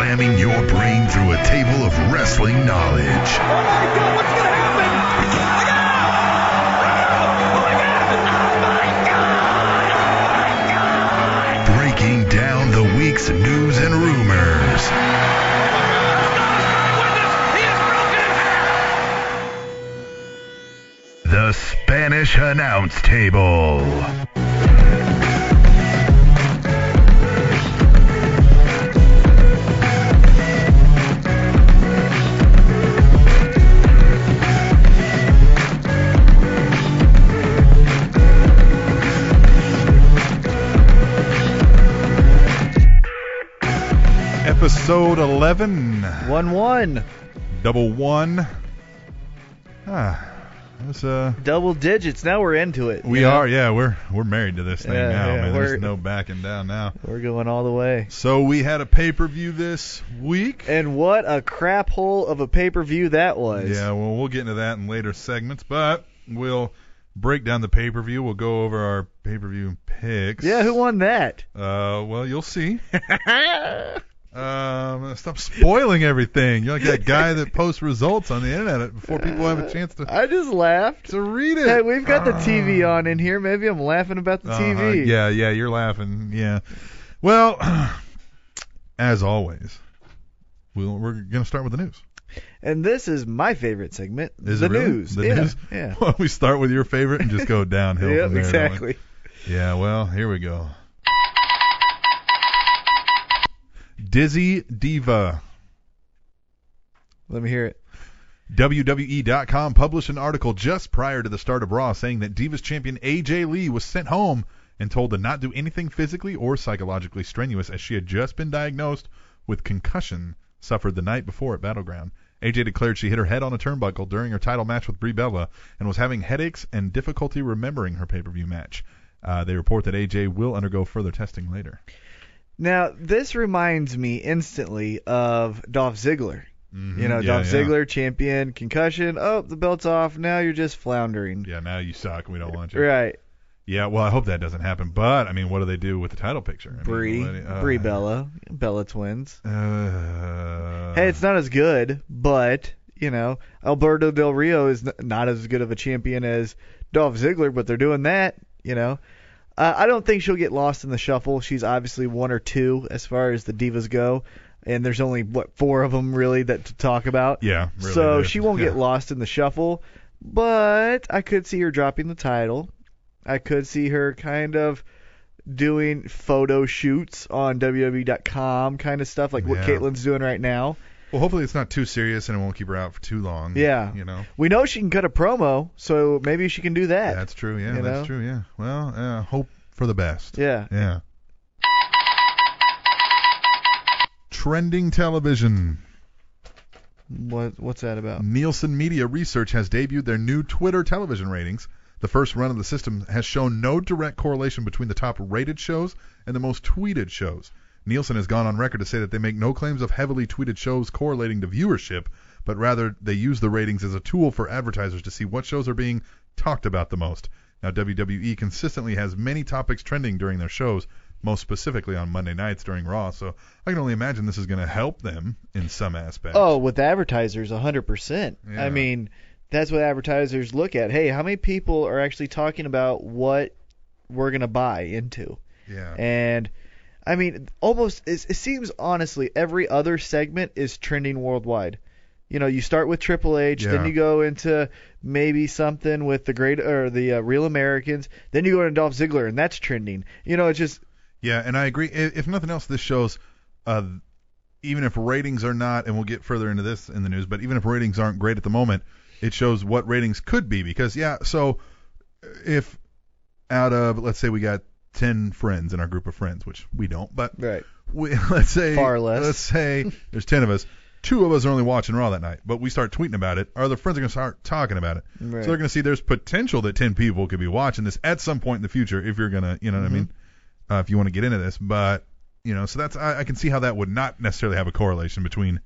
ramming your brain through a table of wrestling knowledge. Breaking down the week's news and rumors. The Spanish Announce Table. Episode 11, One one, double one. Ah, that's, uh, double digits. Now we're into it. we you know? are, yeah, we're we're married to this thing Yeah, now, yeah, man. we're- There's no backing down now. We're going all the way. So we had a pay per view this week. And what a crap hole of a pay per view that was. Yeah, well, we'll get into that in later segments, but we'll break down the pay per view. We'll go over our pay per view picks. Yeah, who won that? Uh, well, you'll see. um, stop spoiling everything. You're like that guy that posts results on the internet before people have a chance to I just laughed. to read it. Uh, Hey, we've got the TV on in here. Maybe I'm laughing about the Ah. Uh-huh. TV. Yeah, yeah, you're laughing. Yeah. Well, as always, we'll, we're gonna start with the news. And this is my favorite segment, Is the it really? news. The yeah. news? Yeah. Well, we start with your favorite and just go downhill. Yep, from there, don't we? exactly. Yeah, well, here we go. Dizzy Diva. Let me hear it. WWE.com E published an article just prior to the start of Raw saying that Divas champion AJ Lee was sent home and told to not do anything physically or psychologically strenuous as she had just been diagnosed with concussion suffered the night before at Battleground. AJ declared she hit her head on a turnbuckle during her title match with Brie Bella and was having headaches and difficulty remembering her pay-per-view match. Uh, they report that AJ will undergo further testing later. Now, this reminds me instantly of Dolph Ziggler. Mhm, You know, yeah, yeah. Dolph Ziggler, champion, concussion. Oh, the belt's off. Now you're just floundering. Yeah, now you suck. We don't want you. Right. Yeah, well, I hope that doesn't happen. But I mean, what do they do with the title picture? I mean, Bree, what- uh, Bree Bella, Bella twins. Uh, hey, it's not as good, but you know, Alberto Del Rio is n- not as good of a champion as Dolph Ziggler, but they're doing that. You know, uh, I don't think she'll get lost in the shuffle. She's obviously one or two as far as the divas go, and there's only what four of them really that to talk about. yeah. Really so there. she won't yeah. get lost in the shuffle, but I could see her dropping the title. I could see her kind of doing photo shoots on WWE.com kind of stuff, like what Yeah. Caitlyn's doing right now. Well, hopefully it's not too serious and it won't keep her out for too long. Yeah. you know. We know she can cut a promo, so maybe she can do that. That's true. Yeah, You that's know? true. Yeah. Well, uh, hope for the best. yeah. Yeah. Trending television. What what's that about? Nielsen Media Research has debuted their new Twitter television ratings. The first run of the system has shown no direct correlation between the top rated shows and the most tweeted shows. Nielsen has gone on record to say that they make no claims of heavily tweeted shows correlating to viewership, but rather they use the ratings as a tool for advertisers to see what shows are being talked about the most. Now, WWE consistently has many topics trending during their shows, most specifically on Monday nights during Raw, so I can only imagine this is going to help them in some aspect. Oh, with advertisers, 100%. Yeah. I mean, that's what advertisers look at. Hey, how many people are actually talking about what we're going to buy into? yeah. And I mean, almost it, it seems honestly every other segment is trending worldwide. You know, you start with Triple H, Yeah. then you go into maybe something with the great or the uh, Real Americans, then you go into Dolph Ziggler, and that's trending. You know, it's just Yeah, and I agree. I- If nothing else, this shows, uh, even if ratings are not, and we'll get further into this in the news, but even if ratings aren't great at the moment, it shows what ratings could be because yeah, so uh, if out of let's say we got ten friends in our group of friends, which we don't, but right. we, let's say Far less. Let's say there's ten of us. Two of us are only watching Raw that night, but we start tweeting about it. Our other friends are gonna start talking about it, Right. so they're gonna see there's potential that ten people could be watching this at some point in the future. If you're gonna, you know what I mean, uh, if you want to get into this, but you know, so that's I, I can see how that would not necessarily have a correlation between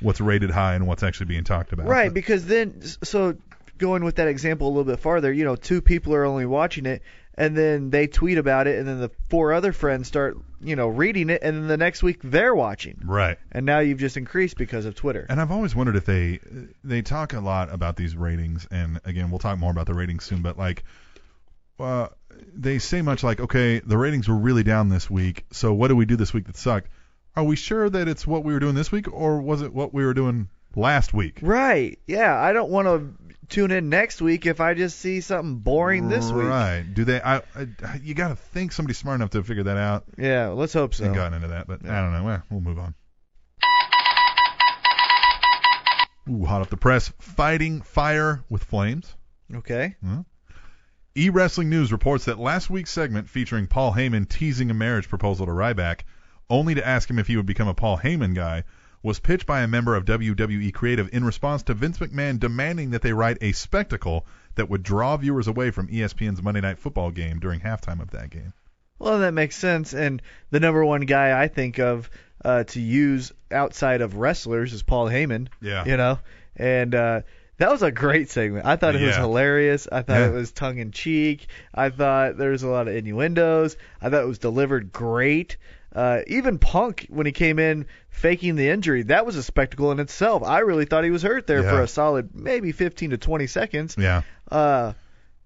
what's rated high and what's actually being talked about. Right, because then so going with that example a little bit farther, you know, two people are only watching it, and then they tweet about it, and then the four other friends start, you know, reading it, and then the next week they're watching, Right. and now you've just increased because of Twitter. And I've always wondered if they they talk a lot about these ratings, and again, we'll talk more about the ratings soon. But like, uh, they say much like, okay, the ratings were really down this week, so what do we do this week that sucked? Are we sure that it's what we were doing this week, or was it what we were doing last week? Right? Yeah, I don't want to tune in next week if I just see something boring this week. Right? Do they? I, I you got to think somebody's smart enough to figure that out Yeah, let's hope so. and gotten into that, but I don't know. Well, we'll move on. Ooh, hot off the press, fighting fire with flames. Okay. E Wrestling News reports that last week's segment featuring Paul Heyman teasing a marriage proposal to Ryback, only to ask him if he would become a Paul Heyman guy, was pitched by a member of WWE Creative in response to Vince McMahon demanding that they write a spectacle that would draw viewers away from E ESPN's Monday Night Football game during halftime of that game. Well, that makes sense. And the number one guy I think of uh, to use outside of wrestlers is Paul Heyman. Yeah. You know, and uh, that was a great segment. I thought it was Yeah. hilarious. I thought Yeah. it was tongue in cheek. I thought there was a lot of innuendos. I thought it was delivered great. Uh, even Punk, when he came in faking the injury, that was a spectacle in itself. I really thought he was hurt there Yeah. for a solid maybe 15 to 20 seconds. Yeah. Uh,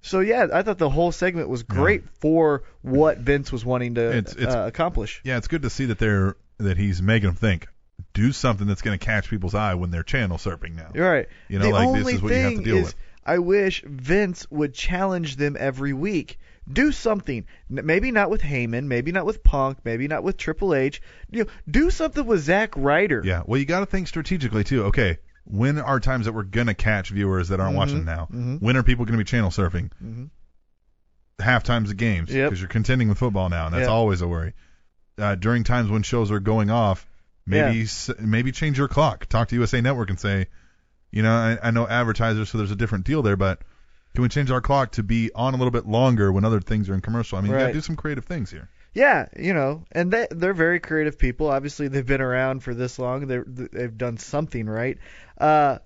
so yeah, I thought the whole segment was great for what Vince was wanting to It's- it's- uh, accomplish. Yeah, it's good to see that they're that he's making them think. Do something that's going to catch people's eye when they're channel surfing now. You're right. You know, the like, this only is what you have to thing deal is, with. I wish Vince would challenge them every week. Do something. N- Maybe not with Heyman. Maybe not with Punk. Maybe not with Triple H. You know, do something with Zack Ryder. Yeah. Well, you got to think strategically too. Okay, when are times that we're gonna catch viewers that aren't Mm-hmm. watching now? When are people gonna be channel surfing? Half times of games Yep. because you're contending with football now, and that's Yep. always a worry. Uh, during times when shows are going off, maybe Yeah. s- maybe change your clock. Talk to USA Network and say, you know, I, I know advertisers, so there's a different deal there, but can we change our clock to be on a little bit longer when other things are in commercial? I mean, you got Right. to do some creative things here. Yeah, you know, and they, they're very creative people. Obviously, they've been around for this long. They're, they've done something right. Uh,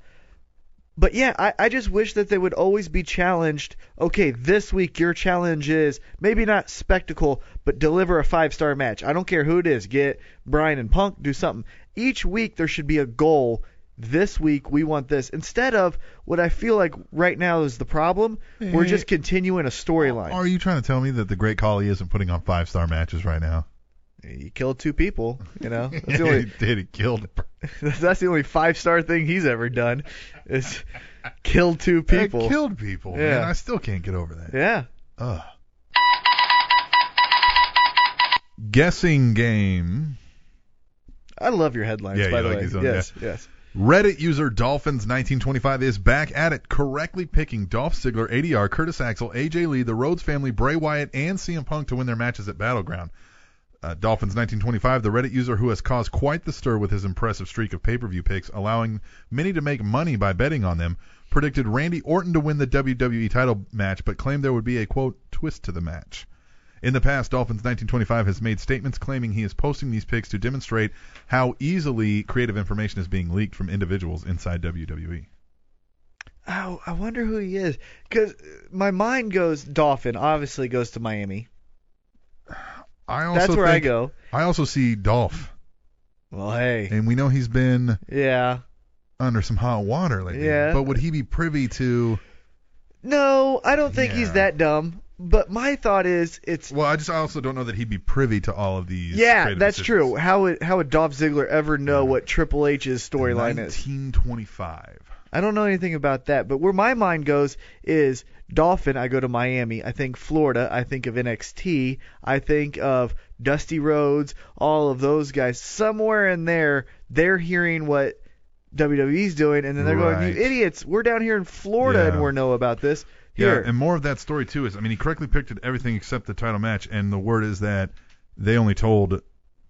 but yeah, I, I just wish that they would always be challenged. Okay, this week your challenge is maybe not spectacle, but deliver a five star match. I don't care who it is. Get Brian and Punk, do something. Each week there should be a goal. This week we want this instead of what I feel like right now is the problem. We're just continuing a storyline. Are you trying to tell me that the Great Collie isn't putting on five star matches right now? You killed two people, you know. That's the only, he did. He killed it. That's the only five star thing he's ever done is kill Uh, two people. I killed people, man. Yeah. I still can't get over that. yeah. Ugh. Guessing game. I love your headlines, Yeah, by you the like way. these ones, yes, yes. Reddit user Dolphins1925 is back at it, correctly picking Dolph Ziggler, ADR, Curtis Axel, AJ Lee, the Rhodes family, Bray Wyatt, and CM Punk to win their matches at Battleground. Uh, Dolphins1925, the Reddit user who has caused quite the stir with his impressive streak of pay-per-view picks, allowing many to make money by betting on them, predicted Randy Orton to win the WWE title match, but claimed there would be a quote twist to the match. In the past, Dolphins1925 has made statements claiming he is posting these pics to demonstrate how easily creative information is being leaked from individuals inside E. WWE. Oh, I wonder who he is. Because my mind goes, Dolphin obviously goes to Miami. I also That's where I think- go. I also see Dolph, Well, hey. and we know he's been Yeah. under some hot water lately. Yeah. But would he be privy to? No, I don't think he's Yeah. that dumb. But my thought is, it's Well, I just I also don't know that he'd be privy to all of these. yeah, creative that's decisions. true. How would how would Dolph Ziggler ever know Yeah. what Triple H's storyline is? 1925. I don't know anything about that, but where my mind goes is Dolphin. I go to Miami. I think Florida. I think of NXT. I think of Dusty Rhodes. All of those guys. Somewhere in there, they're hearing what WWE's doing, and then they're going, Right. "You idiots! We're down here in Florida, Yeah. and we're know about this." Yeah, Here, and more of that story too is I mean he correctly picked at everything except the title match, and the word is that they only told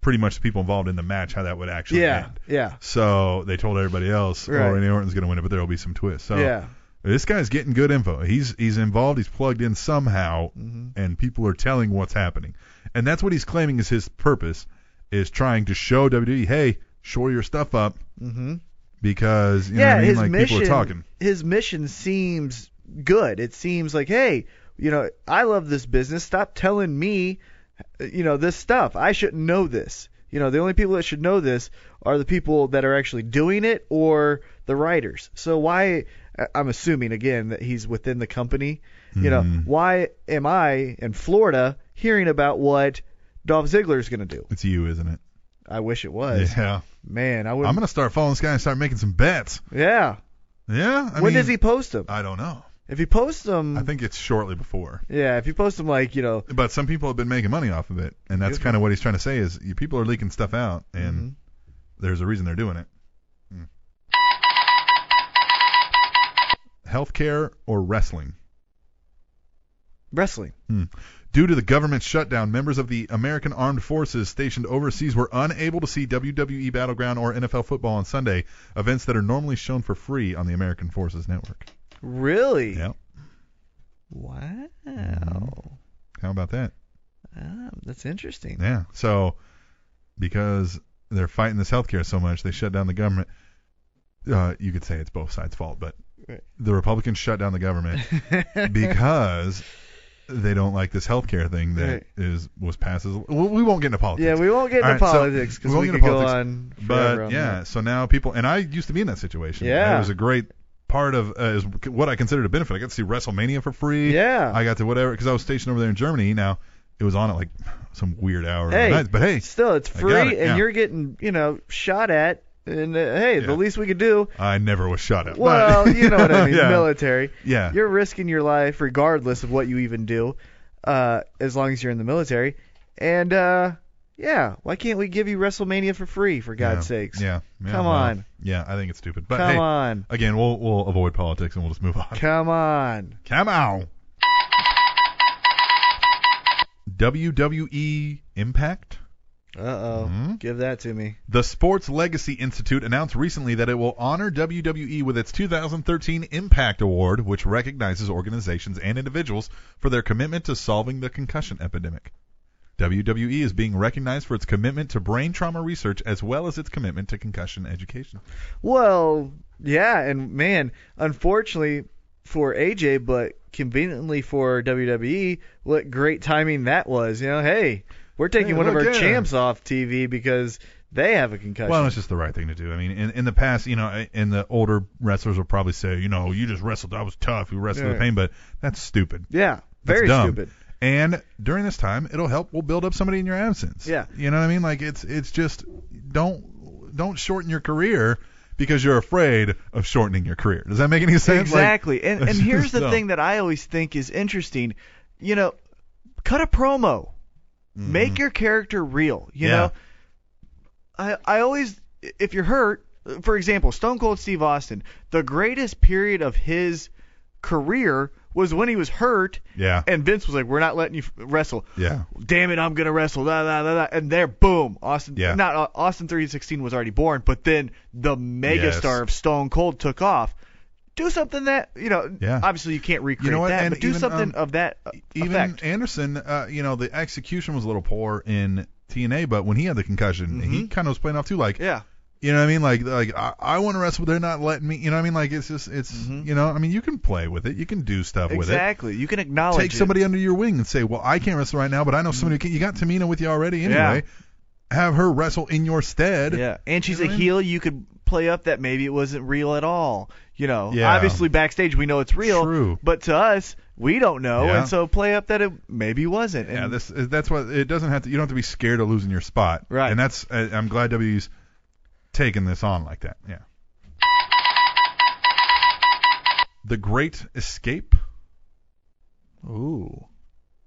pretty much the people involved in the match how that would actually yeah, end. yeah, So they told everybody else, Right. oh Randy Orton's gonna win it, but there'll be some twists. So yeah. this guy's getting good info. He's he's involved, he's plugged in somehow, Mm-hmm, and people are telling what's happening. And that's what he's claiming is his purpose, is trying to show WWE, hey, shore E, your stuff up. Mm-hmm. because you know yeah, what I mean? his like mission. people are talking. His mission seems good. It seems like, hey, you know, I love this business. Stop telling me, you know, this stuff. I shouldn't know this. You know, the only people that should know this are the people that are actually doing it or the writers. So why? I- I'm assuming again that he's within the company. You know, Mhm. why am I in Florida hearing about what Dolph Ziggler is going to do? It's you, isn't it? I wish it was. Yeah. Man, I would. I'm gonna start following this guy and start making some bets. Yeah. Yeah. I mean, when does he post them? I don't know. If you post them, I think it's shortly before. yeah, if you post them like you know, But some people have been making money off of it, and that's Yeah. kind of what he's trying to say is you, people are leaking stuff out, Mm-hmm. and there's a reason they're doing it. Mm. Healthcare or wrestling? wrestling. Due to the government shutdown, members of the American Armed Forces stationed overseas were unable to see WWE Battleground or NFL football on Sunday, events that are normally shown for free on the American Forces Network. Really? Yep. Wow. How about that? Ah, that's interesting. Yeah. So because they're fighting this healthcare so much, they shut down the government. Uh, you could say it's both sides' fault, but Right. the Republicans shut down the government because they don't like this healthcare thing that Right. is was passed as. Well, we won't get into politics. yeah, we won't get into All right, so politics because we won't we get could into go politics, on. forever But on yeah, that. so now people and I used to be in that situation. Yeah. it was a great part of uh, is what I considered a benefit. I got to see WrestleMania for free. yeah. I got to whatever because I was stationed over there in Germany. Now it was on at like some weird hour. of the Hey. night, but hey, Still, it's I got free, it, and yeah. you're getting you know shot at. And uh, hey, Yeah. the least we could do. I never was shot at. Well, but- you know what I mean. yeah. Military. yeah. You're risking your life regardless of what you even do, uh, as long as you're in the military. And uh, yeah, why can't we give you WrestleMania for free? For God's yeah. sakes. Yeah. yeah, Come well, on. Yeah, I think it's stupid. But Come hey, on. again, we'll we'll avoid politics and we'll just move on. Come on. Come on. WWE E Impact. Uh oh. Mhm. Give that to me. The Sports Legacy Institute announced recently that it will honor WWE with its 2013 Impact Award, which recognizes organizations and individuals for their commitment to solving the concussion epidemic. WWE is being recognized for its commitment to brain trauma research as well as its commitment to concussion education. Well, yeah, and man, unfortunately for AJ, but conveniently for WWE, what great timing that was. You know, hey, we're taking Hey, one of look, our yeah. champs off TV because they have a concussion. Well, it's just the right thing to do. I mean, in, in the past, you know, and the older wrestlers will probably say, you know, you just wrestled, I was tough, you wrestled the Yeah. pain, but that's stupid. yeah, very dumb. stupid. And during this time, it'll help. We'll build up somebody in your absence. Yeah. You know what I mean? Like it's it's just don't don't shorten your career because you're afraid of shortening your career. Does that make any sense? Like, Exactly. and and here's the So- thing that I always think is interesting. You know, cut a promo. mm, Make your character real. You Mm-hmm. Yeah. know, I I always if you're hurt, for example, Stone Cold Steve Austin, the greatest period of his career was when he was hurt, yeah. and Vince was like, "We're not letting you f- wrestle." Yeah. Damn it, I'm gonna wrestle. Da, da, da, da. And there, boom, Austin. Yeah. Not uh, Austin 316 was already born, but then the megastar Yes. of Stone Cold took off. Do something that you know. Yeah. Obviously, you can't recreate what? that, And but do even, something um, of that uh, Even effect. Anderson, uh, you know, the execution was a little poor in TNA, but when he had the concussion, Mm-hmm. he kind of was playing off too. Like, Yeah. you know what I mean? Like, like I, I want to wrestle, but they're not letting me. You know what I mean? Like, it's just, it's, you know, I mean, you can play with it, you can do stuff with it. Mm-hmm. Exactly. You can acknowledge. take it. somebody under your wing and say, "Well, I can't wrestle right now, but I know somebody who can." You got Tamina with you already anyway. Have her wrestle in your stead. Yeah. And she's You know a what I mean? heel. You could play up that maybe it wasn't real at all. You know. Yeah. Obviously, backstage we know it's real. True. But to us, we don't know, Yeah. and so play up that it maybe wasn't. Yeah, And this that's what it doesn't have to. You don't have to be scared of losing your spot. Right. And that's I- I'm glad WWE's taking this on like that. Yeah. The Great Escape. Ooh.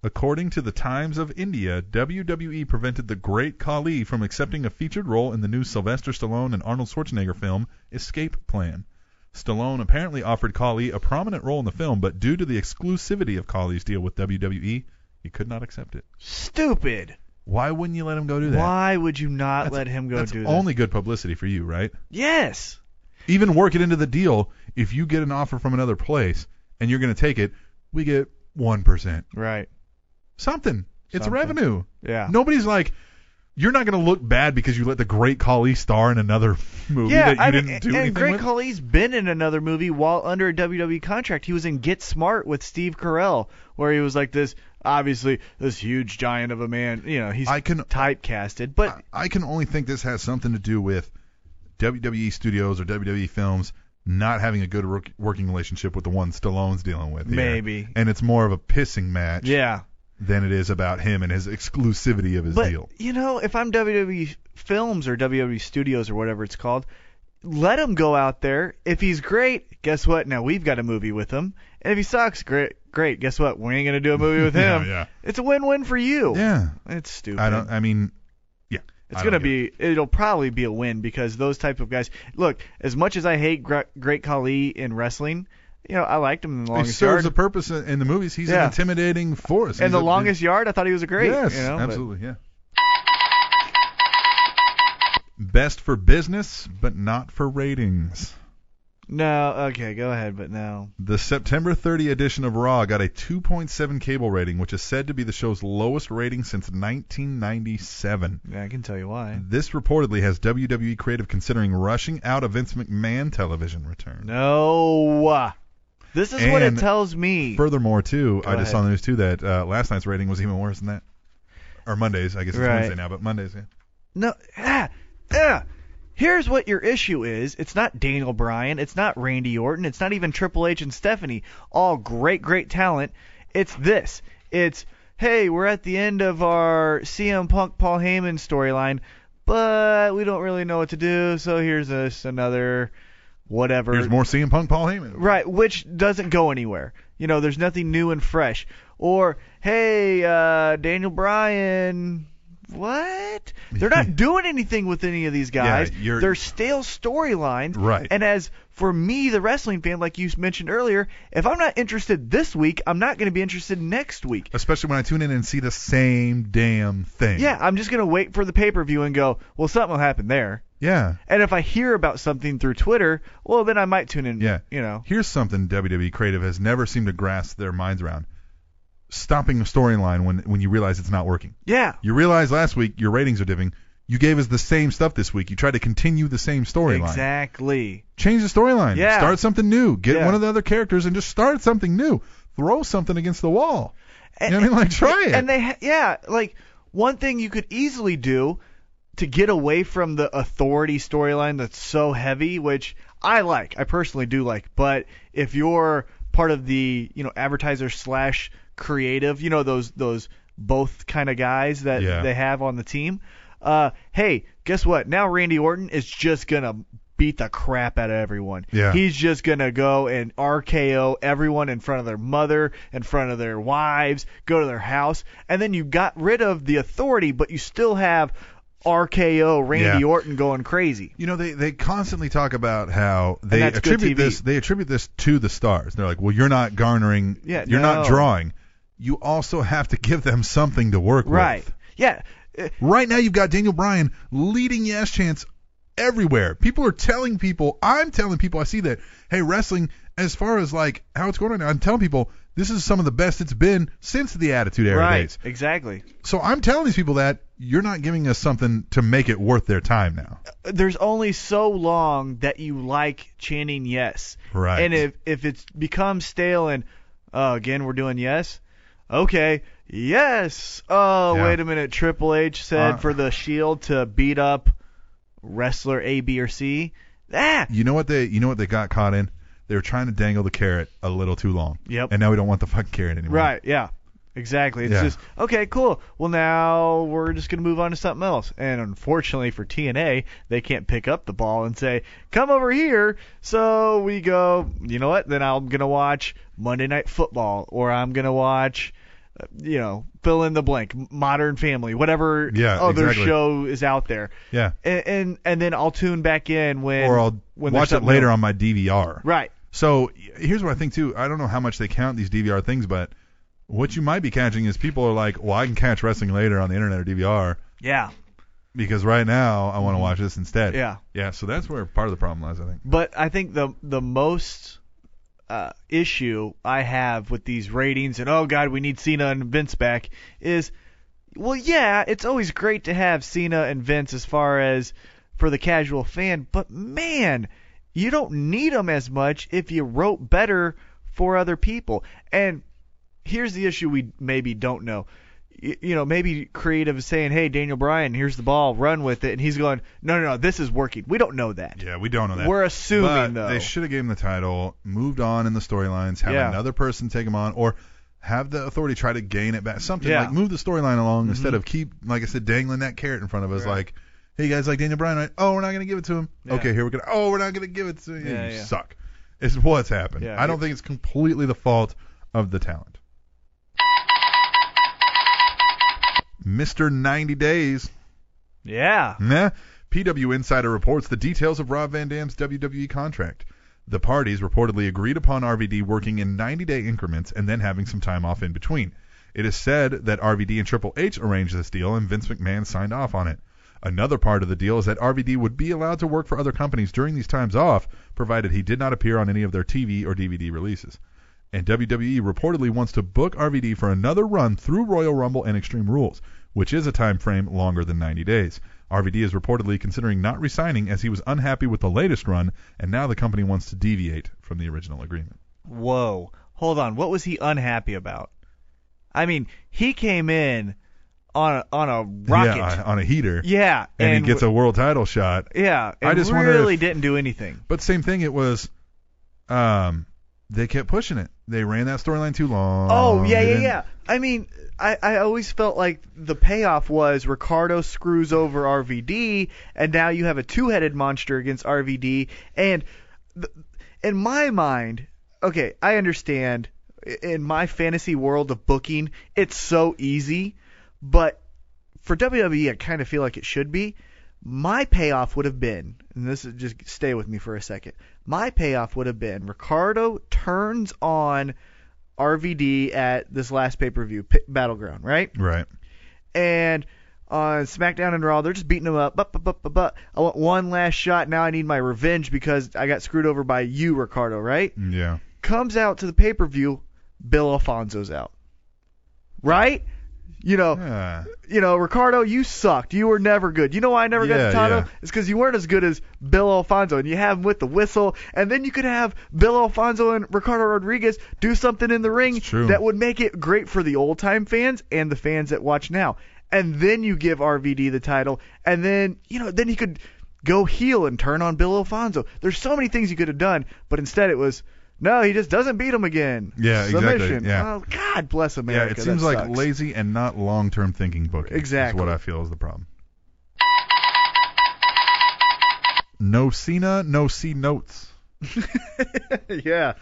According to the Times of India, WWE prevented the Great Khali from accepting a featured role in the new Sylvester Stallone and Arnold Schwarzenegger film Escape Plan. Stallone apparently offered Khali a prominent role in the film, but due to the exclusivity of Khali's deal with WWE, he could not accept it. Stupid. Why wouldn't you let him go do that? Why would you not That's- let him go That's do that? only good publicity for you, right? Yes. Even work it into the deal. If you get an offer from another place and you're going to take it, we get 1%. Right. Something. It's Something. revenue. Yeah. Nobody's like, You're not going to look bad because you let the great Khali star in another movie yeah, that you I mean, didn't do and anything Greg with. Khali's been in another movie while under a WWE contract. He was in Get Smart with Steve Carell, where he was like this, obviously this huge giant of a man. You know, he's I can- typecasted, but I- I can only think this has something to do with WWE studios or WWE films not having a good work, working relationship with the one Stallone's dealing with. here. Maybe. And it's more of a pissing match yeah. than it is about him and his exclusivity of his But deal. you know, if I'm WWE Films or WWE Studios or whatever it's called, let him go out there. If he's great, guess what? Now we've got a movie with him. And if he sucks, great. Great. Guess what? We ain't gonna do a movie with Yeah, him. yeah. It's a win-win for you. Yeah. It's stupid. I don't I mean yeah. It's I gonna don't get it. be. It'll probably be a win because those type of guys. Look, as much as I hate Gre- Great Khali in wrestling, you know I liked him in the He longest serves yard. a purpose in, in the movies. He's an Yeah. intimidating force. and He's the a- longest yard, I thought he was a great. Yes, you know, but- absolutely, yeah. Best for business, but not for ratings. No. Okay. Go ahead. But no. The September 30 edition of Raw got a 2.7 cable rating, which is said to be the show's lowest rating since 1997. Yeah, I can tell you why. This reportedly has WWE creative considering rushing out a Vince McMahon television return. No. This is what it And tells me. Furthermore, too, I just ahead. saw on the news too that uh, last night's rating was even worse than that. Or Mondays, I guess it's Right. Wednesday now, but Mondays, yeah. No. Ah, ah. Here's what your issue is. It's not Daniel Bryan. It's not Randy Orton. It's not even Triple H and Stephanie. All great, great talent. It's this. It's, hey, we're at the end of our CM Punk Paul Heyman storyline, but we don't really know what to do, so here's us another whatever. Here's more CM Punk, Paul Heyman. Right, which doesn't go anywhere. You know, there's nothing new and fresh. Or, hey, uh, Daniel Bryan, what? They're not doing anything with any of these guys. you're- They're stale storylines. Right. And as for me, the wrestling fan, like you mentioned earlier, if I'm not interested this week, I'm not going to be interested next week. Especially when I tune in and see the same damn thing. Yeah, I'm just going to wait for the pay per view and go, well, something will happen there. Yeah. And if I hear about something through Twitter, well, then I might tune in. Yeah. You know. Here's something WWE creative has never seemed to grasp their minds around. Stopping a storyline when when you realize it's not working. Yeah. You realize last week your ratings are dipping. You gave us the same stuff this week. You tried to continue the same storyline. Exactly. Change the storyline. Yeah. Start something new. Get Yeah. one of the other characters and just start something new. Throw something against the wall. You know what I mean? Like try it. And they, ha- yeah, like one thing you could easily do to get away from the authority storyline that's so heavy, which I like, I personally do like. But if you're part of the, you know, advertiser slash creative, you know, those those both kind of guys that Yeah. they have on the team. Uh, hey, guess what? Now Randy Orton is just gonna beat the crap out of everyone. Yeah. He's just gonna go and RKO everyone in front of their mother, in front of their wives, go to their house, and then you got rid of the authority, but you still have RKO Randy Yeah. Orton going crazy. You know, they, they constantly talk about how they that's good attribute TV. this they attribute this to the stars. They're like, well, you're not garnering, Yeah, you're not no. drawing. You also have to give them something to work Right. with. Yeah. Uh, Right now, you've got Daniel Bryan leading Yes Chance everywhere. People are telling people, I'm telling people, I see that, hey, wrestling, as far as like how it's going right now, I'm telling people this is some of the best it's been since the Attitude Era Right. days. Exactly. So I'm telling these people that you're not giving us something to make it worth their time now. there's only so long that you like chanting yes. Right. And if if it's becomes stale and uh, again we're doing yes, okay, yes. Oh Yeah. wait a minute, Triple H said Uh, for the Shield to beat up wrestler A, B, or C. Ah, You know what they you know what they got caught in? They were trying to dangle the carrot a little too long. Yep. And now we don't want the fucking carrot anymore. right, yeah. Exactly. It's Yeah. just okay, cool. Well, now we're just gonna move on to something else. And unfortunately for TNA, they can't pick up the ball and say, "Come over here." So we go. You know what? Then I'm gonna watch Monday Night Football, or I'm gonna watch, uh, you know, fill in the blank, Modern Family, whatever Yeah, other exactly. show is out there. Yeah. And, and and then I'll tune back in when Or I'll when there's watch it something later else. on my DVR. Right. So y- here's what I think too. I don't know how much they count these DVR things, but what you might be catching is people are like, "Well, I can catch wrestling later on the internet or DVR Yeah. because right now I want to watch this instead." Mm-hmm. Yeah. Yeah. So that's where part of the problem lies, I think. But I think the the most uh, issue I have with these ratings and oh god we need Cena and Vince back is Well, yeah, it's always great to have Cena and Vince as far as for the casual fan, but man, you don't need them as much if you wrote better for other people. And here's the issue we maybe don't know. Y- You know, maybe creative is saying, "Hey, Daniel Bryan, here's the ball, run with it," and he's going, "No, no, no, this is working." We don't know that. Yeah, we don't know that. We're assuming But though. They should have given him the title, moved on in the storylines, have Yeah. another person take him on, or have the authority try to gain it back. Something Yeah. Mm-hmm. like move the storyline along instead of keep, like I said, dangling that carrot in front of us. Right. Like, hey, you guys, like Daniel Bryan, right? Oh, we're not gonna give it to him. Yeah. Okay, here we're gonna. Oh, we're not gonna give it to you. Yeah, you yeah. suck. It's what's happened. Yeah, I don't think it's completely the fault of the talent. Mr. 90 Days. yeah. Nah. PW Insider reports the details of Rob Van Dam's WWE contract. The parties reportedly agreed upon RVD working in 90 day increments and then having some time off in between. It is said that RVD and Triple H arranged this deal and Vince McMahon signed off on it. Another part of the deal is that RVD would be allowed to work for other companies during these times off, provided he did not appear on any of their TV or DVD releases. And WWE reportedly wants to book RVD for another run through Royal Rumble and Extreme Rules, which is a time frame longer than 90 days. RVD is reportedly considering not resigning as he was unhappy with the latest run, and now the company wants to deviate from the original agreement. Whoa. Hold on. What was he unhappy about? I mean, he came in on a, on a rocket. Yeah, Yeah. on a heater. and, and, he gets w- a world title shot. Yeah, I and just wonder really if- didn't do anything. But same thing, it was um they kept pushing it. They ran that storyline too long. Oh yeah, They yeah, didn't- yeah. I mean, I, I always felt like the payoff was Ricardo screws over RVD, and now you have a two-headed monster against RVD. And th- in my mind, okay, I understand. i- In my fantasy world of booking, it's so easy, but for WWE, I kind of feel like it should be. My payoff would have been, and this is just stay with me for a second. My payoff would have been Ricardo turns on RVD at this last pay per view, P- Battleground, right? Right. And on SmackDown and Raw, they're just beating him up. But, but, but, but, but, I want one last shot. Now I need my revenge because I got screwed over by you, Ricardo, right? Yeah. Comes out to the pay per view, Bill Alfonso's out, right? You know, Yeah. you know, Ricardo, you sucked. You were never good. You know why I never got Yeah, the title? yeah. It's because you weren't as good as Bill Alfonso, and you have him with the whistle, and then you could have Bill Alfonso and Ricardo Rodriguez do something in the ring It's true. that would make it great for the old time fans and the fans that watch now. And then you give RVD the title, and then you know, then he could go heel and turn on Bill Alfonso. There's so many things you could have done, but instead it was. No, he just doesn't beat him again. Yeah, exactly, Submission. yeah. Oh, God bless America. yeah, it that seems like sucks. lazy and not long-term thinking booking. Exactly. Is what I feel is the problem. No Cena, no C notes. yeah.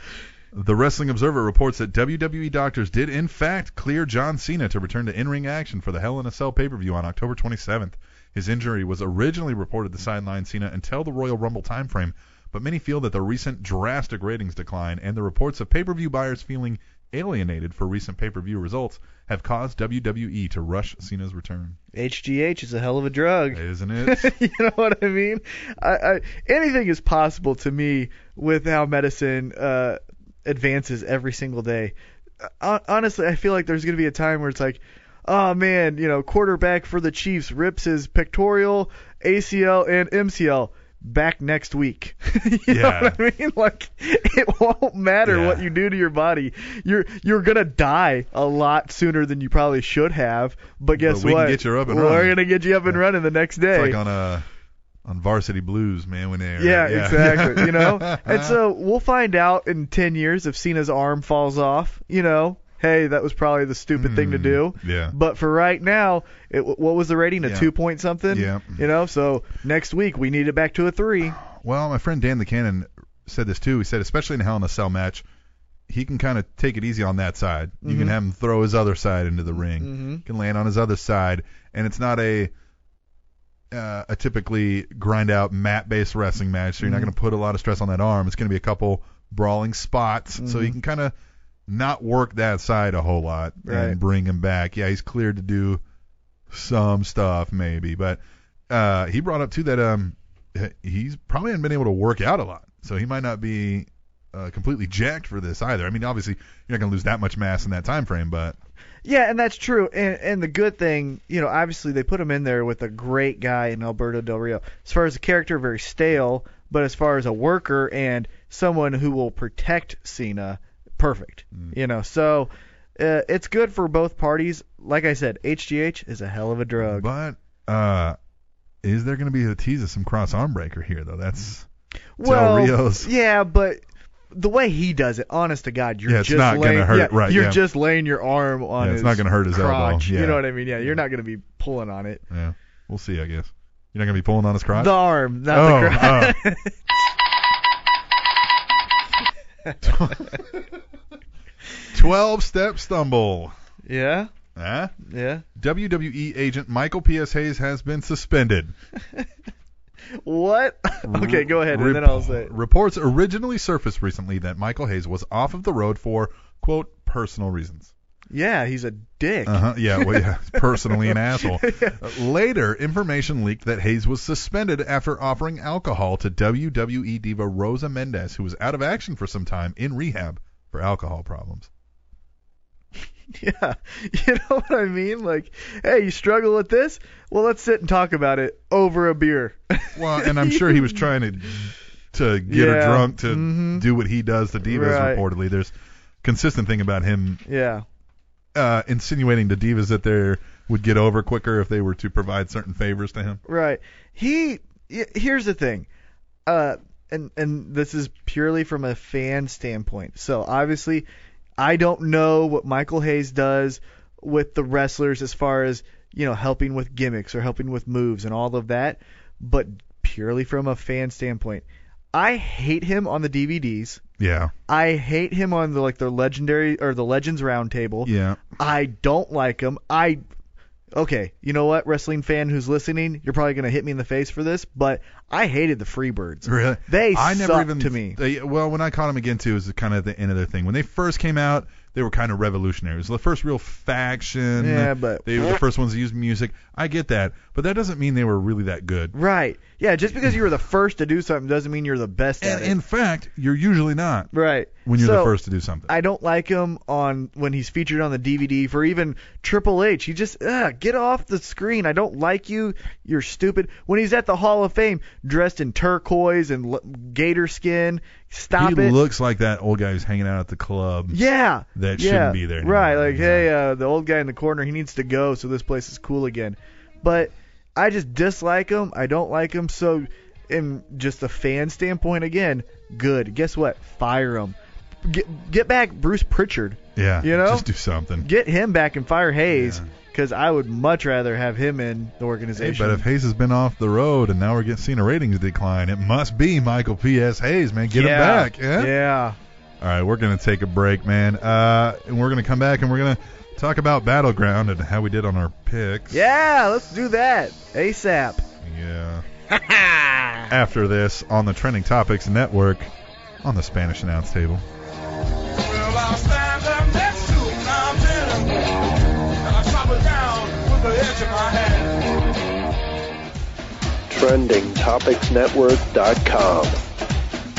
The Wrestling Observer reports that WWE doctors did in fact clear John Cena to return to in-ring action for the Hell in a Cell pay-per-view on October 27th. His injury was originally reported to sideline Cena until the Royal Rumble timeframe, but many feel that the recent drastic ratings decline and the reports of pay-per-view buyers feeling alienated for recent pay-per-view results have caused WWE to rush Cena's return. HGH is a hell of a drug. Isn't it? you know what I mean? I, I, anything is possible to me with how medicine uh, advances every single day. Uh, Hon- Honestly, I feel like there's going to be a time where it's like, oh man, you know, quarterback for the Chiefs rips his pectoral, ACL, and MCL back next week. you Yeah. know what I mean? Like, it won't matter Yeah. what you do to your body. You're you're gonna die a lot sooner than you probably should have. But guess we can what? get you up and We're running. gonna get you up and running the next day. It's like on a on Varsity Blues, man, when they are Yeah, exactly. you know, and so we'll find out in ten years if Cena's arm falls off. You know, hey, that was probably the stupid thing to Hmm, do. yeah. But for right now, it, what was the rating? A Yeah. two point something. Yeah. You know, so next week we need it back to a three. Well, my friend Dan the Cannon said this too. He said, especially in a Hell in a Cell match, he can kind of take it easy on that side. You can Mhm. have him throw his other side into the ring. Mhm. He Can land on his other side, and it's not a uh, a typically grind out mat based wrestling match. So you're not Mhm. going to put a lot of stress on that arm. It's going to be a couple brawling spots, so you Mhm. can kind of not work that side a whole lot Right. and bring him back. Yeah, he's cleared to do some stuff maybe, but uh, he brought up too that um h- he's probably hasn't been able to work out a lot, so he might not be uh, completely jacked for this either. I mean, obviously you're not going to lose that much mass in that time frame, but Yeah, and that's true. And and the good thing, you know, obviously they put him in there with a great guy in Alberto Del Rio. As far as a character, very stale, but as far as a worker and someone who will protect Cena, perfect. Mm. You know, so uh, it's good for both parties. Like I said, HGH is a hell of a drug. But uh, is there going to be a tease of some cross arm breaker here though? That's well, Rio's. yeah, but the way he does it, honest to God, you're Yeah, it's just not gonna laying, hurt, yeah, right, You're yeah. just laying your arm on Yeah, it's his not gonna hurt his elbow, crotch. yeah. You know what I mean? Yeah, you're not gonna be pulling on it. yeah. We'll see, I guess. You're not going to be pulling on his crotch. The arm, not Oh, the crotch. oh. Twelve step stumble. yeah, Huh? yeah. WWE agent Michael P.S. Hayes has been suspended. What? okay, go ahead, and then Repo- I'll say. it. Reports originally surfaced recently that Michael Hayes was off of the road for quote personal reasons. Yeah, he's a dick. Uh-huh. Yeah, well, yeah, personally an asshole. Uh, Later, information leaked that Hayes was suspended after offering alcohol to WWE diva Rosa Mendez, who was out of action for some time in rehab for alcohol problems. Yeah, you know what I mean? Like, hey, you struggle with this? Well, let's sit and talk about it over a beer. Well, and I'm sure he was trying to to get her Yeah. drunk to Mhm. do what he does to divas. Right. Reportedly, there's consistent thing about him yeah, uh, insinuating to divas that they would get over quicker if they were to provide certain favors to him. right. He y- here's the thing, uh, and and this is purely from a fan standpoint. So obviously, I don't know what Michael Hayes does with the wrestlers as far as you know helping with gimmicks or helping with moves and all of that, but purely from a fan standpoint, I hate him on the DVDs. Yeah, I hate him on the like the legendary or the Legends Roundtable. yeah. I don't like him. I okay, you know what, wrestling fan who's listening, you're probably gonna hit me in the face for this, but I hated the Freebirds. Really? They I never suck even to me. They, well, when I caught them again too, is kind of the end of their thing. When they first came out, they were kind of revolutionary. It was the first real faction. Yeah, but- they were the first ones to use music. I get that, but that doesn't mean they were really that good. Right? Yeah. Just because you were the first to do something doesn't mean you're the best And at it. in fact, you're usually not right. when you're the So, first to do something. I don't like him on when he's featured on the DVD for even Triple H. He just ugh, get off the screen. I don't like you. You're stupid. When he's at the Hall of Fame, dressed in turquoise and l- gator skin, stop he it. looks like that old guy who's hanging out at the club. yeah, That yeah, shouldn't be there anymore. Right, like Yeah. hey, uh, the old guy in the corner, he needs to go, so this place is cool again. But I just dislike him. I don't like him. So, in just the fan standpoint, again, good. Guess what? Fire him. Get, get back Bruce Pritchard. Yeah, You know? just do something. get him back and fire Hayes Yeah. because I would much rather have him in Hey, the organization. but if Hayes has been off the road and now we're getting seeing a ratings decline, it must be Michael P.S. Hayes, man. Get him yeah. back. Yeah. Yeah. All right, we're going to take a break, man. Uh, and we're going to come back and we're going to talk about Battleground and how we did on our picks. Yeah, let's do that ASAP. Yeah. After this on the Trending Topics Network on the Spanish Announce Table. Well, I'll stand up next to Tom Denham, and I'll chop it down with the edge of my hand. TrendingTopicsNetwork.com.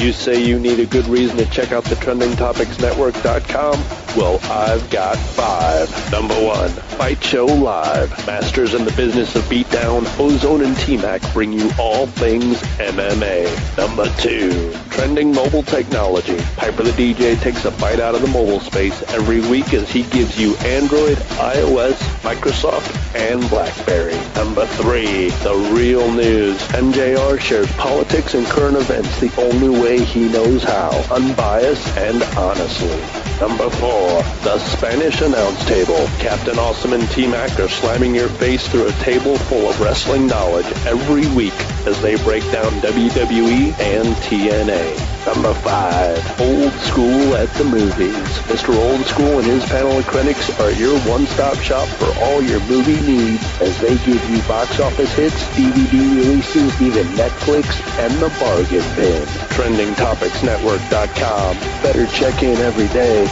You say you need a good reason to check out the TrendingTopicsNetwork.com? Well, I've got five. Number one, Fight Show Live. Masters in the business of beatdown, Ozone and T-Mac bring you all things MMA. Number two, Trending Mobile Technology. Piper the DJ takes a bite out of the mobile space every week as he gives you Android, iOS, Microsoft, and BlackBerry. Number three, the real news. MJR shares politics and current events the only way he knows how, unbiased and honestly. Number four, the Spanish announce table. Captain Awesome and T-Mac are slamming your face through a table full of wrestling knowledge every week as they break down WWE and TNA. Number five, Old School at the Movies. Mr. Old School and his panel of critics are your one-stop shop for all your movie needs as they give you box office hits, DVD releases, even Netflix, and the bargain bin. TrendingTopicsNetwork.com. Better check in every day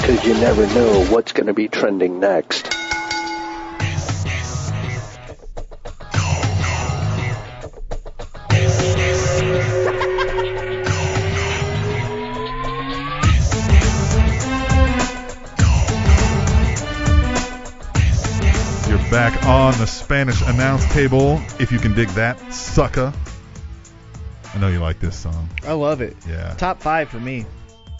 because you never know what's going to be trending next. on the Spanish announce table. If you can dig that, sucker. I know you like this song. I love it. Yeah. Top five for me.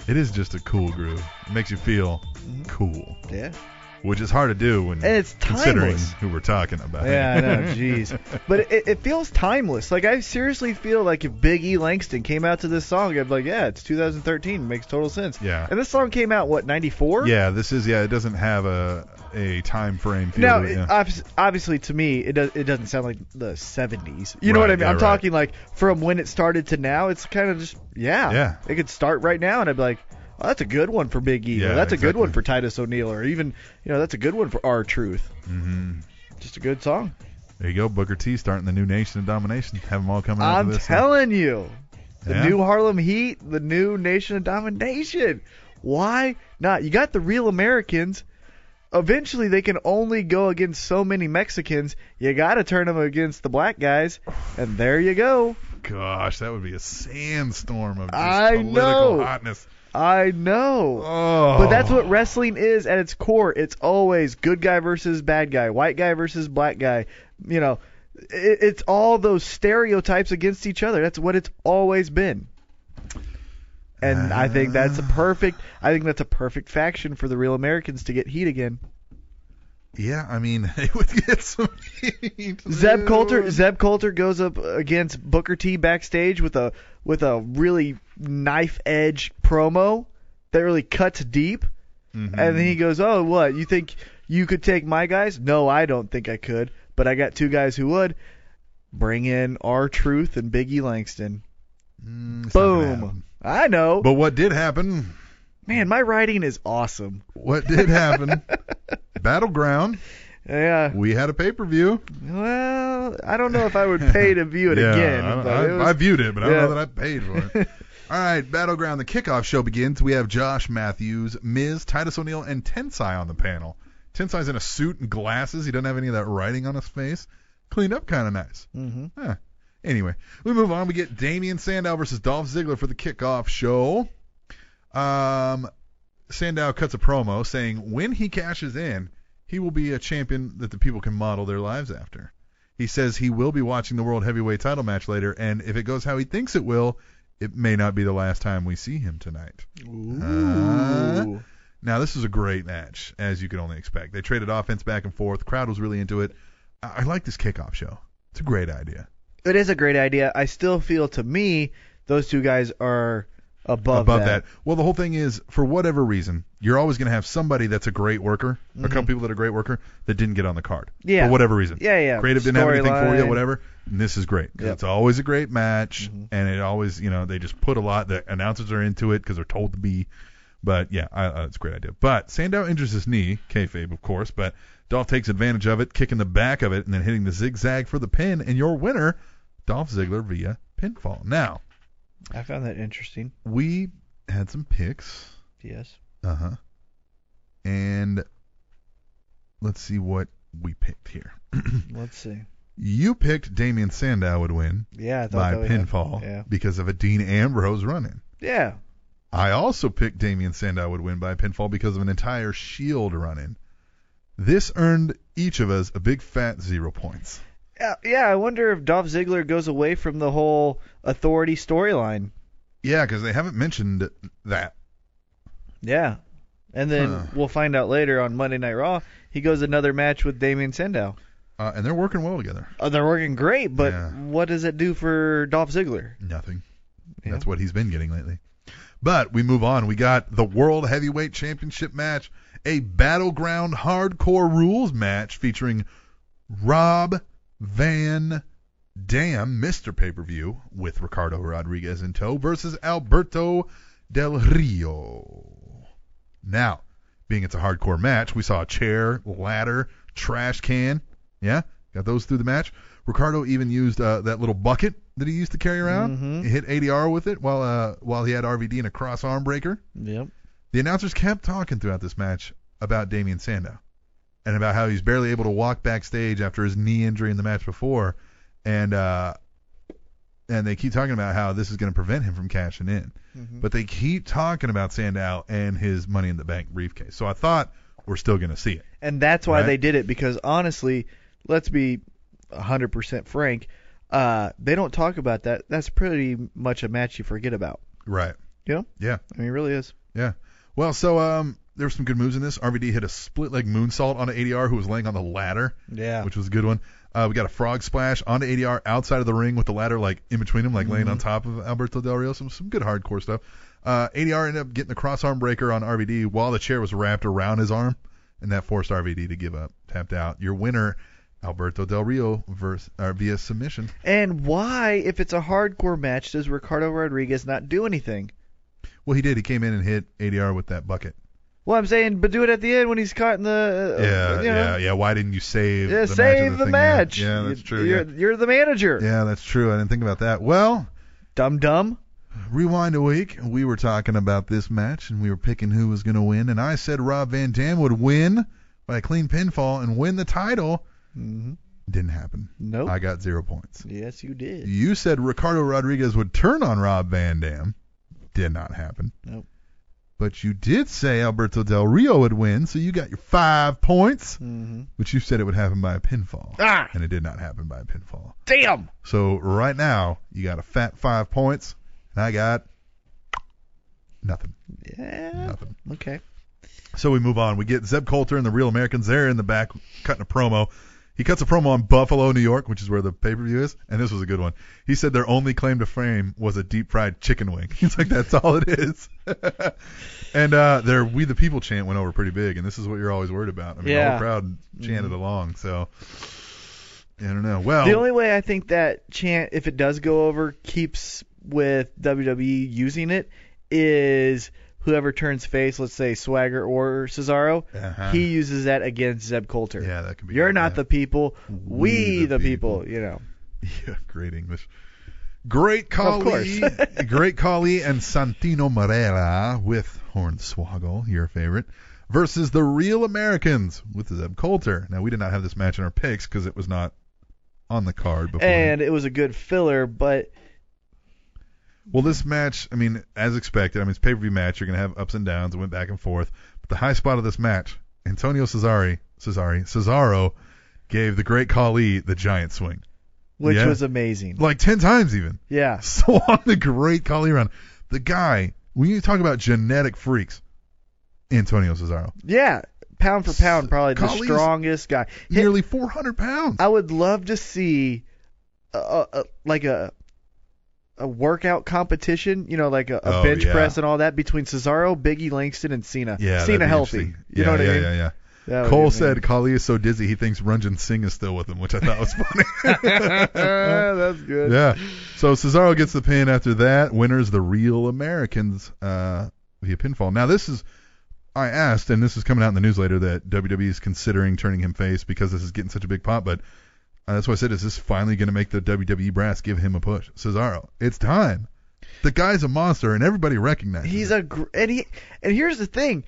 It is just a cool groove. It makes you feel cool, Yeah. which is hard to do when Mm-hmm. And it's considering timeless. who we're talking about. Yeah, I know. Jeez. But it, it feels timeless. Like, I seriously feel like if Big E Langston came out to this song, I'd be like, yeah, it's 2013. Makes total sense. Yeah. And this song came out, what, 94? Yeah, this is yeah. It doesn't have a a time frame feel. Now, to it, it- yeah. obvi- obviously, to me, it does. It doesn't sound like the '70s. You know Right, what I mean? yeah, I'm right. talking like from when it started to now. It's kind of just yeah. Yeah. It could start right now, and I'd be like, oh, "That's a good one for Big E. or Yeah, that's a good exactly. one for Titus O'Neil, or even you know, that's a good one for R Truth. Mm-hmm. Just a good song. there you go, Booker T starting the new nation of domination. Have them all coming out of I'm this. telling you, the Yeah. new Harlem Heat, the new Nation of Domination. Why not? You got the real Americans. Eventually, they can only go against so many Mexicans. You got to turn them against the black guys, and there you go. Gosh, that would be a sandstorm of just I political know. hotness. I know. Oh, But that's what wrestling is at its core. It's always good guy versus bad guy, white guy versus black guy. You know, it, it's all those stereotypes against each other. That's what it's always been. And I think that's a perfect. I think that's a perfect faction for the real Americans to get heat again. Yeah, I mean, it would get some heat. Zeb Coulter. Dude. Zeb Coulter goes up against Booker T backstage with a with a really knife edge promo that really cuts deep, Mm-hmm. and then Hmm. he goes, "Oh, what? You think you could take my guys? No, I don't think I could, but I got two guys who would." Bring in R Truth and Biggie Langston. Mm, it's not gonna happen. Boom. I know. But what did happen? Man, my writing is awesome. What did happen? Battleground. Yeah. We had a pay per view. Well, I don't know if I would pay to view it yeah, again. I, but I- it was- I viewed it, but I don't know yeah. that I paid for it. All right, Battleground. The kickoff show begins. We have Josh Matthews, Miz, Titus O'Neil, and Tensai on the panel. Tensai's in a suit and glasses. He doesn't have any of that writing on his face. Cleaned up kind of nice. Mm-hmm. Huh. Anyway, we move on. We get Damian Sandow versus Dolph Ziggler for the kickoff show. Um, Sandow cuts a promo saying when he cashes in, he will be a champion that the people can model their lives after. He says he will be watching the World Heavyweight title match later, and if it goes how he thinks it will, it may not be the last time we see him tonight. Mm-hmm. Ooh. Now, this is a great match, as you can only expect. They traded offense back and forth. Crowd was really into it. I, I like this kickoff show. It's a great idea. It is a great idea. I still feel to me those two guys are above, above that. Well, the whole thing is, for whatever reason, you're always going to have somebody that's a great worker, a couple people that are great worker that didn't get on the card. Mm-hmm. Yeah. For whatever reason. Yeah, yeah. Creative didn't have anything for you, Storyline. whatever. And this is great. 'cause Yep. Mm-hmm. It's always a great match, and it always, you know, they just put a lot. The announcers are into it because they're told to be. But yeah, I, uh, it's a great idea. But Sandow injures his knee, kayfabe, of course. But Dolph takes advantage of it, kicking the back of it, and then hitting the zigzag for the pin. And your winner, Dolph Ziggler via pinfall. Now I found that interesting. we had some picks. Yes. Uh huh. And let's see what we picked here. Let's see. You picked Damian Sandow would win Yeah, I by thought that would happen. pinfall Yeah. because of a Dean Ambrose run in. Yeah. I also picked Damian Sandow would win by pinfall because of an entire Shield run in. This earned each of us a big fat zero points. Yeah, yeah, I wonder if Dolph Ziggler goes away from the whole authority storyline. Yeah, because they haven't mentioned that. Yeah. And then Huh. we'll find out later on Monday Night Raw, he goes another match with Damien Sandow. Uh, and they're working well together. Oh, they're working great, but Yeah. what does it do for Dolph Ziggler? Nothing. Yeah. That's what he's been getting lately. But we move on. We got the World Heavyweight Championship match, a battleground hardcore rules match featuring Rob Van Dam, Mr. Pay Per View, with Ricardo Rodriguez in tow versus Alberto Del Rio. Now, being it's a hardcore match, we saw a chair, ladder, trash can. Yeah, got those through the match. Ricardo even used uh, that little bucket that he used to carry around. Mhm. He hit ADR with it while uh, while he had RVD in a cross arm breaker. Yep. The announcers kept talking throughout this match about Damian Sandow and about how he's barely able to walk backstage after his knee injury in the match before, and uh, and they keep talking about how this is going to prevent him from cashing in. But they keep talking about Sandow and his Money in the Bank briefcase. So I thought we're still going to see it. And that's why Right. they did it because honestly, let's be 100% frank. Uh, they don't talk about that. That's pretty much a match you forget about. Right. Yeah. Yeah. I mean, it really is. Yeah. Well, so um, there were some good moves in this. RVD hit a split leg moonsault on ADR, who was laying on the ladder, Yeah. which was a good one. Uh, we got a frog splash onto ADR outside of the ring with the ladder like in between him, like laying on Mm-hmm. top of Alberto Del Rio. Some some good hardcore stuff. Uh, ADR ended up getting the cross arm breaker on RVD while the chair was wrapped around his arm, and that forced RVD to give up, tapped out. Your winner, Alberto Del Rio, versus, uh, via submission. And why, if it's a hardcore match, does Ricardo Rodriguez not do anything? Well, he did. He came in and hit ADR with that bucket. Well, I'm saying, but do it at the end when he's caught in the. uh, Yeah, you know, yeah, yeah. Why didn't you save? yeah, the match save of the thing? match. Yeah, that's You- true. You're, yeah. you're the manager. Yeah, that's true. I didn't think about that. Well, Dumb dumb. rewind a week. We were talking about this match and we were picking who was going to win, and I said Rob Van Dam would win by a clean pinfall and win the title. Mm-hmm. Didn't happen. Nope. I got zero points. Yes, you did. You said Ricardo Rodriguez would turn on Rob Van Dam. Did not happen. Nope. But you did say Alberto Del Rio would win, so you got your five points, Mm-hmm. which you said it would happen by a pinfall. Ah, And it did not happen by a pinfall. damn. So right now, you got a fat five points, and I got nothing. Yeah. Nothing. Okay. So we move on. We get Zeb Coulter and the Real Americans. They're in the back cutting a promo. He cuts a promo on Buffalo, New York, which is where the pay per view is, and this was a good one. He said their only claim to fame was a deep fried chicken wing. He's like, that's all it is. and uh, their We the People chant went over pretty big, and this is what you're always worried about. I mean, the Yeah. Mm-hmm. whole crowd chanted along, so I don't know. Well, The only way I think that chant, if it does go over, keeps with WWE using it is whoever turns face, let's say Swagger or Cesaro, Uh-huh. he uses that against Zeb Coulter. yeah, that could be. You're not yeah. the people, we, the, people. you know. Yeah, great English. Great Of Kali, Great Kali and Santino Marella with Hornswoggle, your favorite, versus the Real Americans with Zeb Coulter. Now we did not have this match in our picks because it was not on the card before. And it was a good filler, but well, this match, I mean, as expected, I mean it's a pay-per-view match. You're gonna have ups and downs. It went back and forth, but the high spot of this match, Antonio Cesari, Cesari, Cesaro, gave the Great Kali the giant swing, which Yeah. was amazing. like ten times even. Yeah. So on the great Kali run, the guy, when you talk about genetic freaks, Antonio Cesaro, Yeah. Pound for pound, probably the Kali's- strongest guy. Hit- nearly 400 pounds. I would love to see a, a, a- like a a workout competition, you know, like a, a Oh, bench yeah. press and all that between Cesaro, Biggie Langston, and Cena. yeah, that'd Cena be healthy. interesting. You yeah, know what yeah, I mean? Oh, Yeah, yeah, That would Cole be said amazing. Kali is so dizzy he thinks Runjan Singh is still with him, which I thought was funny. That's good. yeah. So Cesaro gets the pin after that. Winner's the real Americans uh, via pinfall. Now this is I asked, and this is coming out in the newsletter that WWE is considering turning him face because this is getting such a big pop. But uh, that's why I said, is this finally going to make the WWE brass give him a push? Cesaro, it's time. The guy's a monster, and everybody recognizes. He's it. a gr- and he and here's the thing.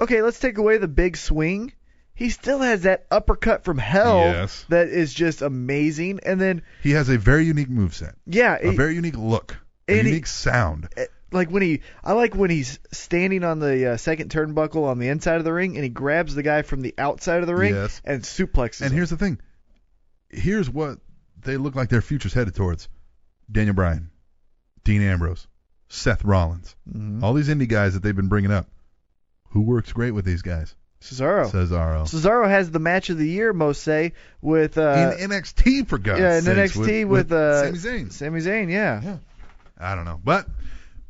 Okay, let's take away the big swing. He still has that uppercut from hell Yes. that is just amazing. And then he has a very unique moveset, yeah, a he- very unique look, a and he- unique sound. like when he I like when he's standing on the uh, second turnbuckle on the inside of the ring and he grabs the guy from the outside of the ring Yes. and suplexes And him. here's the thing. Here's what they look like their future's headed towards. Daniel Bryan, Dean Ambrose, Seth Rollins, Mhm. all these indie guys that they've been bringing up. Who works great with these guys? Cesaro. Cesaro. Cesaro has the match of the year most say with uh in NXT for God's yeah, in sakes, NXT with, uh, Sami Zayn. Sami Zayn, yeah. Yeah. I don't know, but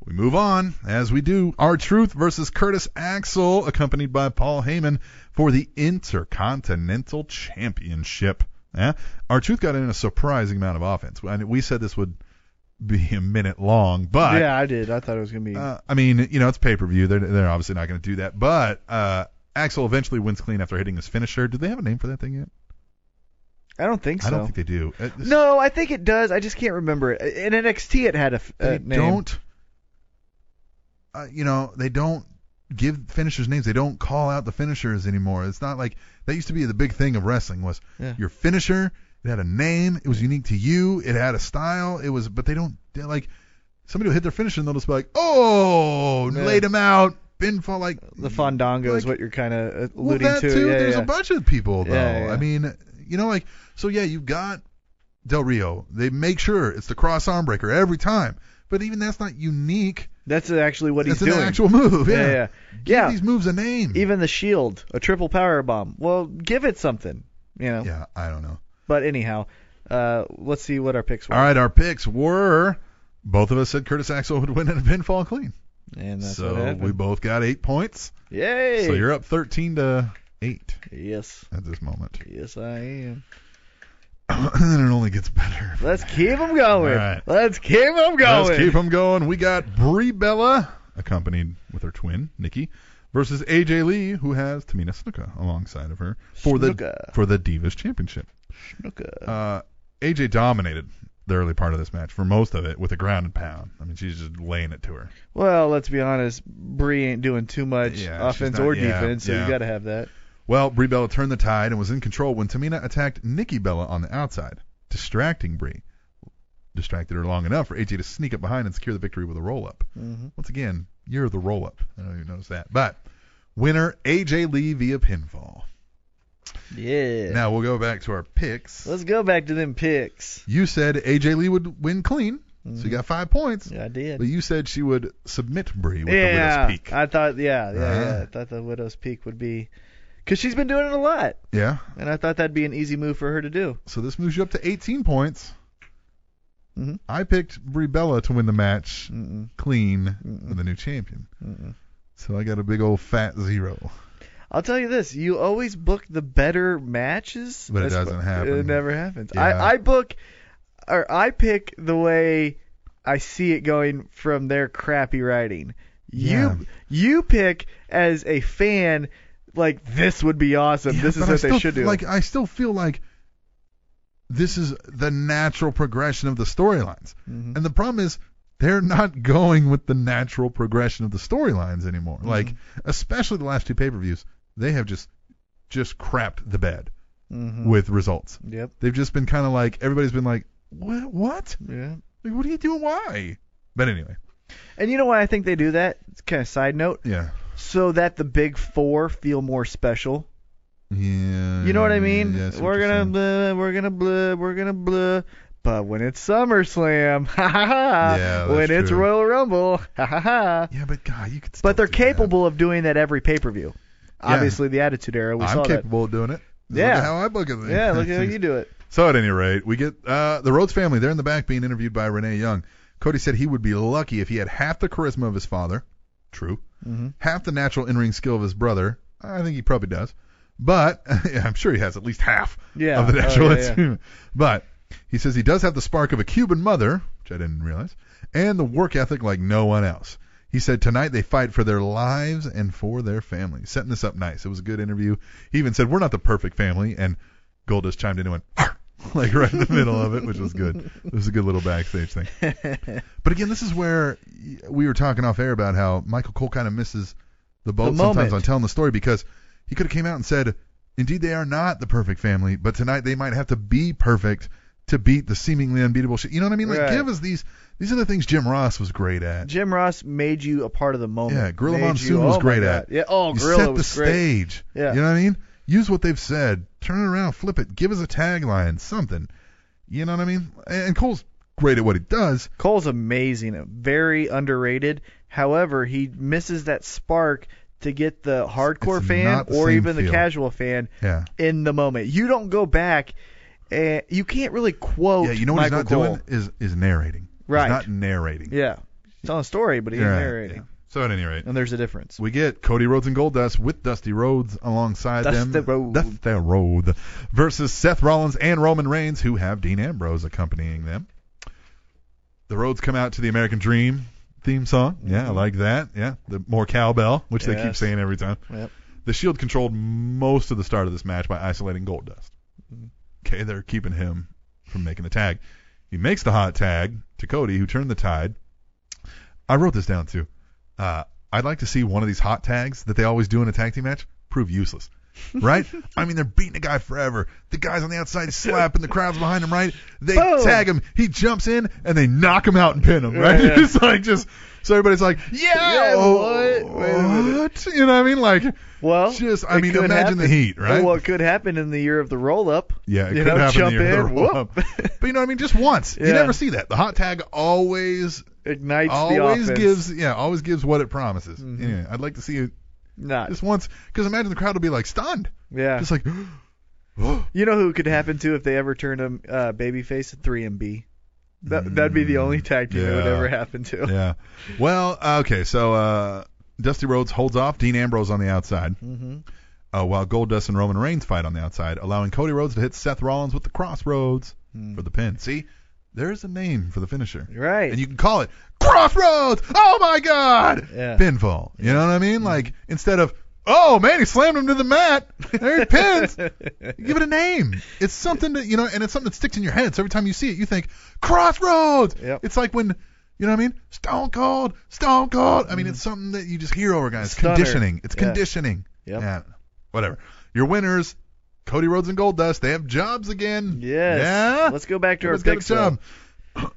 we move on as we do. Our Truth versus Curtis Axel, accompanied by Paul Heyman for the Intercontinental Championship. Eh? Our Truth got in a surprising amount of offense. I mean, we said this would be a minute long, but yeah, I did. I thought it was going to be uh, I mean, you know, it's pay per view. They're they're obviously not going to do that, but uh, Axel eventually wins clean after hitting his finisher. Do they have a name for that thing yet? I don't think so. I don't think they do. Uh, this- no, I think it does. I just can't remember it. In NXT, it had a, f- they a name. don't uh, you know they don't give finishers names they don't call out the finishers anymore it's not like that used to be the big thing of wrestling was Yeah. your finisher it had a name it was unique to you it had a style it was but they don't they're like somebody will hit their finisher and they'll just be like oh Yeah. laid him out pinfall like The Fandango is Like- what you're kind of well alluding that to. too yeah, there's yeah. a bunch of people though Yeah, yeah. i mean You know, like so. Yeah, you've got Del Rio. They make sure it's the cross arm breaker every time. But even that's not unique. That's actually what It's he's an doing. actual move. yeah, Yeah. yeah. Give Yeah. these moves a name. Even the shield, a triple power bomb. Well, give it something, you know. yeah, I don't know. But anyhow, uh, let's see what our picks were. All right, our picks were both of us said Curtis Axel would win in a pinfall clean. And that's what so happened. we both got eight points. Yay! So you're up 13 to eight yes, at this moment. yes I am. and it only gets better. Let's keep 'em going. All right. Let's keep 'em going. Let's keep them going. We got Brie Bella, accompanied with her twin Nikki, versus AJ Lee, who has Tamina Snuka alongside of her for the Snuka. for the Divas Championship. Snooker. Uh, AJ dominated the early part of this match for most of it with a ground and pound. I mean, she's just laying it to her. Well, let's be honest. Bree ain't doing too much Yeah, offense she's not- or yeah, defense, so yeah. you got to have that. Well, Brie Bella turned the tide and was in control when Tamina attacked Nikki Bella on the outside, distracting Brie. Distracted her long enough for AJ to sneak up behind and secure the victory with a roll up. Mhm. Once again, you're the roll up. I don't even notice that. But winner AJ Lee via pinfall. Yeah. Now we'll go back to our picks. let's go back to them picks. You said AJ Lee would win clean, so you got five points. Mm-hmm. Yeah, I did. But you said she would submit Brie with yeah, the widow's peak. I thought, yeah, yeah, Uh-huh. yeah. I thought the widow's peak would be, cause she's been doing it a lot, yeah. and I thought that'd be an easy move for her to do. So this moves you up to 18 points. Mhm. I picked Brie Bella to win the match Mm-mm. clean with the new champion. So I got a big old fat zero. I'll tell you this: you always book the better matches, But it That's- doesn't happen. It never happens. Yeah. I, I book, or I pick the way I see it going from their crappy writing. Yeah. You you pick as a fan, like this would be awesome. this Yeah, is but I what still they should feel do. Like I still feel like this is the natural progression of the storylines. Mm-hmm. And the problem is they're not going with the natural progression of the storylines anymore. Mm-hmm. Like especially the last two pay-per-views, they have just just crapped the bed Mhm. with results. Yep. They've just been kind of like everybody's been like, "What? What? Yeah. Like, what are you doing? Why?" But anyway, And you know why I think they do that? It's kind of side note, yeah. so that the big four feel more special. Yeah. You know what I mean? Mm, yeah, I see what we're you're gonna saying. blah, we're gonna blah, we're gonna blah. But when it's SummerSlam, ha ha ha. Yeah, when that's it's true. Royal Rumble, ha ha ha. Yeah, but God, you could. Still But they're do that. capable of doing that every pay per view. Obviously, the Attitude Era, we I'm saw capable of doing it. Look Yeah. at how I book it. that. Yeah, look at how you do it. So at any rate, we get uh, the Rhodes family. They're in the back being interviewed by Renee Young. Cody said he would be lucky if he had half the charisma of his father. True. Mhm. Half the natural in-ring skill of his brother. I think he probably does. But yeah, I'm sure he has at least half Yeah. of the Oh, natural. yeah, yeah. But he says he does have the spark of a Cuban mother, which I didn't realize, and the work ethic like no one else. He said tonight they fight for their lives and for their families. Setting this up nice. It was a good interview. He even said we're not the perfect family, and Goldust chimed in and went "Arr!" like right in the middle of it, which was good. It was a good little backstage thing. But again, this is where y- we were talking off air about how Michael Cole kind of misses the boat The sometimes moment. on telling the story because he could have came out and said, "Indeed, they are not the perfect family, but tonight they might have to be perfect to beat the seemingly unbeatable shit." You know what I mean? Like, Right. give us these. These are the things Jim Ross was great at. Jim Ross made you a part of the moment. Yeah, Gorilla Made you- Monsoon was oh my great God. at. Yeah, oh, you Gorilla set the was great. stage. Yeah. You know what I mean? Use what they've said, turn it around, flip it, give us a tagline, something. You know what I mean? And Cole's great at what he does. Cole's amazing, very underrated. However, he misses that spark to get the hardcore it's fan not the or same even the feel. casual fan Yeah. in the moment. You don't go back and you can't really quote Yeah, you know what Michael he's not Cole. doing is is narrating. Right. He's not narrating. Yeah. He's telling a story, but he's Right, narrating. yeah. So at any rate, And there's a difference. we get Cody Rhodes and Goldust with Dusty Rhodes alongside them. Dusty Rhodes. Dusty Rhodes versus Seth Rollins and Roman Reigns, who have Dean Ambrose accompanying them. The Rhodes come out to the American Dream theme song. Yeah, I like that. Yeah, the more cowbell, which they keep Mm-hmm. Yes. saying every time. Yep. The Shield controlled most of the start of this match by isolating Goldust. Mm-hmm. Okay, they're keeping him from making the tag. He makes the hot tag to Cody, who turned the tide. I wrote this down too. Uh, I'd like to see one of these hot tags that they always do in a tag team match prove useless. Right? I mean, they're beating a guy forever. The guy's on the outside slapping the crowd's behind him, right? They Boom. tag him. He jumps in and they knock him out and pin him, right? Right, yeah. it's like just So everybody's like, yeah, Yeah, oh, what? Wait a minute. what? You know what I mean? Like, Well, just I it mean, could imagine the happen. heat, right? Well, what could happen in the year of the roll up? yeah, it you could know, happen jump in the year in, of the roll up. whoop. But you know what I mean? Just once. You Yeah. never see that. The hot tag always ignites always the offense. Mm-hmm. gives yeah always gives what it promises. Anyway, I'd like to see it Not. just once because imagine the crowd will be like stunned, yeah. just like You know who it could happen to if they ever turned him uh, babyface at 3 and B? That, that'd be the only tag team it Mm, would yeah. ever happen to. yeah. Well, okay, so uh, Dusty Rhodes holds off Dean Ambrose on the outside, Mhm. uh, while Goldust and Roman Reigns fight on the outside, allowing Cody Rhodes to hit Seth Rollins with the crossroads for the pin. See, there's a name for the finisher. Mm. Right. and you can call it crossroads. Oh my God! Yeah. Pinfall. You know what I mean? Like instead of oh man, he slammed him to the mat. There he pins. You give it a name. It's something that you know, and it's something that sticks in your head. So every time you see it, you think crossroads. Yep. It's like when you know what I mean? Stone Cold, Stone Cold. I mean, it's something that you just hear over guys. Mm. Stunner. Conditioning. It's Yeah. conditioning. Yep. Yeah. Whatever. Your winners. Cody Rhodes and Goldust, they have jobs again. Yes. Yeah. Let's go back to our Everybody's got picks. a though.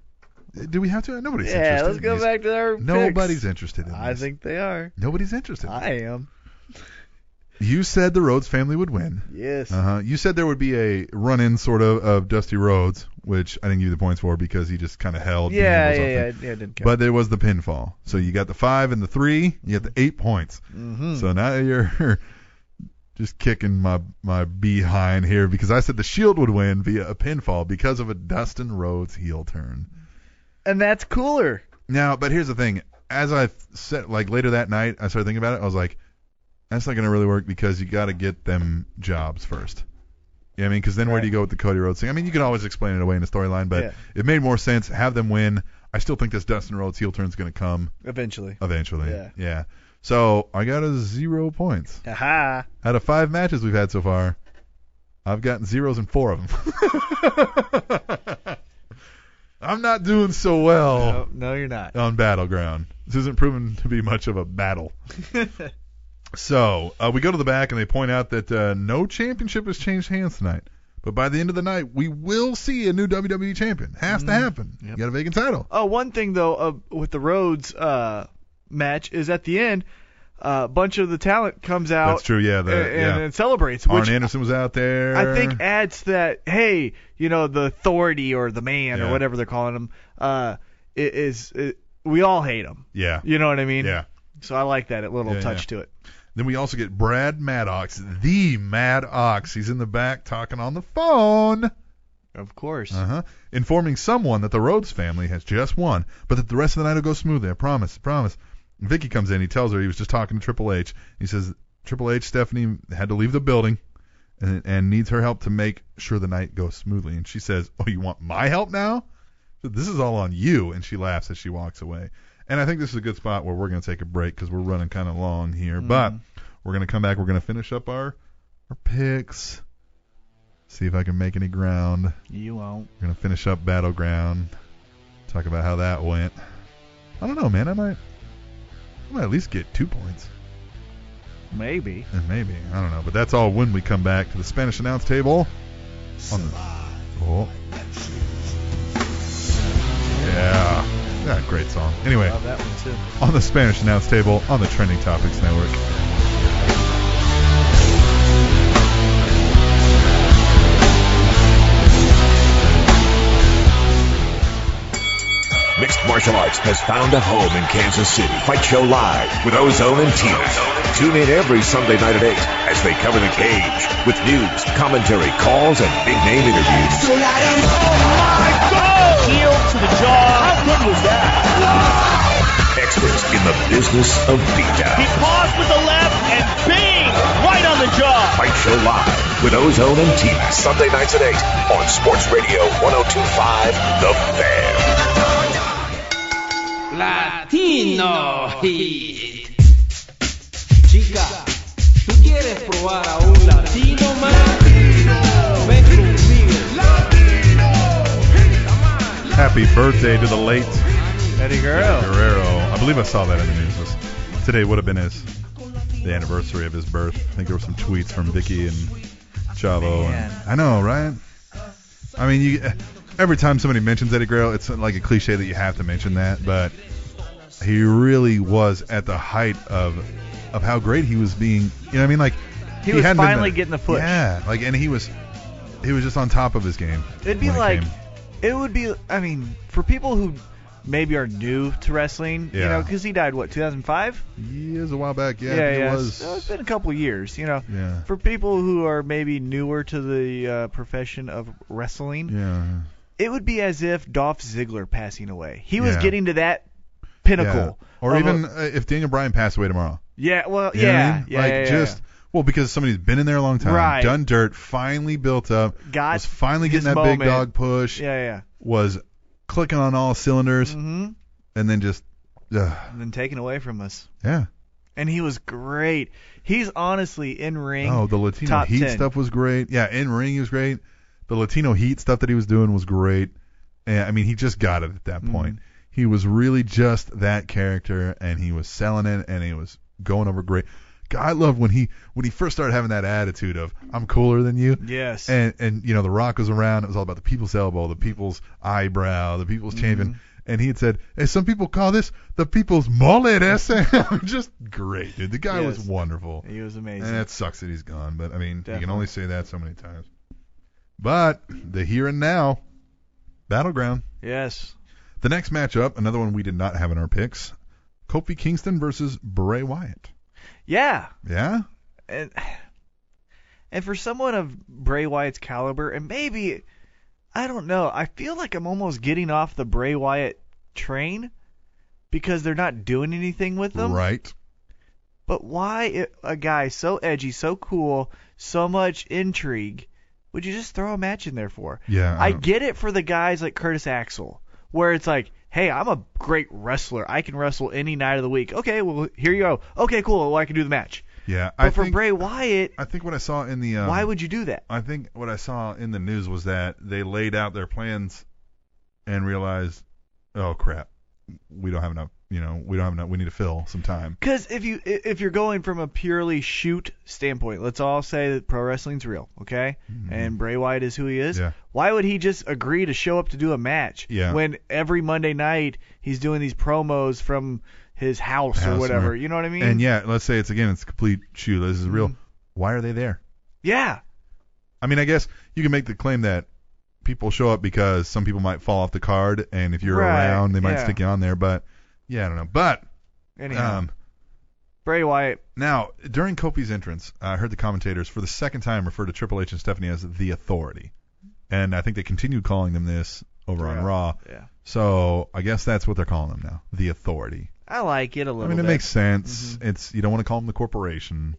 job. Do we have to? Nobody's Yeah, interested. let's in go these. back to our Nobody's picks. interested in I this. think they are. Nobody's interested. I am. you said the Rhodes family would win. Yes. Uh huh. You said there would be a run-in sort of of Dusty Rhodes, which I didn't give you the points for because he just kind of held. Dean Yeah, Ambrose yeah, off yeah, there. yeah. It didn't count. But there was the pinfall. So you got the five and the three. You got the eight points. Mhm. So now you're just kicking my my behind here because I said the Shield would win via a pinfall because of a Dustin Rhodes heel turn. and that's cooler. Now, but here's the thing. As I said, like later that night, I started thinking about it. I was like, that's not going to really work because you got to get them jobs first. Yeah, I mean, because then where do you go with the Cody Rhodes thing? I mean, you can always explain it away in a storyline, but Yeah. it made more sense have them win. I still think this Dustin Rhodes heel turn's going to come Eventually. eventually. Yeah. So I got a zero points Aha. out of five matches we've had so far. I've gotten zeros in four of them. I'm not doing so well No, no, you're not. on Battleground. This isn't proven to be much of a battle. so uh, we go to the back and they point out that uh, no championship has changed hands tonight. But by the end of the night, we will see a new WWE champion. Has Mm-hmm. to happen. You got a vacant title. Oh, one thing though uh, with the Rhodes uh, match is at the end, a bunch of the talent comes out. That's true. Yeah. The, and, yeah. and celebrates, Arn which Anderson was out there. I think adds that hey, you know, the authority or the man Yeah. or whatever they're calling him uh, i- is, i we all hate him. Yeah. You know what I mean? Yeah. So I like that little Yeah, touch to it. Then we also get Brad Maddox, the Mad Ox. He's in the back talking on the phone. Of course. Uh-huh. Informing someone that the Rhodes family has just won, but that the rest of the night will go smoothly. I promise, promise. Vicky comes in. He tells her he was just talking to Triple H. He says Triple H, Stephanie had to leave the building, and, and needs her help to make sure the night goes smoothly. And she says, "Oh, you want my help now? This is all on you." And she laughs as she walks away. And I think this is a good spot where we're going to take a break because we're running kind of long here. But we're going to come back. We're going to finish up our our picks. See if I can make any ground. You won't. We're gonna finish up Battleground. Talk about how that went. I don't know, man. I might, I might at least get two points, Maybe. and maybe I don't know. But that's all when we come back to the Spanish announce table. On the, oh, yeah, yeah, great song. Anyway, Love that one too. on the Spanish announce table on the Trending Topics Network. Mixed martial arts has found a home in Kansas City. Fight Show Live with Ozone and Tina. Tune in every Sunday night at 8 as they cover the cage with news, commentary, calls, and big name interviews. Heel to the jaw. How good was that? Experts in the business of He beatdown. paused with the left and bang! Right on the jaw. Fight Show Live with Ozone and Tina. Sunday nights at 8 on Sports Radio 1025 The Fan. Latino Hit. Chica, ¿tú quieres probar a un latino más? Ven conmigo. Happy birthday to the late Eddie Guerrero. Guerrero. I believe I saw that in the news. This- Today would have been his the anniversary of his birth. I think there were some tweets from Vicky and Chavo. And, Man. I know, right? I mean, you every time somebody mentions Eddie Guerrero, it's like a cliche that you have to mention that, but he really was at the height of of how great he was being. You know what I mean? Like He was hadn't been finally there. getting the push. Yeah, like and he was he was just on top of his game. It'd be when it like, came. it would be. I mean, for people who maybe are new to wrestling, you Yeah. know, because he died what 2005. years a while back. Yeah, I yeah, think yeah. it it's- uh, it's was. been a couple years, you know. Yeah. For people who are maybe newer to the uh, profession of wrestling, Yeah. it would be as if Dolph Ziggler passing away. He was Yeah. getting to that pinnacle. Yeah. Or of a- even uh, if Daniel Bryan passed away tomorrow. yeah, well, You know what I yeah, mean? yeah, like yeah, yeah, just well because somebody's been in there a long time, Right. done dirt, finally built up, Got was finally his getting that big moment. dog push, yeah, yeah, was clicking on all cylinders, hmm and then just uh, and then taken away from us. yeah. And he was great. He's honestly in ring. Oh, the Latino top Heat 10. stuff was great. Yeah, in ring he was great. The Latino Heat stuff that he was doing was great. And I mean, he just got it at that Mm-hmm. point. He was really just that character, and he was selling it, and he was going over great. God, I love when he when he first started having that attitude of I'm cooler than you. Yes. And and you know, The Rock was around. It was all about the people's elbow, the people's eyebrow, the people's Mm-hmm. champion. And he had said, hey, some people call this the people's mullet essay. just great, dude. The guy was Yes. wonderful. he was amazing. And it sucks that he's gone, but I mean, you can Definitely. only say that so many times. But the here and now, battleground. yes. The next matchup, another one we did not have in our picks, Kofi Kingston versus Bray Wyatt. Yeah. Yeah, and and for someone of Bray Wyatt's caliber, and maybe I don't know, I feel like I'm almost getting off the Bray Wyatt train because they're not doing anything with them. right. But why i- a guy so edgy, so cool, so much intrigue, would you just throw a match in there for? Yeah, I I don't- get it for the guys like Curtis Axel, where it's like, hey, I'm a great wrestler. I can wrestle any night of the week. Okay, well here you go. Okay, cool. Well, I can do the match. Yeah, But I for think Bray Wyatt, I think what I saw in the um, why would you do that? I think what I saw in the news was that they laid out their plans and realized, oh crap, we don't have enough. You know, we don't have enough. We need to fill some time. Because if you i- if you're going from a purely shoot standpoint, let's all say that pro wrestling's real, okay? And Bray Wyatt is who he is. Mm-hmm. Yeah. Why would he just agree to show up to do a match Yeah. when every Monday night he's doing these promos from his house, House, or whatever? right. You know what I mean? And yeah, let's say it's again, it's complete shoot. This is Mm. real. Why are they there? yeah, I mean, I guess you can make the claim that people show up because some people might fall off the card, and if you're Right, around, they might yeah. stick you on there. But yeah, I don't know. But Anyhow, um, Bray Wyatt, now during Kofi's entrance, I heard the commentators for the second time refer to Triple H and Stephanie as the Authority, and I think they continued calling them this over on Throughout, Raw. yeah. So I guess that's what they're calling them now, the Authority. I like it a little. I mean, bit. Mm-hmm. it makes sense. It's you don't want to call them the corporation.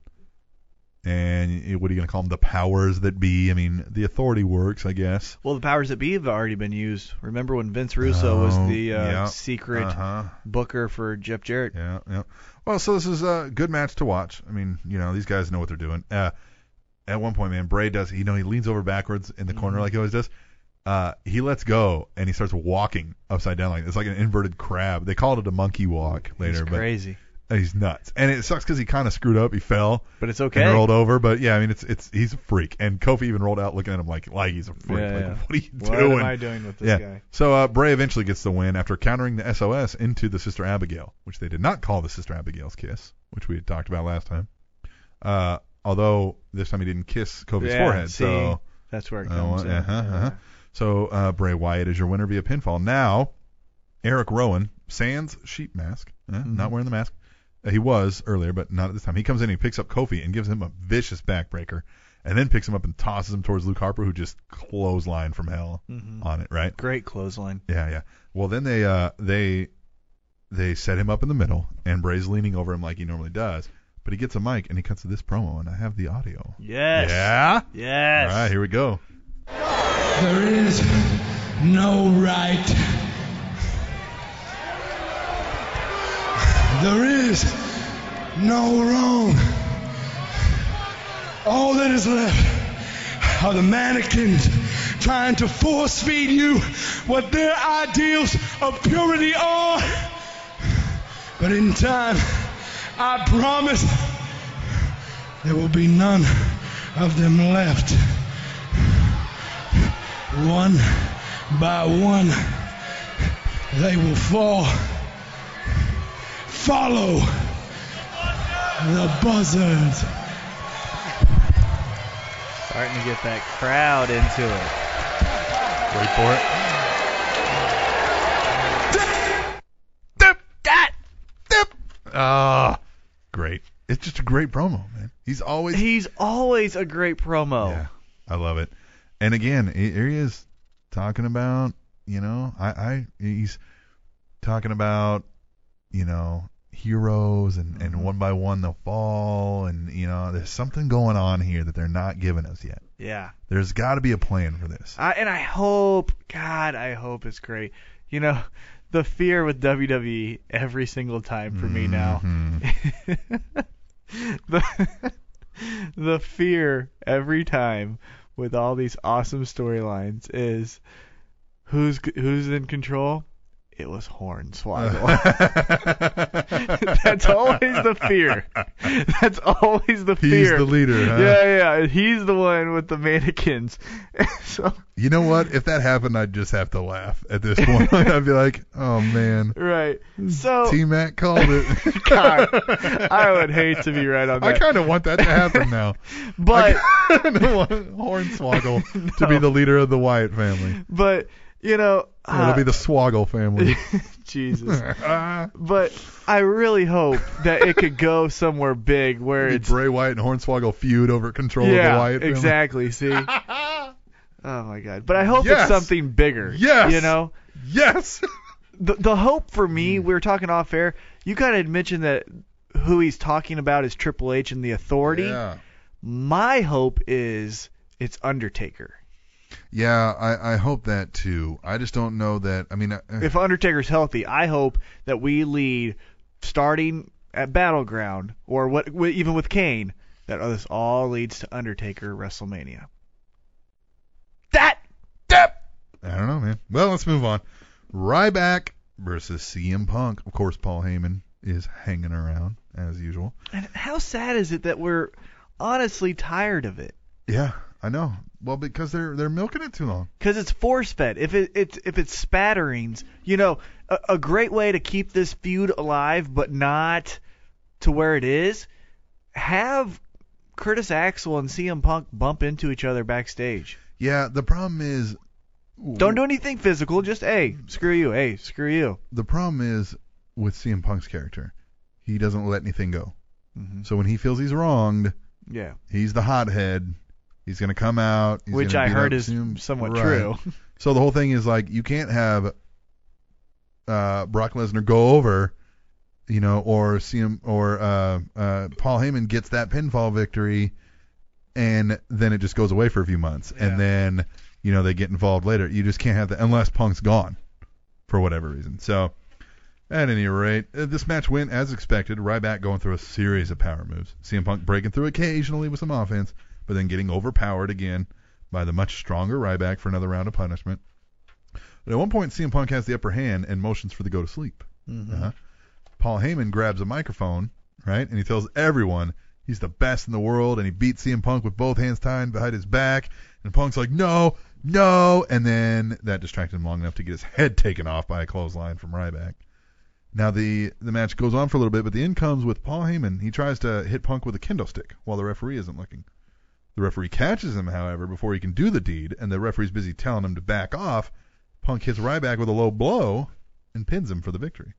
And eh, what are you gonna call them? The powers that be. I mean, the authority works, I guess. Well, the powers that be have already been used. Remember when Vince Russo was Oh, the uh, yeah. secret Uh-huh. booker for Jeff Jarrett? Yeah, yeah. Well, so this is a good match to watch. I mean, you know, these guys know what they're doing. Uh, at one point, man, Bray does. You know, he leans over backwards in the Mm-hmm. corner like he always does. Uh, he lets go and he starts walking upside down like it's like an inverted crab. They called it a monkey walk later, it's crazy, but he's nuts. And it sucks because he kind of screwed up. He fell but it's okay. and rolled over. But yeah, I mean, it's it's he's a freak. And Kofi even rolled out looking at him like like he's a freak. Yeah, like, yeah. what are you what doing? am I doing with this yeah. guy? So uh, Bray eventually gets the win after countering the SOS into the Sister Abigail, which they did not call the Sister Abigail's kiss, which we had talked about last time. Uh, although this time he didn't kiss Kofi's Yeah, forehead, see, so that's where it Oh, comes in. uh-huh, uh-huh. so uh, Bray Wyatt is your winner via pinfall. Now Eric Rowan, sans sheep mask, eh, Mm-hmm. not wearing the mask. Uh, He was earlier, but not at this time. He comes in, he picks up Kofi and gives him a vicious backbreaker, and then picks him up and tosses him towards Luke Harper, who just clothesline from hell Mm-hmm. on it, right? Great clothesline. Yeah, yeah. Well, then they uh they they set him up in the middle, and Bray's leaning over him like he normally does, but he gets a mic and he cuts to this promo, and I have the audio. Yes. Yeah. All Yes. right, here we go. There is no right. There is no wrong. All that is left are the mannequins trying to force feed you what their ideals of purity are. But in time, I promise there will be none of them left one by one, they will fall Follow the buzzards. Starting to get that crowd into it. Wait for it. Ah, great. It's just a great promo, man. He's always He's always a great promo. Yeah, I love it. And again, he- here he is talking about, you know, I, I he's talking about, you know, heroes and, and one by one they'll fall and you know, there's something going on here that they're not giving us yet. yeah. There's got to be a plan for this. I, and I hope, God, I hope it's great. You know, the fear with WWE every single time for me now. Mhm. the, the fear every time with all these awesome storylines is who's who's in control? It was Hornswoggle. That's always the fear. That's always the He's fear. the leader, huh? Yeah, yeah. He's the one with the mannequins. so You know what? If that happened, I'd just have to laugh at this point. I'd be like, "Oh man, Right. So T Mac called it." Oh. God, I would hate to be right on I that. kind of want that to happen now. but I kinda want Hornswoggle to be the leader of the Wyatt family. but you know, It'll uh, be the Swoggle family. Jesus. Ah, But I really hope that it could go somewhere big where It'd be it's Bray Wyatt and Hornswoggle feud over control of yeah, the Wyatt family. exactly. See. oh my God. But I hope Yes. it's something bigger. Yes. You know, Yes. the the hope for me. Mm. We were talking off air. You kind of mentioned that who he's talking about is Triple H and the Authority. Yeah. My hope is it's Undertaker. Yeah, I, I hope that too. I just don't know that. I mean, I- if Undertaker's healthy, I hope that we lead starting at Battleground or what wi- even with Kane that this all leads to Undertaker WrestleMania. That I don't know, man. Well, let's move on. Ryback versus CM Punk. Of course, Paul Heyman is hanging around as usual. and how sad is it that we're honestly tired of it Yeah, I know. Well, because they're they're milking it too long. because it's force fed. If it, it's if it's spatterings, you know, a, a great way to keep this feud alive but not to where it is. Have Curtis Axel and CM Punk bump into each other backstage. Yeah, the problem is Don't do anything physical. Just hey, screw you. Hey, screw you. the problem is with CM Punk's character, he doesn't let anything go. Mm-hmm. So when he feels he's wronged, Yeah. he's the hothead. He's gonna come out. he's Which gonna I beat heard up is Zoom. somewhat Right. true. So the whole thing is like you can't have uh, Brock Lesnar go over, you know, or CM or uh, uh, Paul Heyman gets that pinfall victory, and then it just goes away for a few months, Yeah. and then you know they get involved later. You just can't have that unless Punk's gone for whatever reason. So at any rate, uh, this match went as expected. Ryback going through a series of power moves. CM Punk breaking through occasionally with some offense, but then getting overpowered again by the much stronger Ryback for another round of punishment. But at one point, CM Punk has the upper hand and motions for the go to sleep. Uh-huh. Paul Heyman grabs a microphone, right, and he tells everyone he's the best in the world, and he beats CM Punk with both hands tied behind his back. And Punk's like, no, no, and then that distracted him long enough to get his head taken off by a clothesline from Ryback. Now the the match goes on for a little bit, but the end comes with Paul Heyman. He tries to hit Punk with a kendo stick while the referee isn't looking. The referee catches him, however, before he can do the deed, and the referee's busy telling him to back off. Punk hits Ryback with a low blow and pins him for the victory.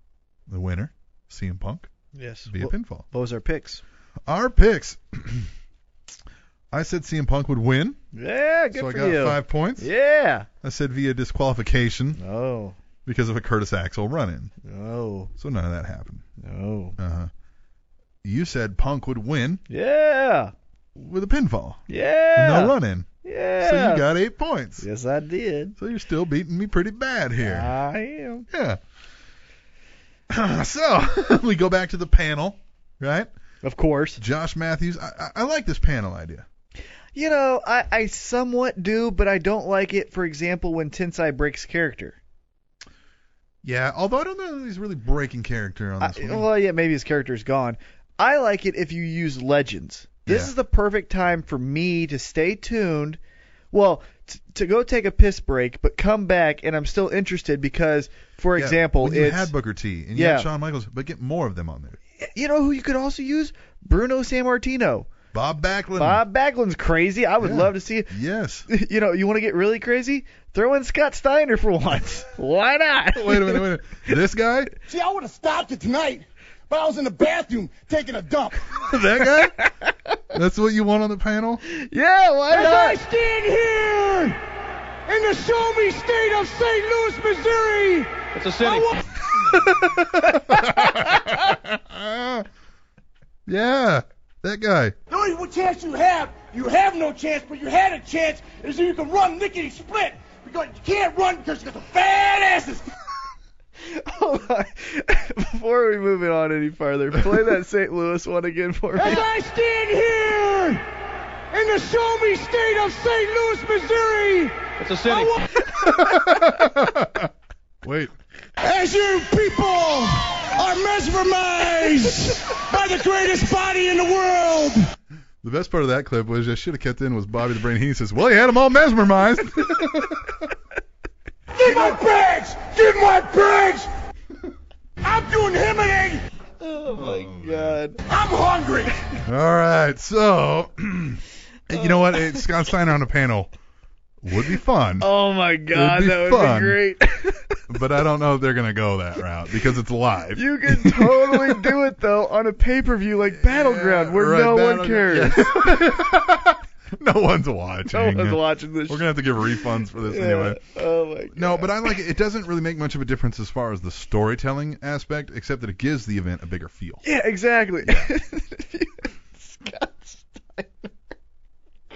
The winner, CM Punk, Yes. via pinfall. Those are picks. Our picks. I said CM Punk would win, Yeah, good so I for got you. five points. Yeah. I said via disqualification Oh. because of a Curtis Axel run-in, No. so none of that happened. No. Uh-huh. You said Punk would win Yeah. with a pinfall, Yeah. no run-in. Yeah. So you got eight points. Yes, I did. So you're still beating me pretty bad here. I am. Yeah. so we go back to the panel, right? Of course. Josh Matthews. I, I, I like this panel idea. You know, I, I somewhat do, but I don't like it. For example, when Tensai breaks character. Yeah, although I don't know that he's really breaking character on I, this one. well, yeah, maybe his character's gone. I like it if you use legends. This Yeah. is the perfect time for me to stay tuned. Well, t- to go take a piss break, but come back and I'm still interested because, for Yeah, example, when you it's had Booker T and you had Yeah. Shawn Michaels, but get more of them on there. you know who you could also use Bruno Sammartino. Bob Backlund. Bob Backlund's crazy. I would Hmm. Yeah. love to see. Yes. You know, you want to get really crazy? Throw in Scott Steiner for once. Why not? Wait a minute. Wait a minute. This guy? See, I would have stopped it tonight, but I was in the bathroom taking a dump. that guy? That's what you want on the panel? Yeah, why As I not? stand here in the show me state of St. Louis, Missouri, It's a city. I wa- Yeah. That guy. The only one chance you have, you have no chance, but you had a chance, is that you can run lickety split. Because you can't run because you got the fat asses. Hold on. Before we move it on any further, play that St. Louis one again for me. As I stand here in the show me state of St. Louis, Missouri, It's a city. I wa- Wait. As you people are mesmerized by the greatest body in the world, The best part of that clip was I should have kept in was Bobby the Brain. He says, "Well, he had them all mesmerized." give my bags! Give my bags! I'm doing him an egg! Oh my god. I'm hungry! all right, so you know what? It's Scott Steiner on a panel would be fun, Oh my god, be that would fun. be great. but I don't know if they're gonna go that route because it's live. You can totally do it though on a pay-per-view like Battleground Yeah, where right, no one Battleground. cares. no one's watching. No one's watching this. We're shit. gonna have to give refunds for this anyway. Oh my god. No, but I like it. It doesn't really make much of a difference as far as the storytelling aspect, except that it gives the event a bigger feel. Yeah, exactly. Scott Steiner.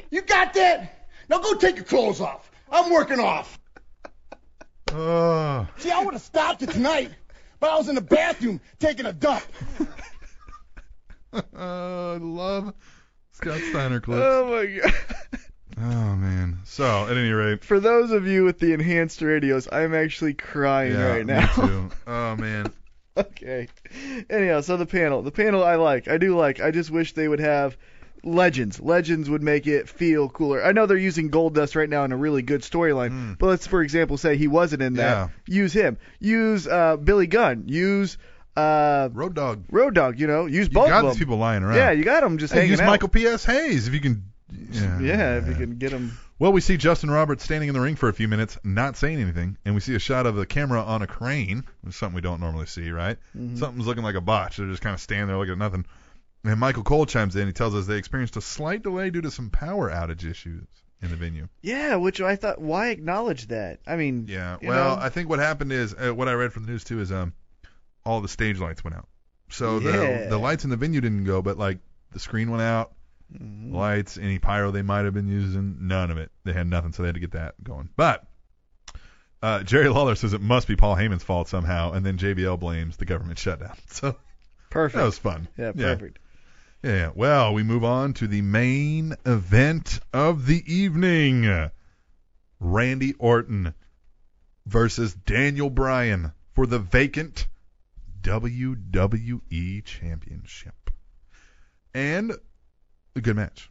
You got that? Now go take your clothes off. I'm working off. Oh, See, I would have stopped it tonight, but I was in the bathroom taking a dump. I Uh, love Scott Steiner clips. Oh my god. Oh man. So at any rate, For those of you with the enhanced radios, I'm actually crying yeah, right me now. too. Oh man. okay. Anyhow, so the panel, the panel I like, I do like. I just wish they would have legends. Legends would make it feel cooler. I know they're using Gold Dust right now in a really good storyline, Hmm. but let's for example say he wasn't in that. Use him. Use uh, Billy Gunn. Use uh, Road Dog. Road Dog. You know, use You both got of these them. people lying around. Yeah, you got them just Hey, hanging use out. Michael P.S. Hayes if you can. Yeah. yeah, if you can get them. Well, we see Justin Roberts standing in the ring for a few minutes, not saying anything, and we see a shot of the camera on a crane, which is something we don't normally see, right? Something's looking like a botch. They're just kind of standing there looking at nothing. And Michael Cole chimes in. He tells us they experienced a slight delay due to some power outage issues in the venue. Yeah, which I thought, why acknowledge that? I mean, Yeah. you well, know? I think what happened is uh, what I read from the news too is um all the stage lights went out. So Yeah. the the lights in the venue didn't go, but like the screen went out, Mm-hmm. lights, any pyro they might have been using, none of it. They had nothing, so they had to get that going. But uh, Jerry Lawler says it must be Paul Heyman's fault somehow, and then JBL blames the government shutdown. So perfect. that was fun. yeah, perfect. Yeah. yeah. Well, we move on to the main event of the evening. Randy Orton versus Daniel Bryan for the vacant WWE Championship. And a good match,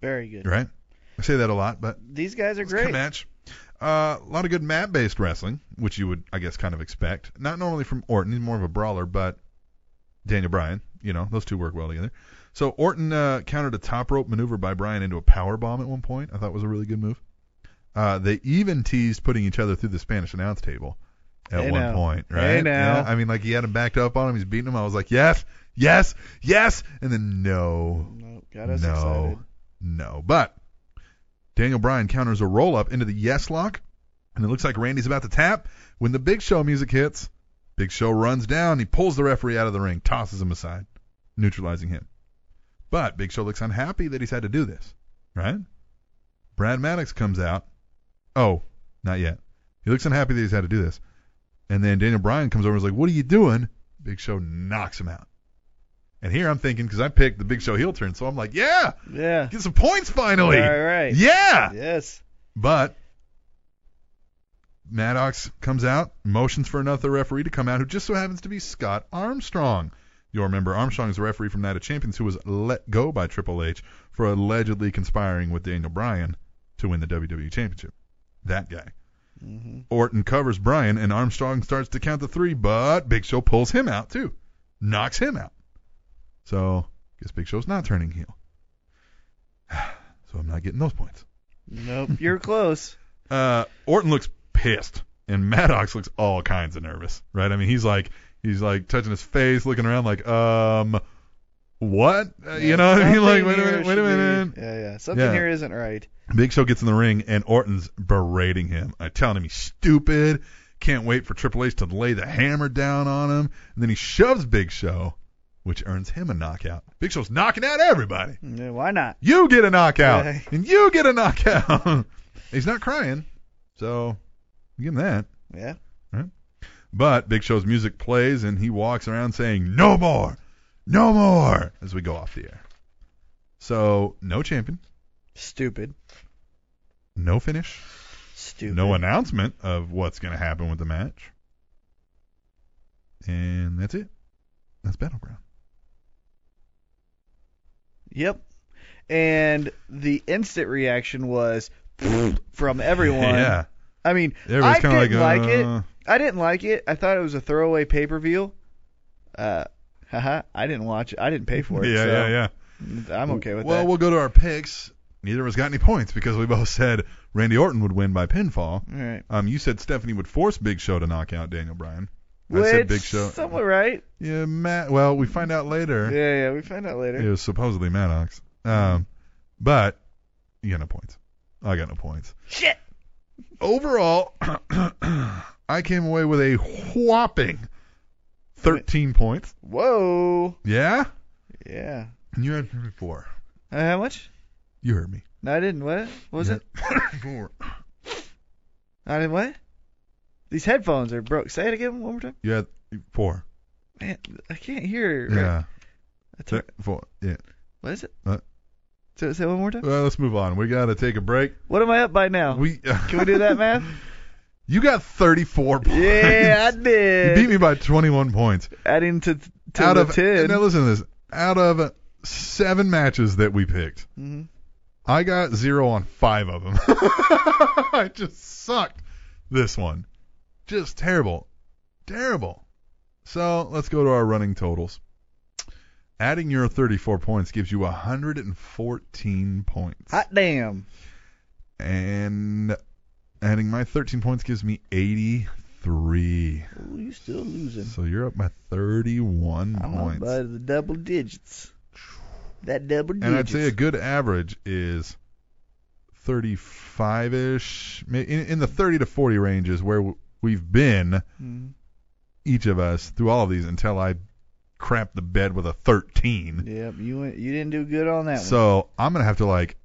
Very good. right? I say that a lot, but These guys are it's a good great. match. Uh, a lot of good mat based wrestling, which you would, I guess, kind of expect. Not normally from Orton. He's more of a brawler, but Daniel Bryan, you know, those two work well together. So Orton uh, countered a top rope maneuver by Bryan into a power bomb at one point. I thought was a really good move. Uh, they even teased putting each other through the Spanish announce table at Hey one now. point, right? Hey now. Yeah, I mean, like he had him backed up on him. He's beating him. I was like, yes, yes, yes, and then no, No, got us no, excited. no. But Daniel Bryan counters a roll up into the yes lock, and it looks like Randy's about to tap when the Big Show music hits. Big Show runs down. He pulls the referee out of the ring, tosses him aside, neutralizing him. But Big Show looks unhappy that he's had to do this, right? Brad Maddox comes out. Oh, not yet. He looks unhappy that he's had to do this. And then Daniel Bryan comes over and is like, What are you doing? Big Show knocks him out. And here I'm thinking, because I picked the Big Show heel turn, so I'm like, Yeah, Yeah. Get some points finally. All right. Yeah. Yes. But Maddox comes out, motions for another referee to come out, who just so happens to be Scott Armstrong. You'll remember Armstrong is the referee from Night of Champions who was let go by Triple H for allegedly conspiring with Daniel Bryan to win the WWE Championship. That guy. Orton covers Bryan, and Armstrong starts to count the three, but Big Show pulls him out too, knocks him out. So guess Big Show's not turning heel. So I'm not getting those points. Nope. You're close. Uh, Orton looks pissed, and Maddox looks all kinds of nervous, right? I mean, he's like, he's like touching his face, looking around, like, um, what? Uh, you know, what I mean, like, wait a Something minute, wait a here should minute. be- Yeah, yeah. Something Yeah. here isn't right. Big Show gets in the ring, and Orton's berating him, uh, telling him he's stupid, can't wait for Triple H to lay the hammer down on him, and then he shoves Big Show, which earns him a knockout. Big Show's knocking out everybody Yeah, Why not? you get a knockout, Yeah. and you get a knockout. He's not crying, so give him that. Yeah. But Big Show's music plays, and he walks around saying, "No more, no more," as we go off the air. So no champion, Stupid. no finish, Stupid. no announcement of what's going to happen with the match, and that's it. That's battleground. Yep. And the instant reaction was from everyone. Yeah, I mean, everybody's I kind didn't of like, like, uh, it. I didn't like it. I thought it was a throwaway pay per view. Uh, haha. I didn't watch it. I didn't pay for it. yeah, so yeah, yeah. I'm okay with well, that. we'll go to our picks. Neither of us got any points because we both said Randy Orton would win by pinfall. All right. Um, you said Stephanie would force Big Show to knock out Daniel Bryan. I Which, said Big Show. Somewhat right. Yeah, Matt. Well, we find out Yeah, later. yeah. We find out later. It was supposedly Maddox. Um, but you got no points. I got no points. Shit. Overall, I came away with a whopping 13 points. Whoa. Yeah, Yeah. and you had four. Uh, how much? You heard me. No, I didn't. What? What was it? four. I didn't what? These headphones are broke. Say it again one more time. You had four. Man, I can't hear. right. Yeah. I took- Four. Yeah. What is it? Uh, Say say it one more time. Well, let's move on. We gotta take a break. What am I up by now? Uh, We Can we do that math? You got 34 points. yeah, I You did. beat me by 21 points. Adding to to out the of ten. now listen to this. Out of seven matches that we picked, Mhm. I got zero on five of them. I just sucked this one. Just terrible, terrible. So let's go to our running totals. Adding your 34 points gives you 114 points. Hot damn. and adding my 13 points gives me 83. Ooh, you still losing. So you're up by 31 I'm up points. by the double digits. That double digits. and I'd say a good average is 35 ish, in, in the 30 to 40 range is where w- we've been, Mhm. each of us, through all of these until I crap the bed with a 13. Yep, you went, you didn't do good on that one. So I'm going to have to like,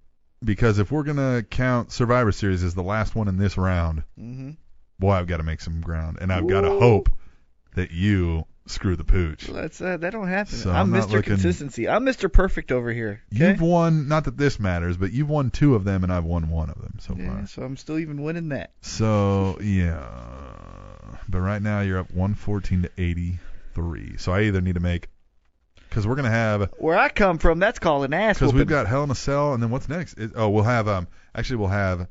because if we're going to count Survivor Series as the last one in this round, Mm-hmm. boy, I've got to make some ground, and I've got to hope that you screw the pooch. That's uh, that don't happen. So I'm I'm not Mr. looking- Consistency. I'm Mr. Perfect over here. Okay? You've won, not that this matters, but you've won two of them, and I've won one of them so Yeah, far. so I'm still even winning that. So yeah, but right now you're up 114 to 83. So I either need to make, because we're gonna have, Where I come from, that's called an ass because whooping. we've got Hell in a Cell, and then what's next? It, oh, we'll have um, actually we'll have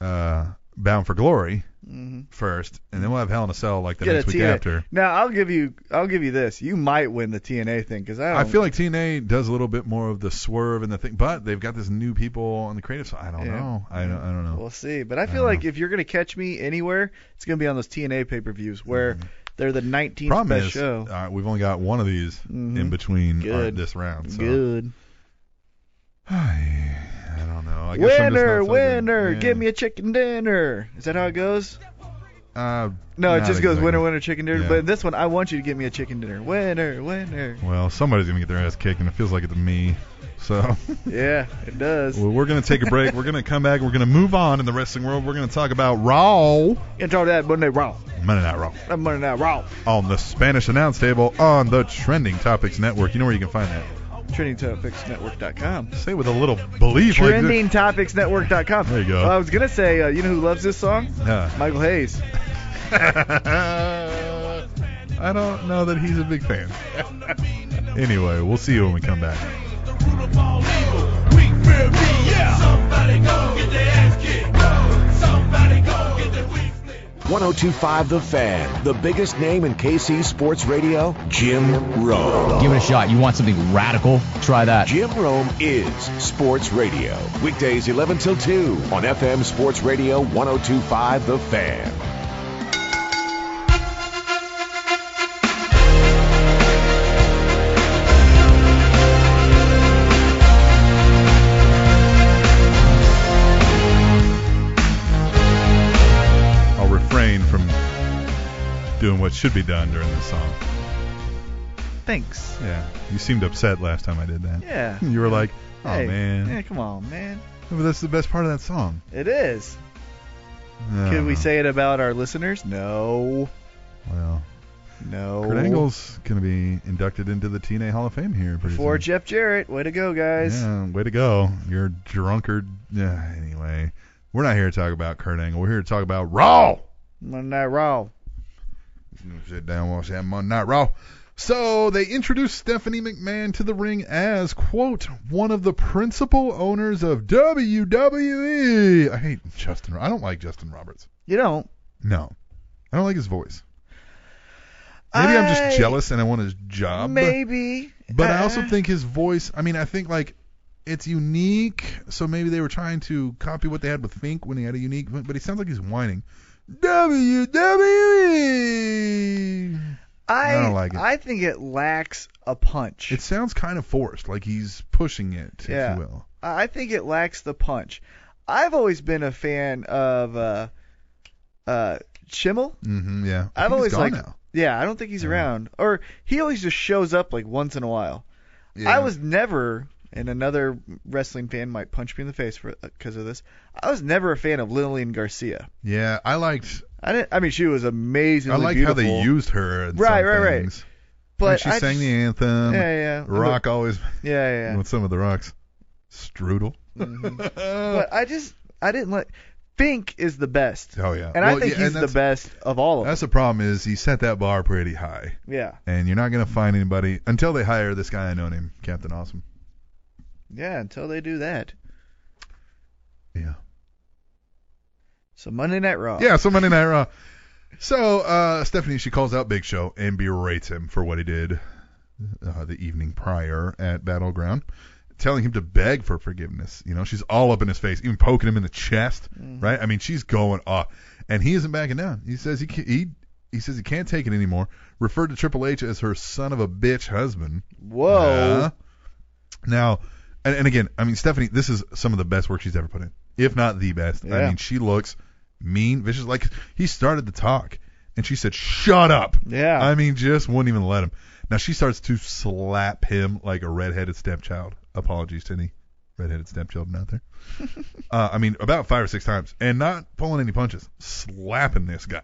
uh, Bound for Glory Mhm. first, and then we'll have Hell in a Cell like the Get a next week TNA. after. Now I'll give you, I'll give you this. You might win the TNA thing because I, I don't, feel like TNA does a little bit more of the swerve and the thing, but they've got this new people on the creative side. I don't Yeah. know. I don't, I don't know. we'll see. But I I feel don't like know. if you're gonna catch me anywhere, it's gonna be on those TNA pay-per-views where they're the 19th Mm-hmm. Problem best is, show. uh, we've only got one of these in Mhm. between our, Good. this round. So. Good. I don't know. I guess I'm just Winner, not so good. winner, Yeah. give me a chicken dinner. Is that how it goes? Uh, No, it not just goes exactly. winner, winner, chicken dinner. Yeah. But in this one, I want you to give me a chicken dinner. Winner, winner. Well, somebody's gonna get their ass kicked, and it feels like it to me. So Yeah, it does. well, we're gonna take a break. We're gonna come back. We're gonna move on in the wrestling world. We're gonna talk about Raw, Intro that Monday Raw. Monday Night Raw, That Monday Night Raw. on the Spanish announce table on the Trending Topics Networc. You know where you can find that. TrendingTopicsNetwork.com. Say it with a little belief. like this. TrendingTopicsNetwork.com. There you go. Well, I was gonna say, uh, you know who loves this song? Huh. Michael Hayes. I don't know that he's a big fan. anyway, we'll see you when we come back. The root of all evil, weak, fear, yeah. Somebody go get their ass. 1025 The Fan. The biggest name in KC sports radio, Jim Rome. Give it a shot. You want something radical? Try that. Jim Rome is sports radio. Weekdays 11 till 2 on FM Sports Radio 1025 The Fan. I'll refrain from doing what should be done during this song. Thanks. Yeah. You seemed upset last time I did that. Yeah. You were like, oh Hey, man. Yeah, come on, man. But that's the best part of that song. It is. Could Yeah. we say it about our listeners? No. Well, No. Kurt Angle's going to be inducted into the TNA Hall of Fame here. Pretty For soon. Jeff Jarrett. Way to go, guys. Yeah, way to go. You're a drunkard. Yeah, anyway, we're not here to talk about Kurt Angle. We're here to talk about Raw. Monday Night Raw. Sit down, watch that Monday Night Raw. So they introduced Stephanie McMahon to the ring as quote one of the principal owners of WWE. I hate Justin. I don't like Justin Roberts. You don't. No, I don't like his voice. Maybe I... am I- just jealous and I want his job. Maybe. But I also Uh, think his voice. I mean, I think like it's unique. So maybe they were trying to copy what they had with Fink when he had a unique. But he sounds like he's whining. WWE. I, I don't like it. I think it lacks a punch. It sounds kind of forced, like he's pushing it, if Yeah. you will. I think it lacks the punch. I've always been a fan of uh, uh, Schimmel. hmm yeah. I I've think he's always gone liked. now. Yeah, I don't think he's around, or he always just shows up like once in a while. I Yeah. was never, and another wrestling fan might punch me in the face for because of this. I was never a fan of Lillian Garcia. Yeah, I liked. I didn't. I mean, she was amazingly I liked beautiful. how they used her. In Right, some right, right. things. but When she I sang just- the anthem. Yeah, yeah. Rock always Yeah, yeah. Mm-hmm. yeah. with some of the rocks. Strudel. But I just, I didn't like. Fink is the best, Oh yeah. and I Well, think yeah, and he's the that's- best of all of them. That's the problem is he set that bar pretty high, Yeah, and you're not gonna find anybody until they hire this guy I know named Captain Awesome. yeah. Until they do that. Yeah. So Monday Night Raw. Yeah, so Monday Night Raw. So uh, Stephanie, she calls out Big Show and berates him for what he did uh, the evening prior at Battleground, telling him to beg for forgiveness. You know, she's all up in his face, even poking him in the chest, right? I mean, she's going off, and he isn't backing down. He says he can, he he says he can't take it anymore. Referred to Triple H as her son of a bitch husband. Yeah. Whoa. Now, and, and again, I mean, Stephanie, this is some of the best work she's ever put in, if not the best. I Yeah. mean, she looks mean, vicious. Like he started the talk, and she said, "Shut up." Yeah. I mean, just wouldn't even let him. Now she starts to slap him like a redheaded stepchild. Apologies to any redheaded stepchildren out there. uh, I mean, about five or six times, and not pulling any punches, slapping this guy,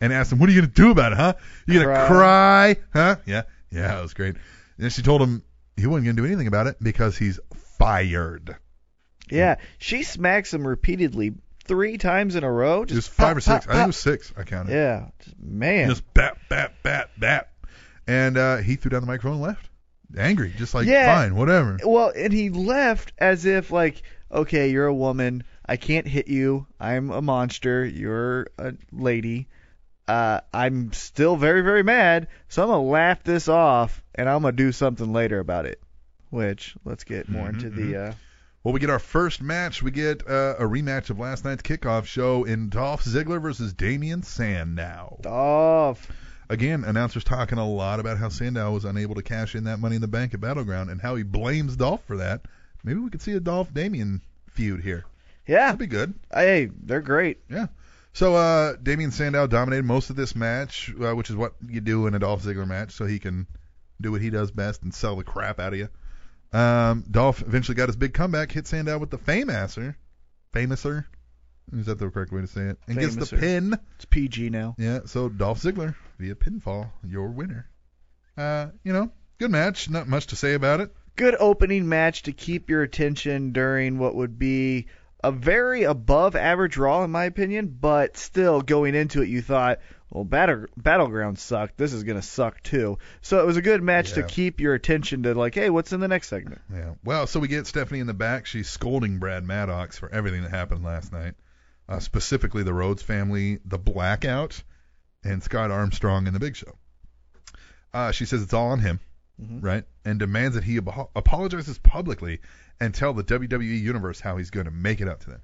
and asked him, "What are you gonna do about it, huh? You gonna cry, huh? Yeah, yeah, that was great." And she told him he wasn't gonna do anything about it because he's fired. Yeah, she smacks him repeatedly three times in a row. It was Just five pop, or six. I pop, think it pop. was six. I counted. Yeah, just, man. Just bat, bat, bat, bat. And uh, he threw down the microphone and left. Angry, just like Yeah. fine, whatever. well, and he left as if like, okay, you're a woman. I can't hit you. I'm a monster. You're a lady. Uh, I'm still very, very mad, so I'm gonna laugh this off, and I'm gonna do something later about it. Which let's get more Mm-hmm, into the. Uh, Well, we get our first match. We get uh, a rematch of last night's kickoff show in Dolph Ziggler versus Damian Sandow. uh, off. Again, announcers talking a lot about how Sandow was unable to cash in that money in the bank at Battleground and how he blames Dolph for that. Maybe we could see a Dolph Damian feud here. Yeah. That'd be good. Hey, they're great. Yeah. So uh, Damian Sandow dominated most of this match, uh, which is what you do in a Dolph Ziggler match, so he can do what he does best and sell the crap out of you. Um, Dolph eventually got his big comeback, hit Sandow with the famouser, famouser, is that the correct way to say it? And gets the Famouser. pin. It's PG now. Yeah. So Dolph Ziggler via pinfall, your winner. Uh, you know, good match. Not much to say about it. good opening match to keep your attention during what would be a very above average Raw, in my opinion, but still going into it, you thought, well, battle, Battleground sucked. This is going to suck too. So it was a good match Yeah. to keep your attention to, like, hey, what's in the next segment? Yeah. Well, so we get Stephanie in the back. She's scolding Brad Maddox for everything that happened last night. uh, specifically the Rhodes family, the Blackout, and Scott Armstrong in the Big Show. Uh, she says it's all on him, right? And demands that he abo- apologizes publicly and tell the WWE universe how he's going to make it up to them,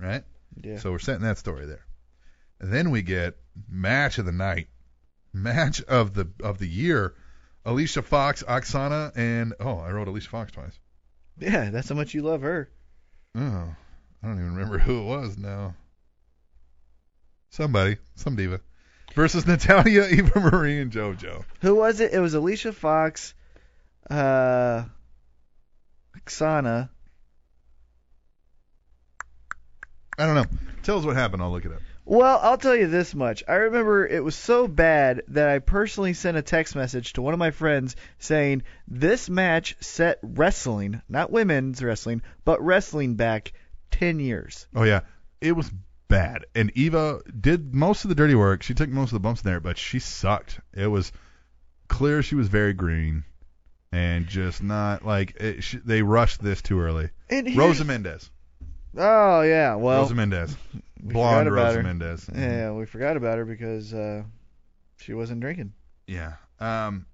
right? Yeah. So we're setting that story there. Then we get match of the night, match of the of the year. Alicia Fox, Oksana, and oh, I wrote Alicia Fox twice. Yeah, that's how much you love her. Oh, I don't even remember who it was now. Somebody, some diva, versus Natalia, Eva Marie, and JoJo. Who was it? It was Alicia Fox, uh, Oksana. I don't know. Tell us what happened. I'll look it up. Well, I'll tell you this much. I remember it was so bad that I personally sent a text message to one of my friends saying, This match set wrestling, not women's wrestling, but wrestling back 10 years. Oh yeah, it was bad. And Eva did most of the dirty work. She took most of the bumps in there, but she sucked. It was clear she was very green and just not like it, she, they rushed this too early. And here's- Rosa Mendez. Oh, yeah. Well, Rosa Mendez. we Blonde forgot about Rosa her. Mendez. Yeah, we forgot about her because uh, she wasn't drinking. Yeah. Um,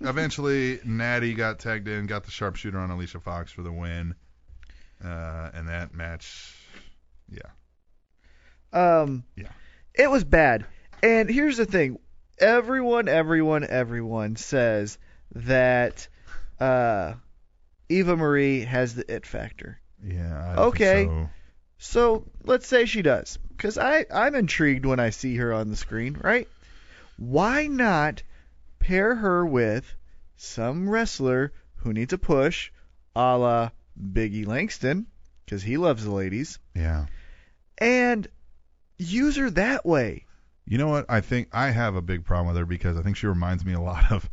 eventually, Natty got tagged in, got the sharpshooter on Alicia Fox for the win. Uh, and that match, yeah. Um, Yeah. It was bad. And here's the thing everyone, everyone, everyone says that uh, Eva Marie has the it factor. Yeah. I think Okay. so. So let's say she does, because I I'm intrigued when I see her on the screen, right? Why not pair her with some wrestler who needs a push, a la Biggie Langston, because he loves the ladies, Yeah. and use her that way. You know what? I think I have a big problem with her because I think she reminds me a lot of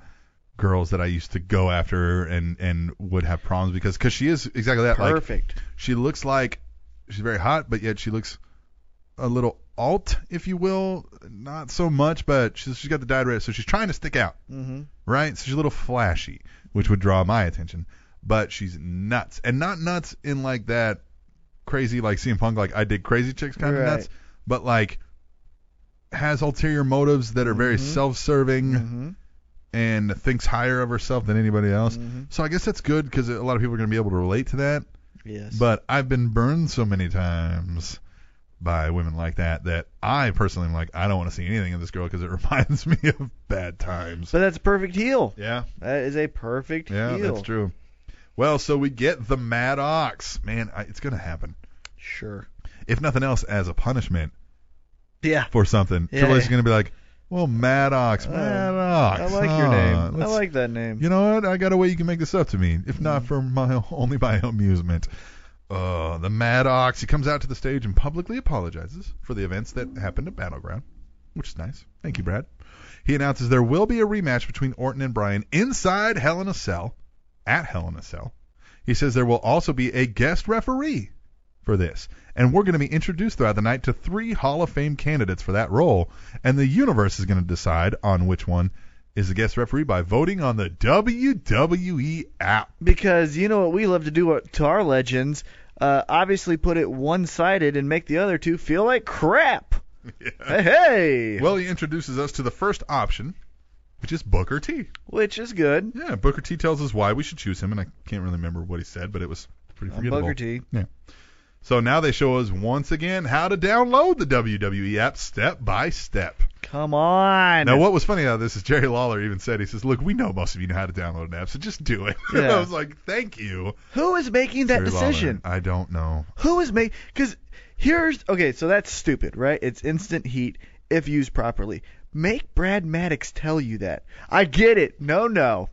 girls that I used to go after and and would have problems because cause she is exactly that. Like Perfect. she looks like she's very hot, but yet she looks a little alt, if you will, not so much, but she's, she's got the dyed red, so she's trying to stick out. hmm right? So she's a little flashy, which would draw my attention. But she's nuts, and not nuts in like that crazy, like CM Punk, like I did crazy chicks kind Right. of nuts, but like has ulterior motives that are very self-serving hmm and thinks higher of herself than anybody else. Mhm. So I guess that's good because a lot of people are gonna be able to relate to that. Yes. But I've been burned so many times by women like that that I personally am like I don't want to see anything of this girl because it reminds me of bad times. But that's a perfect heel. Yeah. That is a perfect Yeah, heel. that's true. Well, so we get the Mad Ox. Man, I, it's going to happen. Sure. If nothing else, as a punishment Yeah. for something. Yeah, Triple H yeah. is going to be like, well, Mad Ox, Oh, Mad Ox. I like your huh, name. I let's- like that name. You know what? I got a way you can make this up to me, if not for my only my amusement. Uh, the Mad Ox. He comes out to the stage and publicly apologizes for the events that happened at Battleground, which is nice. Thank you, Brad. He announces there will be a rematch between Orton and Bryan inside Hell in a Cell, at Hell in a Cell. He says there will also be a guest referee for this, and we're going to be introduced throughout the night to three Hall of Fame candidates for that role, and the universe is going to decide on which one is the guest referee by voting on the WWE app. Because you know what we love to do uh, to our legends, uh, obviously put it one-sided and make the other two feel like crap. Hey, hey, Well, he introduces us to the first option, which is Booker T. which is good. Yeah, Booker T tells us why we should choose him, and I can't really remember what he said, but it was pretty I'm forgettable. Uh, Booker T. So now they show us once again how to download the WWE app step by step. Come on. Now, what was funny about this is Jerry Lawler even said, he says, Look, we know most of you know how to download an app, so just do it. Yeah. I was like, Thank you. Who is making that Jerry Lawler. decision? I don't know. Who is making? Because here's okay. So that's stupid, right? It's instant heat if used properly. Make Brad Maddox tell you that. I get it. No, no.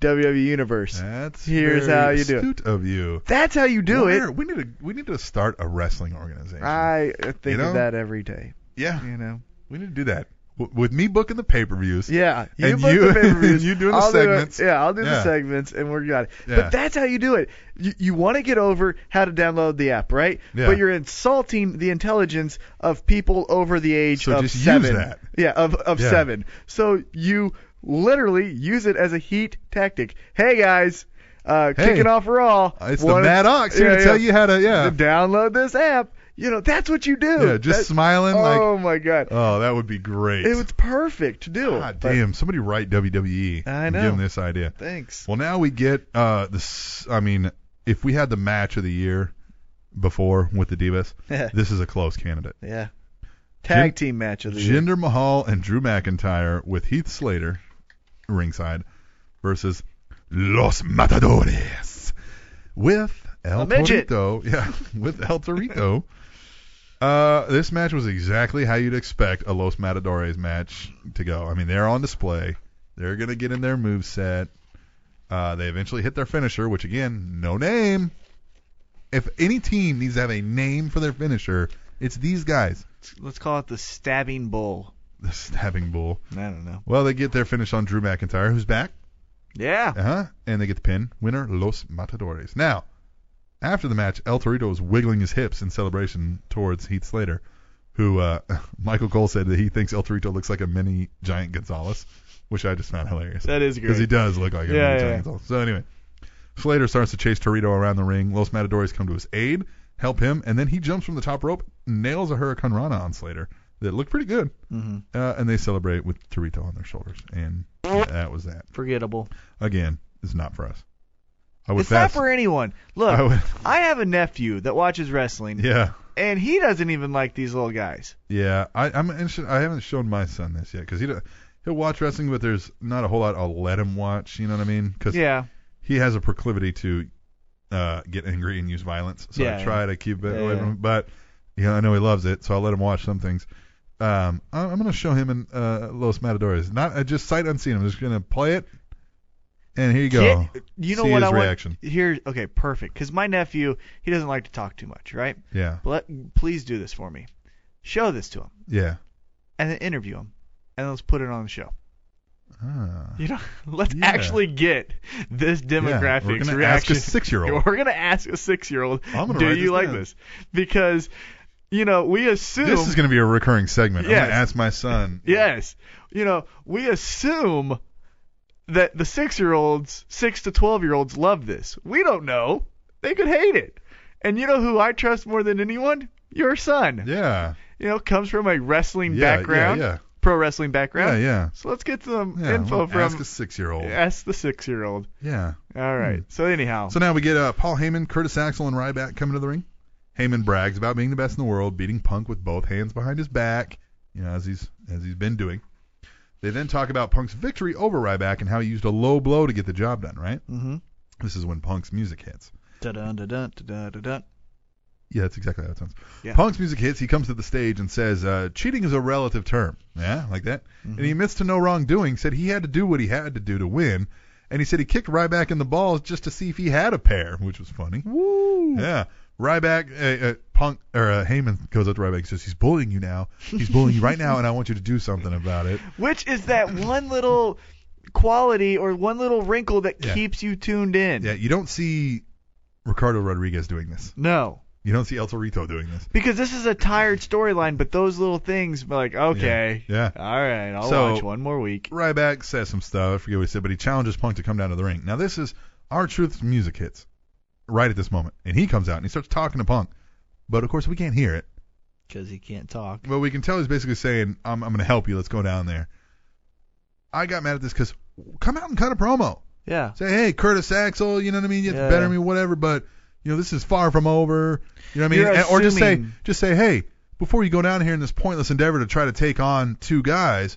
WWE Universe. That's Here's very how you do it. astute of you. That's how you do Warner, it. We need to we need to start a wrestling organization. I think You know? of that every day. yeah, You know. we need to do that. W- with me booking the pay-per-views. Yeah, you And book you- the pay-per-views. you doing the I'll do it. segments. yeah, I'll do the Yeah. segments, and we're got it. Yeah. But that's how you do it. You, you want to get over how to download the app, right? Yeah. But you're insulting the intelligence of people over the age So of just use seven. that. Yeah, of of Yeah. seven. So you literally use it as a heat tactic. Hey guys, uh, Hey. kicking off raw. It's the wanna- Mad Ox here Yeah, to yeah. tell you how to yeah. To download this app. You know, that's what you do. Yeah, just That- smiling like- Oh my god. Oh, that would be great. It was perfect to do. God but damn, somebody write WWE. I and know. Give them this idea. Thanks. Well, now we get uh this. I mean, if we had the match of the year before with the Divas, Yeah. this is a close candidate. Yeah. Tag team match of the year. Jinder Mahal and Drew McIntyre with Heath Slater ringside versus Los Matadores with El A midget. Torito. Yeah, with El Torito. Uh, this match was exactly how you'd expect a Los Matadores match to go. I mean, they're on display. They're gonna get in their move set. Uh, they eventually hit their finisher, which again, no name. If any team needs to have a name for their finisher, it's these guys. Let's call it the stabbing bull. The stabbing bull. I don't know. Well, they get their finish on Drew McIntyre, who's back. Yeah. Uh huh. And they get the pin. Winner, Los Matadores. Now, after the match, El Torito is wiggling his hips in celebration towards Heath Slater, who uh, Michael Cole said that he thinks El Torito looks like a mini giant Gonzalez, which I just found hilarious. That is Because he great. does look like a Yeah, mini yeah. giant Gonzalez. So, anyway, Slater starts to chase Torito around the ring. Los Matadores come to his aid, help him, and then he jumps from the top rope, nails a Hurricane Rana on Slater that looked pretty good. Mhm. Uh, and they celebrate with Torito on their shoulders. And that was that. Forgettable. Again, it's not for us. I would it's fast. not for anyone. Look, I I, would- have a nephew that watches wrestling, yeah, and he doesn't even like these little guys. yeah. I, I'm interested. I haven't shown my son this yet because he don't- he'll watch wrestling, but there's not a whole lot I'll let him watch. You know what I mean? Because Yeah. he has a proclivity to uh, get angry and use violence. So I Yeah, try to keep it Yeah, away yeah. from him. But you know, I know he loves it, so I'll let him watch some things. Um, I- I'm gonna show him in uh, Los Matadores. Not I just sight unseen. I'm just gonna play it, and here you go. Get- you know See what his I reaction. want? Here, okay, perfect. Because my nephew, he doesn't like to talk too much, right? Yeah, Let, please do this for me. Show this to him, yeah. and then interview him, and let's put it on the show. Ah. You know, let's Yeah. actually get this Yeah, we're demographics gonna reaction. ask a six-year-old. We're gonna ask a six-year-old. I'm gonna do write you this like down." this? Because, you know, we assume. This is going to be a recurring segment. I'm going Yes. to ask my son. Yes. You know, we assume that the six year olds, six to 12 year olds love this. We don't know. They could hate it. And you know who I trust more than anyone? Your son. Yeah. You know, comes from a wrestling Yeah, background, yeah, yeah. pro wrestling Yeah, background. yeah. So let's get some yeah. info I'm gonna from ask a six-year-old. ask the six year old. Yeah. All right. So, anyhow, Hmm. So now we get uh, Paul Heyman, Curtis Axel, and Ryback coming to the ring. Heyman brags about being the best in the world, beating Punk with both hands behind his back, you know, as he's as he's been doing. They then talk about Punk's victory over Ryback and how he used a low blow to get the job done. Right. mm-hmm. This is when Punk's music hits. da dun da dun da dun dun. Yeah, that's exactly how it sounds. Yeah. Punk's music hits. He comes to the stage and says, uh, "Cheating is a relative term." Yeah, like that. Mm-hmm. And he admits to no wrongdoing. Said he had to do what he had to do to win. And he said he kicked Ryback in the balls just to see if he had a pair, which was funny. Woo! Yeah. Ryback, uh, uh, Punk, or uh, Heyman goes up to Ryback and says, "He's bullying you now. He's bullying you right now, and I want you to do something about it." Which is that one little quality or one little wrinkle that Yeah. keeps you tuned in. Yeah, you don't see Ricardo Rodriguez doing this. No. You don't see El Torito doing this. Because this is a tired storyline, but those little things, like, okay, Yeah. all right, I'll So- watch one more week. Ryback says some stuff. I forget what he said, but he challenges Punk to come down to the ring. Now this is our truth's music hits right at this moment, and he comes out and he starts talking to Punk. But of course we can't hear it. Because he can't talk. But we can tell he's basically saying, "I'm, I'm going to help you. Let's go down there." I got mad at this because come out and cut a promo. Yeah. Say, hey, Curtis Axel, you know what I mean? You have Yeah. to better me, whatever. But you know this is far from over. You know what I mean? You're And- or just say, assuming- just say, hey, before you go down here in this pointless endeavor to try to take on two guys,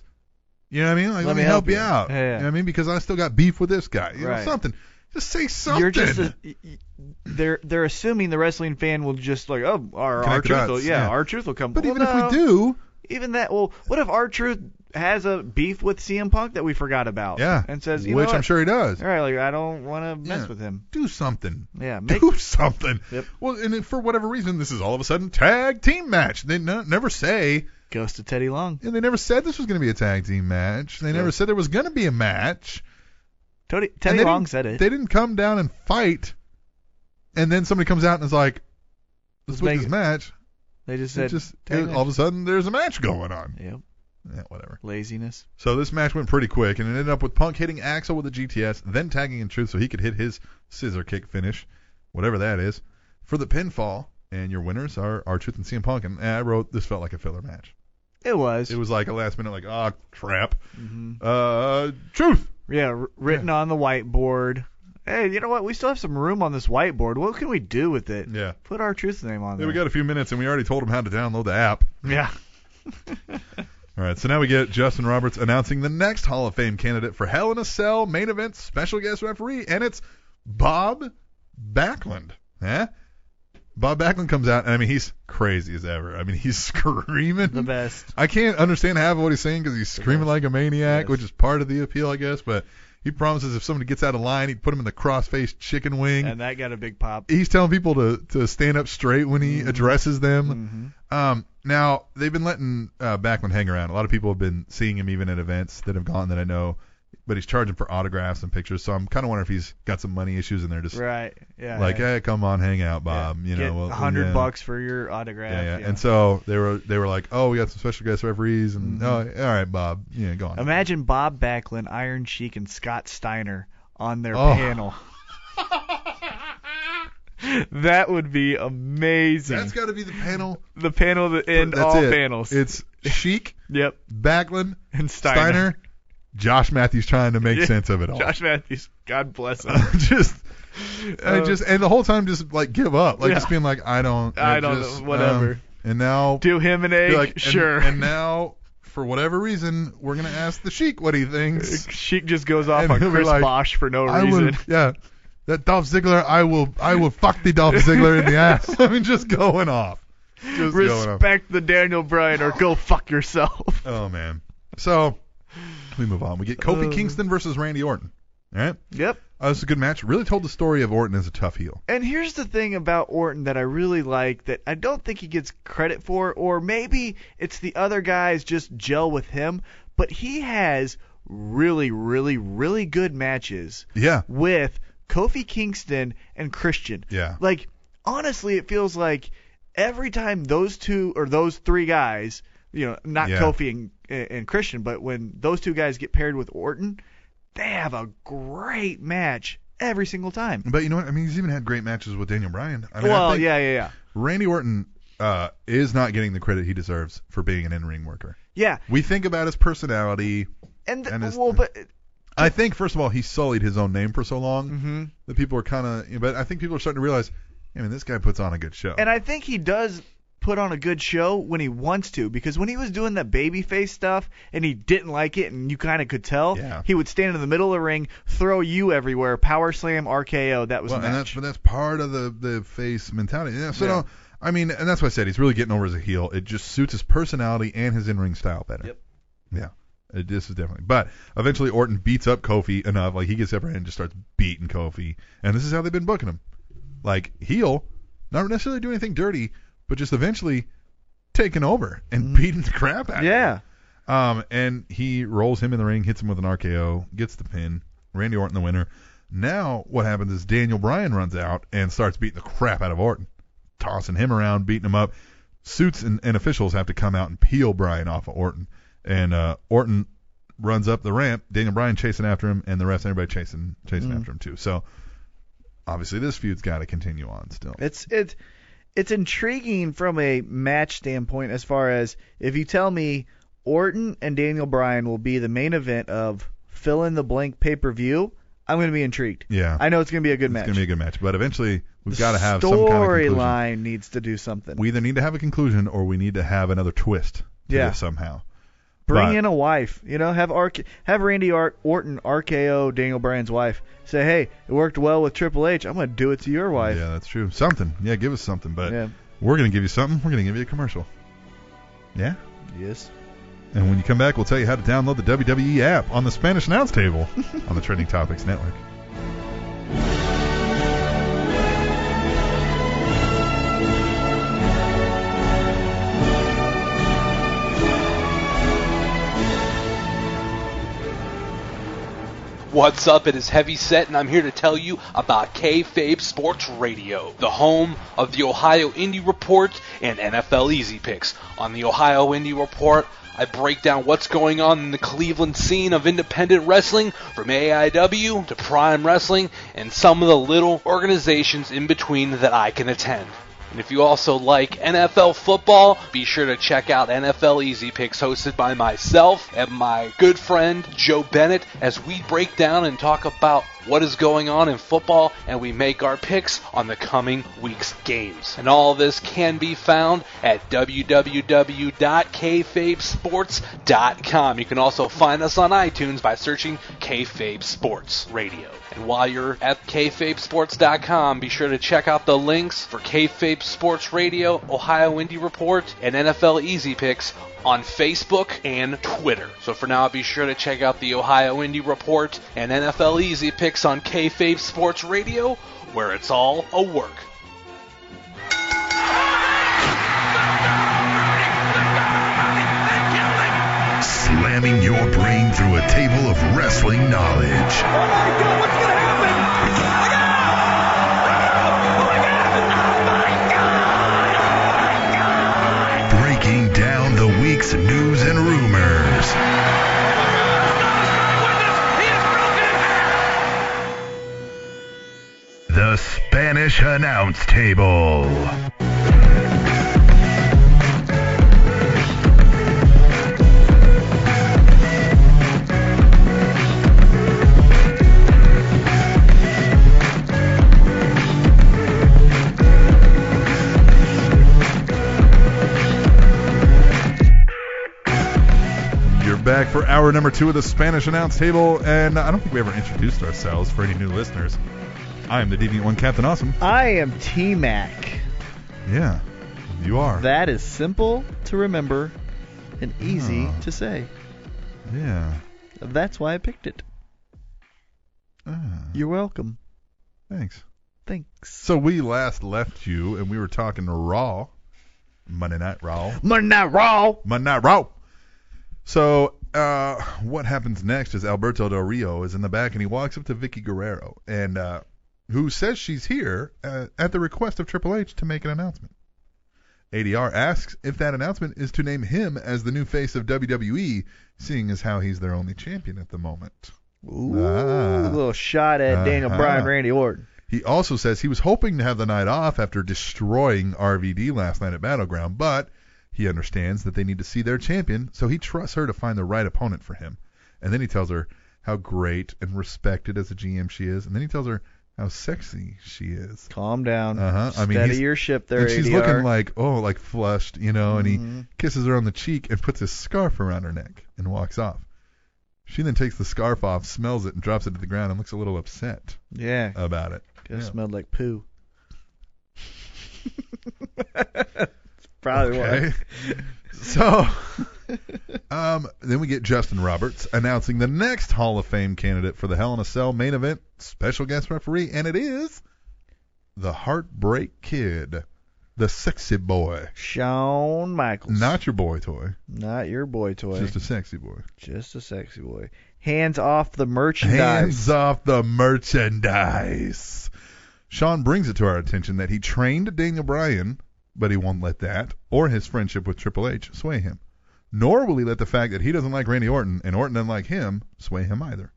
you know what I mean? Like, let, me help, you out. Yeah, yeah. You know what I mean? Because I still got beef with this guy. You Right. know something. Just say something. You're just a, y- y- they're they're assuming the wrestling fan will just like oh our our Connect the truth will dots, yeah, yeah. our truth will come but Well, even no. if we do, even that well what if our truth has a beef with CM Punk that we forgot about yeah, and says you which know I'm what? sure he does. all right like I don't want to mess Yeah. with him Do something. yeah make do something. Yep. Well, and then for whatever reason, this is all of a sudden tag team match. They n- never say, Ghost of Teddy Long. and they never said this was going to be a tag team match. They never Yeah. said there was going to be a match. Teddy, And Teddy they Long didn't- said it. They didn't come down and fight, and then somebody comes out and is like, "Let's Let's book make this it- match." They just It said just tag it- match. all of a sudden there's a match going on. Yep. Yeah, whatever. Laziness. So this match went pretty quick, and it ended up with Punk hitting Axel with a GTS, then tagging in Truth so he could hit his scissor kick finish, whatever that is, for the pinfall. And your winners are R Truth and CM Punk. And I wrote this felt like a filler match. It was. It was like a last minute, like, ah, crap. Mm-hmm. Uh, Truth. Yeah, r- written on the whiteboard. Hey, you know what? We still have some room on this whiteboard. What can we do with it? Yeah. Put our truth name on Yeah, there. we got a few minutes, and we already told them how to download the app. Yeah. All right, so now we get Justin Roberts announcing the next Hall of Fame candidate for Hell in a Cell main event special guest referee, and it's Bob Backlund. Eh? Bob Backlund comes out, and I mean, he's crazy as ever. I mean, he's screaming. The best. I can't understand half of what he's saying because he's screaming like a maniac, Yes. which is part of the appeal, I guess. But he promises if somebody gets out of line, he'd put him in the crossface chicken wing. And that got a big pop. he's telling people to, to stand up straight when Mm-hmm. he addresses them. Um, now they've been letting uh, Backlund hang around. A lot of people have been seeing him even at events that have gone that I know, but he's charging for autographs and pictures. So I'm kind of wondering if he's got some money issues and they're just Right. Yeah. like, yeah. hey, come on, hang out, Bob. You know, Get well, 100 yeah. bucks for your autograph. Yeah, Yeah. yeah. and so they were they were like, oh, we got some special guest referees, and Mm-hmm. oh, all right, Bob, yeah, go on. Imagine Bob Backlund, Iron Sheik, and Scott Steiner on their Oh. panel. that would be amazing. That's got to be the panel. the panel that end That's all it. panels. It's Sheik, yep. Backlund, And Steiner. Steiner, Josh Matthews trying to make Yeah. sense of it all. Josh Matthews, God bless him. just I Uh, just and the whole time just like give up, like Yeah. just being like I don't, I don't just, know, whatever. um, and now Do him an egg, be like, and- sure. And, now for whatever reason, we're gonna ask the Sheik what he thinks. Sheik just goes off And on he'll be Chris like, Bosch for no I will, reason. yeah. That Dolph Ziggler, I will, I will fuck the Dolph Ziggler in the ass. I mean, just going off. Just going off. Respect the Daniel Bryan or go fuck yourself. Oh man. So we move on. We get Kofi Uh. Kingston versus Randy Orton. All right. Yep. Uh, this is a good match. Really told the story of Orton as a tough heel. And here's the thing about Orton that I really like that I don't think he gets credit for, or maybe it's the other guys just gel with him, but he has really, really, really good matches Yeah. with Kofi Kingston and Christian. Yeah. Like, honestly, it feels like every time those two or those three guys, you know, not Yeah. Kofi and, and Christian, but when those two guys get paired with Orton, they have a great match every single time. But you know what? I mean, he's even had great matches with Daniel Bryan. I mean, I well, think yeah, yeah, yeah. Randy Orton uh, is not getting the credit he deserves for being an in-ring worker. Yeah. We think about his personality. And, th- And his- well, but I think first of all, he sullied his own name for so long mhm. that people are kind of. But I think people are starting to realize, I mean, this guy puts on a good show. and I think he does put on a good show when he wants to because when he was doing the babyface stuff and he didn't like it and you kind of could tell, Yeah. he would stand in the middle of the ring, throw you everywhere, power slam, RKO. That was well, a and that's match. but that's part of the the face mentality. Yeah, so Yeah. no, I mean, and that's why I said he's really getting over as a heel. It just suits his personality and his in-ring style better. Yep. Yeah. It, this is definitely. But eventually Orton beats up Kofi enough, like he gets up and just starts beating Kofi. And this is how they've been booking him, like heel, not necessarily doing anything dirty, but just eventually taking over and beating the crap out. of him. Mm. yeah. Um, and he rolls him in the ring, hits him with an RKO, gets the pin. Randy Orton the winner. Now what happens is Daniel Bryan runs out and starts beating the crap out of Orton, tossing him around, beating him up. Suits and, and officials have to come out and peel Bryan off of Orton, and uh, Orton runs up the ramp. Daniel Bryan chasing after him, and the rest everybody chasing chasing after him too. So obviously this feud's got to continue on still. It's it's it's intriguing from a match standpoint as far as if you tell me Orton and Daniel Bryan will be the main event of fill in the blank pay per view, I'm gonna be intrigued. Yeah. I know it's gonna be a good match. It's gonna be a good match, but eventually we've The got to have some kind of conclusion. storyline needs to do something. we either need to have a conclusion or we need to have another twist to Yeah. this somehow. Bring but- in a wife, you know, have RK, have Randy Ar- Orton RKO Daniel Bryan's wife. Say, hey, it worked well with Triple H. I'm gonna do it to your wife. Yeah, that's true. Something. Yeah, give us something. But Yeah. we're gonna give you something. We're gonna give you a commercial. Yeah. Yes. And when you come back, we'll tell you how to download the WWE app on the Spanish Announce Table on the Trending Topics Network. What's up? It is Heavy Set, and I'm here to tell you about Kayfabe Sports Radio, the home of the Ohio Indie Report and NFL Easy Picks. On the Ohio Indie Report, I break down what's going on in the Cleveland scene of independent wrestling, from AIW to Prime Wrestling, and some of the little organizations in between that I can attend. And if you also like NFL football, be sure to check out NFL Easy Picks hosted by myself and my good friend Joe Bennett as we break down and talk about what is going on in football and we make our picks on the coming week's games. And all this can be found at www.kfabesports.com. You can also find us on iTunes by searching Kfabe Sports Radio. And while you're at kfabesports.com, be sure to check out the links for Kfabe Sports Radio, Ohio Indie Report, and NFL Easy Picks on Facebook and Twitter. So for now, be sure to check out the Ohio Indie Report and NFL Easy Picks on Kfabe Sports Radio, where it's all a work. Slamming your brain through a table of wrestling Oh knowledge. Oh oh Breaking down the week's news and rumors. The Spanish Announce Table. You're back for hour number two of the Spanish Announce Table, and I don't think we ever introduced ourselves for any new listeners. I am the Deviant One, Captain Awesome. I am T Mac. Yeah, you are. That is simple to remember and easy Oh. to say. Yeah. That's why I picked it. Ah, You're welcome. thanks. Thanks. So we last left you, and we were talking Raw, Monday Night Raw. Monday Night Raw. Monday Night Raw. So uh, what happens next is Alberto Del Rio is in the back, and he walks up to Vicky Guerrero, and uh, who says she's here uh, at the request of Triple H to make an announcement. ADR asks if that announcement is to name him as the new face of WWE, seeing as how he's their only champion at the moment. Ooh, Ah. little shot at Daniel Uh-huh. Bryan, Randy Orton. He also says he was hoping to have the night off after destroying RVD last night at Battleground, but he understands that they need to see their champion, so he trusts her to find the right opponent for him. And then he tells her how great and respected as a GM she is, and then he tells her how sexy she is. Calm down. Uh-huh. I mean, Steady he's- your ship there, and she's ADR. looking like, oh, like flushed, you know, and he Mhm. kisses her on the cheek and puts his scarf around her neck and walks off. She then takes the scarf off, smells it, and drops it to the ground and looks a little upset Yeah, about it. it Uh, Yeah. smelled like poo. Probably Okay. was. So, um, then we get Justin Roberts announcing the next Hall of Fame candidate for the Hell in a Cell main event special guest referee, and it is the Heartbreak Kid, the sexy boy, Shawn Michaels. not your boy toy, Not your boy toy. just a sexy boy. Just a sexy boy. Hands off the merchandise. Hands off the merchandise. Sean brings it to our attention that he trained Daniel Bryan, but he won't let that or his friendship with Triple H sway him. Nor will he let the fact that he doesn't like Randy Orton and Orton doesn't like him sway him either.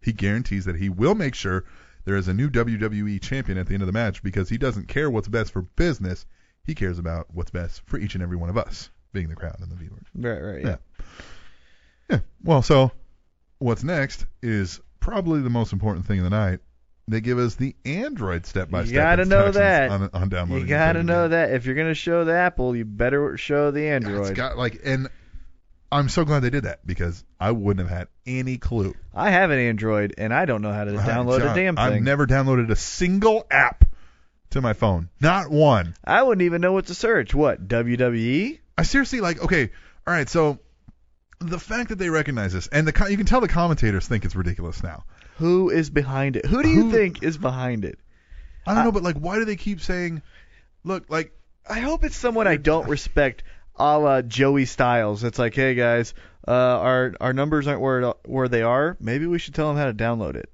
He guarantees that he will make sure there is a new WWE champion at the end of the match because he doesn't care what's best for business. He cares about what's best for each and every one of us, being the crowd and the viewers. Right, right. Yeah. Yeah. Well, so what's next is probably the most important thing of the night. They give us the Android step by step. You gotta know that. On, on downloading. You gotta know that if you're gonna show the Apple, you better show the It's Android. got like, and I'm so glad they did that because I wouldn't have had any clue. I have an Android and I don't know how to download a John, damn I've thing. never downloaded a single app to my phone. Not one. I wouldn't even know what to search. What E? WWE? I seriously like okay, all right, so the fact that they recognize this and the co- you can tell the commentators think it's ridiculous now. Who is behind it? Who do you Who- think is behind it? I don't I- know, but like why do they keep saying look, like I hope it's someone I don't respect, a la Joey Styles. It's like, hey guys, uh, our our numbers aren't where where they are. Maybe we should tell them how to download it.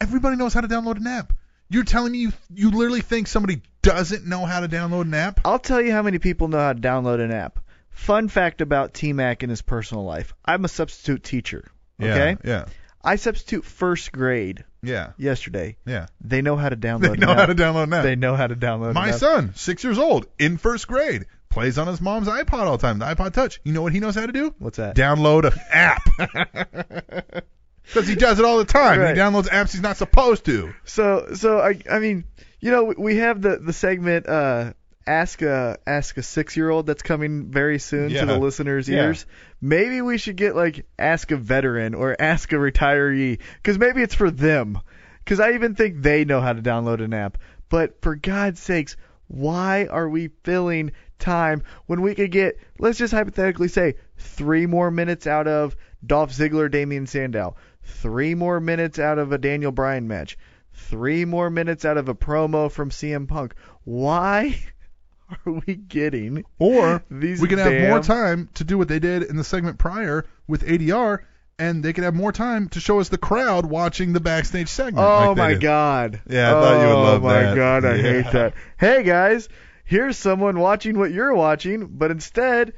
Everybody knows how to download an app. You're telling me you you literally think somebody doesn't know how to download an app? I'll tell you how many people know how to download an app. Fun fact about T Mac in his personal life: I'm a substitute teacher. Okay. Yeah. I substitute first grade. Yeah. Yesterday. Yeah. They know how to download. They know an how app. to download now. They know how to download. My an app. son, six years old, in first grade, plays on his mom's iPod all the time, the iPod Touch. You know what he knows how to do? What's that? Download an app. Because he does it all the time. Right. He downloads apps he's not supposed to. So so I I mean you know we- we have the the segment uh ask a ask a six year old that's coming very soon Yeah. to the listeners' Yeah. ears. Maybe we should get like ask a veteran or ask a retiree because maybe it's for them. Because I even think they know how to download an app. But for God's sakes, why are we filling time when we could get let's just hypothetically say three more minutes out of Dolph Ziggler, Damian Sandow, three more minutes out of a Daniel Bryan match three more minutes out of a promo from CM Punk. Why are we getting Or these? we can have more damn- time to do what they did in the segment prior with ADR, and they can have more time to show us the crowd watching the backstage segment. Oh like they my did. god! Yeah, I thought you would love Oh my that. god, I Yeah. hate that. Hey guys, here's someone watching what you're watching, but instead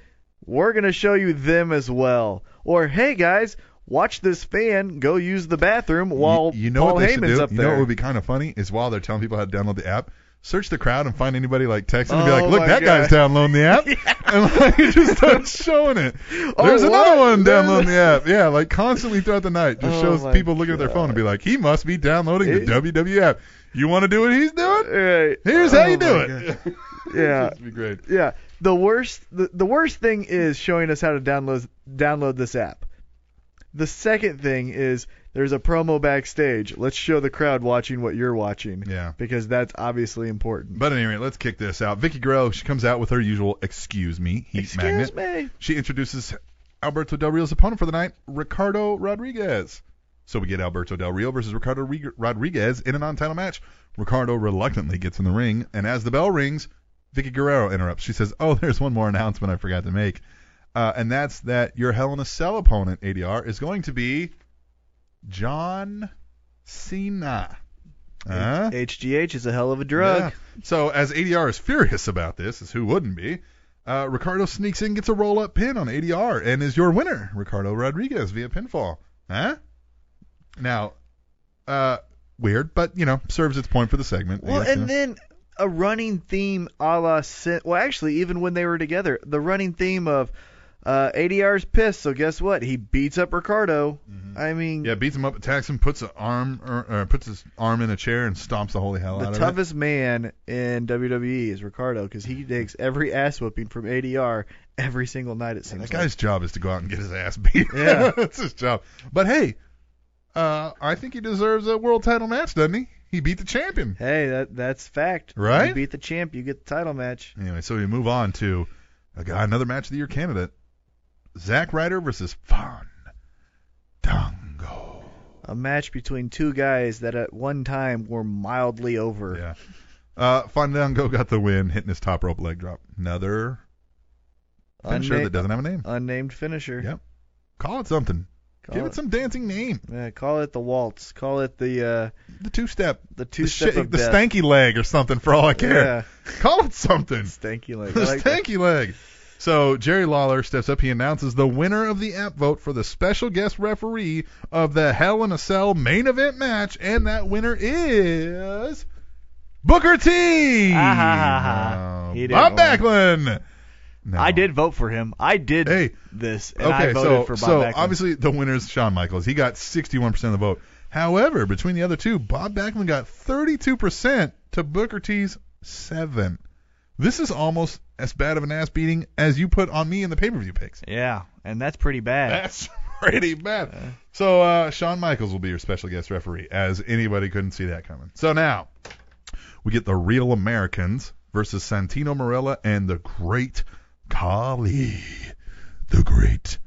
we're gonna show you them as well. Or hey guys, watch this fan go use the bathroom while you know Paul what they should Heyman's do? up you there. know what would be kind of funny is while they're telling people how to download the app, search the crowd and find anybody like texting and be Oh like, "Look, my that guy's downloading the app," and like you just start showing it. Oh, There's another what? one downloading the There's- app. Yeah, like constantly throughout the night, just Oh shows my people looking at their phone and be like, "He must be downloading the It- WW app." You want to do what he's doing? Right. Here's how Oh you do my it. God. It'd Yeah. be great. Yeah. The worst the, the worst thing is showing us how to download download this app. The second thing is there's a promo backstage. Let's show the crowd watching what you're watching. Yeah. Because that's obviously important. But anyway, let's kick this out. Vicky Guerrero, she comes out with her usual "Excuse me" heat magnet. Excuse me. She introduces Alberto Del Rio's opponent for the night, Ricardo Rodriguez. So we get Alberto Del Rio versus Ricardo Re- Rodriguez in a non-title match. Ricardo reluctantly gets in the ring, and as the bell rings, Vicky Guerrero interrupts. She says, "Oh, there's one more announcement I forgot to make, uh, and that's that your Hell in a Cell opponent, ADR, is going to be John Cena." Huh? HGH is a hell of a drug. Yeah. So as ADR is furious about this, as who wouldn't be, uh, Ricardo sneaks in, gets a roll-up pin on ADR, and is your winner, Ricardo Rodriguez via pinfall. Huh? Now, uh, weird, but you know, serves its point for the segment. I Well, guess, and yeah. then a running theme a la Sin- well, actually, even when they were together, the running theme of uh, ADR's pissed, so guess what? He beats up Ricardo. I mean, Mm-hmm. yeah, beats him up, attacks him, puts a arm or, or puts his arm in a chair and stomps the holy hell The out of it. toughest man in WWE is Ricardo because he takes every ass whooping from ADR every single night. It seems. That guy's job is to go out and get his ass beat. Yeah. that's his job. But hey, uh, I think he deserves a world title match, doesn't he? He beat the champion. like. Hey, that that's fact. Right? You beat the champ, you get the title match. Anyway, so we move on to a guy, another match of the year candidate, Zack Ryder versus Fon Dongo. A match between two guys that at one time were mildly over. Yeah. Uh, Fandango got the win, hitting his top rope leg drop. Another finisher Unna- that doesn't have a name. Unnamed finisher. Yep. Call it something. Call Give it, it some dancing name. yeah, call it the waltz. Call it the uh, The two step, the, the two sh- step the of death. stanky leg or something for all I care. Yeah. Call it something. Stanky leg. I The like that. stanky leg. So Jerry Lawler steps up. He announces the winner of the app vote for the special guest referee of the Hell in a Cell main event match, and that winner is Booker T. Ah, ha, ha, ha. No, He didn't Bob win. Backlund. No. I did vote for him. I did Hey. this, and Okay, I voted so for Bob so Backlund. obviously the winner's Shawn Michaels. He got 61% of the vote. However, between the other two, Bob Backlund got 32% to Booker T's seven. This is almost as bad of an ass beating as you put on me in the pay-per-view picks. Yeah, and that's pretty bad. That's pretty bad. So uh, Shawn Michaels will be your special guest referee, as anybody couldn't see that coming. So now we get the real Americans versus Santino Morella and the great Kali. The great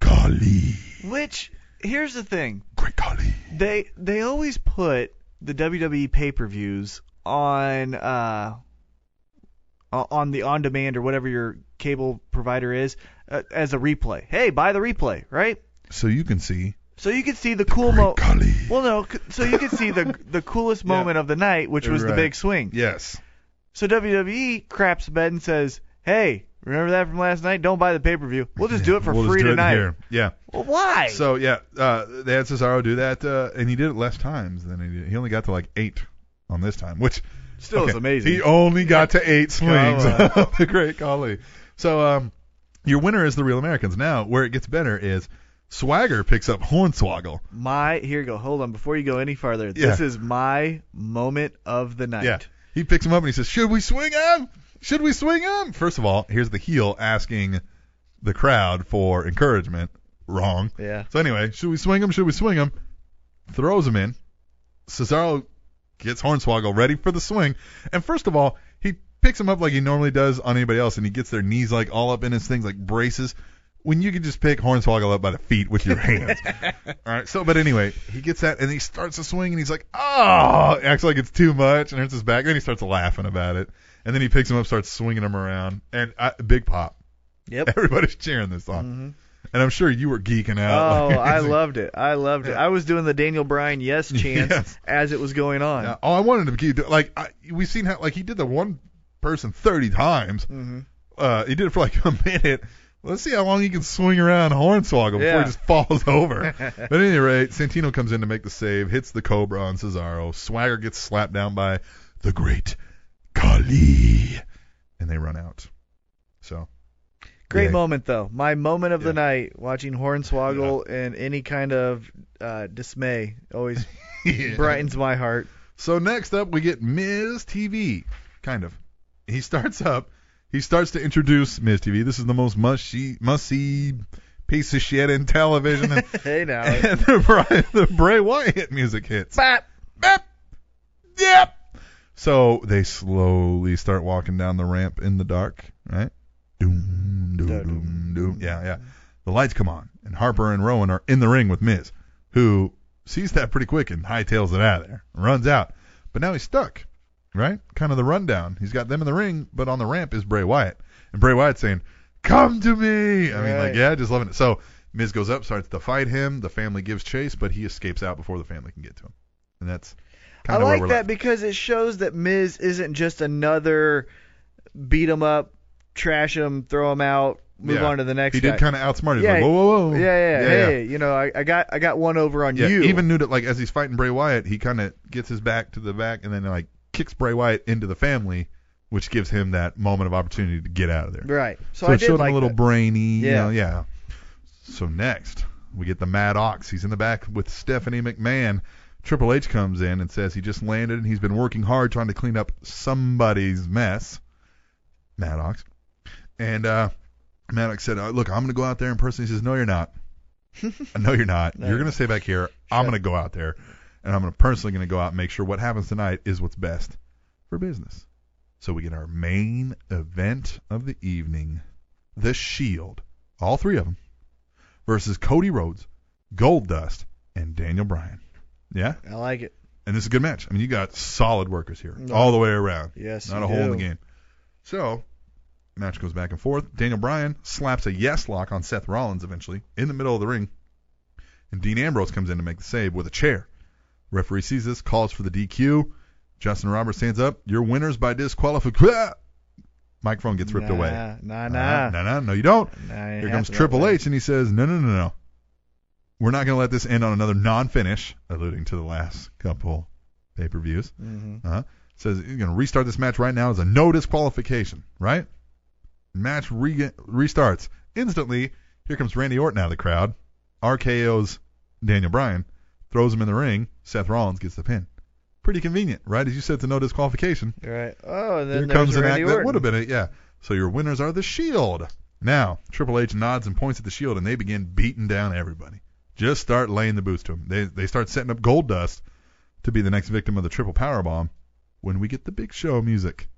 Kali. Which here's the thing. Great Kali. They they always put the WWE pay-per-views on uh o- on the on demand or whatever your cable provider is uh, as a replay. Hey, buy the replay, right? So you can see So you could see the cool Great mo Kali. Well, no, c- so you could see the the coolest Yeah. moment of the night, which was the Right. big swing. Yes. So WWE craps bed and says, "Hey, Remember that from last night? Don't buy the pay per view. We'll just do it for We'll just free do it tonight. here. Yeah. Well, why? So yeah, uh, they had Cesaro do that, uh, and he did it less times than he did. He only got to like eight on this time, which Still is amazing. He only got to eight swings. Come of the great Khali. So um, your winner is the Real Americans. Now where it gets better is Swagger picks up Hornswoggle. my here you go. Hold on before you go any farther. Yeah. This is my moment of the night. Yeah. He picks him up and he says, "Should we swing him? Should we swing him?" First of all, here's the heel asking the crowd for encouragement. Wrong. Yeah. So anyway, should we swing him? Should we swing him? Throws him in. Cesaro gets Hornswoggle ready for the swing, and first of all, he picks him up like he normally does on anybody else, and he gets their knees like all up in his things like braces. When you can just pick Hornswoggle up by the feet with your hands. all right. So, but anyway, he gets that and he starts to swing and he's like, oh, acts like it's too much and hurts his back. Then he starts laughing about it, and then he picks him up, starts swinging him around, and I, big pop. Yep. Everybody's cheering this song. And I'm sure you were geeking out. Mm-hmm. Oh, Like, I it's like- loved it. I loved it. I was doing the Daniel Bryan yes chant Yes. as it was going on. Yeah, oh, I wanted him to keep do- like I, we've seen how like he did the one person 30 times. Mm-hmm. Uh, he did it for like a minute. Let's see how long he can swing around Hornswoggle before Yeah. he just falls over. but at any rate, Santino comes in to make the save, hits the Cobra on Cesaro. Swagger gets slapped down by the Great Kali, and they run out. So Great yeah. moment though. My moment of the night watching Hornswoggle and any kind of uh, dismay always Yeah. brightens my heart. So next up, we get Ms. TV, kind of. He starts up. He starts to introduce Ms. TV. This is the most must see, must see piece of shit in television. And, hey now. and the, Bray, the Bray Wyatt music hits. Bap. Bap. Yep. So they slowly start walking down the ramp in the dark, right? Doom, doom, doom, doom. Yeah, yeah. The lights come on, and Harper and Rowan are in the ring with Miz, who sees that pretty quick and hightails it out of there, runs out. But now he's stuck, right? Kind of the rundown. He's got them in the ring, but on the ramp is Bray Wyatt, and Bray Wyatt's saying, "Come to me." I mean, like, Right. yeah, just loving it. So Miz goes up, starts to fight him. The family gives chase, but he escapes out before the family can get to him, and that's I kind of where like we're that left. because it shows that Miz isn't just another beat 'em up, trash 'em, throw 'em out, move Yeah. on to the next He guy. did kind of outsmart. He's Yeah, like, whoa, whoa, whoa. Yeah, yeah, Hey, you know, I, I got I got one over on Yeah, you. even knew that like as he's fighting Bray Wyatt, he kind of gets his back to the back and then like kicks Bray Wyatt into the family, which gives him that moment of opportunity to get out of there. right. So, So, I it did showed like him a little that. brainy. you Yeah. know, yeah. So next we get the Mad Ox. He's in the back with Stephanie McMahon. Triple H comes in and says he just landed and he's been working hard trying to clean up somebody's mess. Mad Ox. And uh, Maddox said, uh, "Look, I'm gonna go out there in person." He says, "No, you're not. "Uh, no, you're not. No, you're you're gonna stay back here. I'm gonna go out there, and I'm gonna personally gonna go out and make sure what happens tonight is what's best for business." So we get our main event of the evening, The Shield, all three of them, versus Cody Rhodes, Gold Dust, and Daniel Bryan. Yeah, I like it. and this is a good match. I mean, you got solid workers here, Yeah. all the way around. Yes, Not you a hole in the do. game. So, match goes back and forth. Daniel Bryan slaps a yes lock on Seth Rollins eventually in the middle of the ring. And Dean Ambrose comes in to make the save with a chair. Referee sees this, calls for the DQ. Justin Roberts stands up. Your winners by disqualification. Microphone gets ripped nah, away. Nah, Uh, nah, No, no, no, you don't. nah it Here ain't comes happening Triple that way. H, and he says, "No, no, no, no. We're not going to let this end on another non-finish," alluding to the last couple pay-per-views. Mhm. Uh-huh. Says you're going to restart this match right now as a no disqualification, right? Match re- restarts instantly. Here comes Randy Orton out of the crowd, RKO's Daniel Bryan, throws him in the ring. Seth Rollins gets the pin. Pretty convenient, right? As you said, to no disqualification. You're Right. Oh, and then Here there's comes an act Randy Orton. that would have been it, yeah. So your winners are the Shield. Now, Triple H nods and points at the Shield, and they begin beating down everybody. Just start laying the boots to them. They they start setting up Gold Dust to be the next victim of the triple power bomb when we get the Big Show music.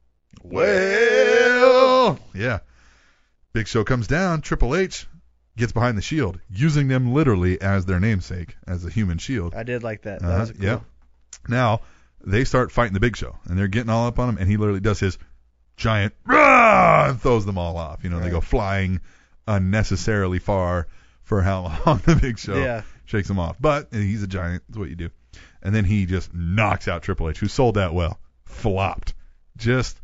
Well, yeah. Big Show comes down. Triple H gets behind the Shield, using them literally as their namesake, as a human shield. I did like that. Uh-huh, That was cool. yeah. Now they start fighting the Big Show, and they're getting all up on him, and he literally does his giant "Rah!" and throws them all off. You know, they Right. go flying unnecessarily far for how long the Big Show Yeah. shakes them off. But he's a giant. That's what you do. And then he just knocks out Triple H, who sold that well, flopped, just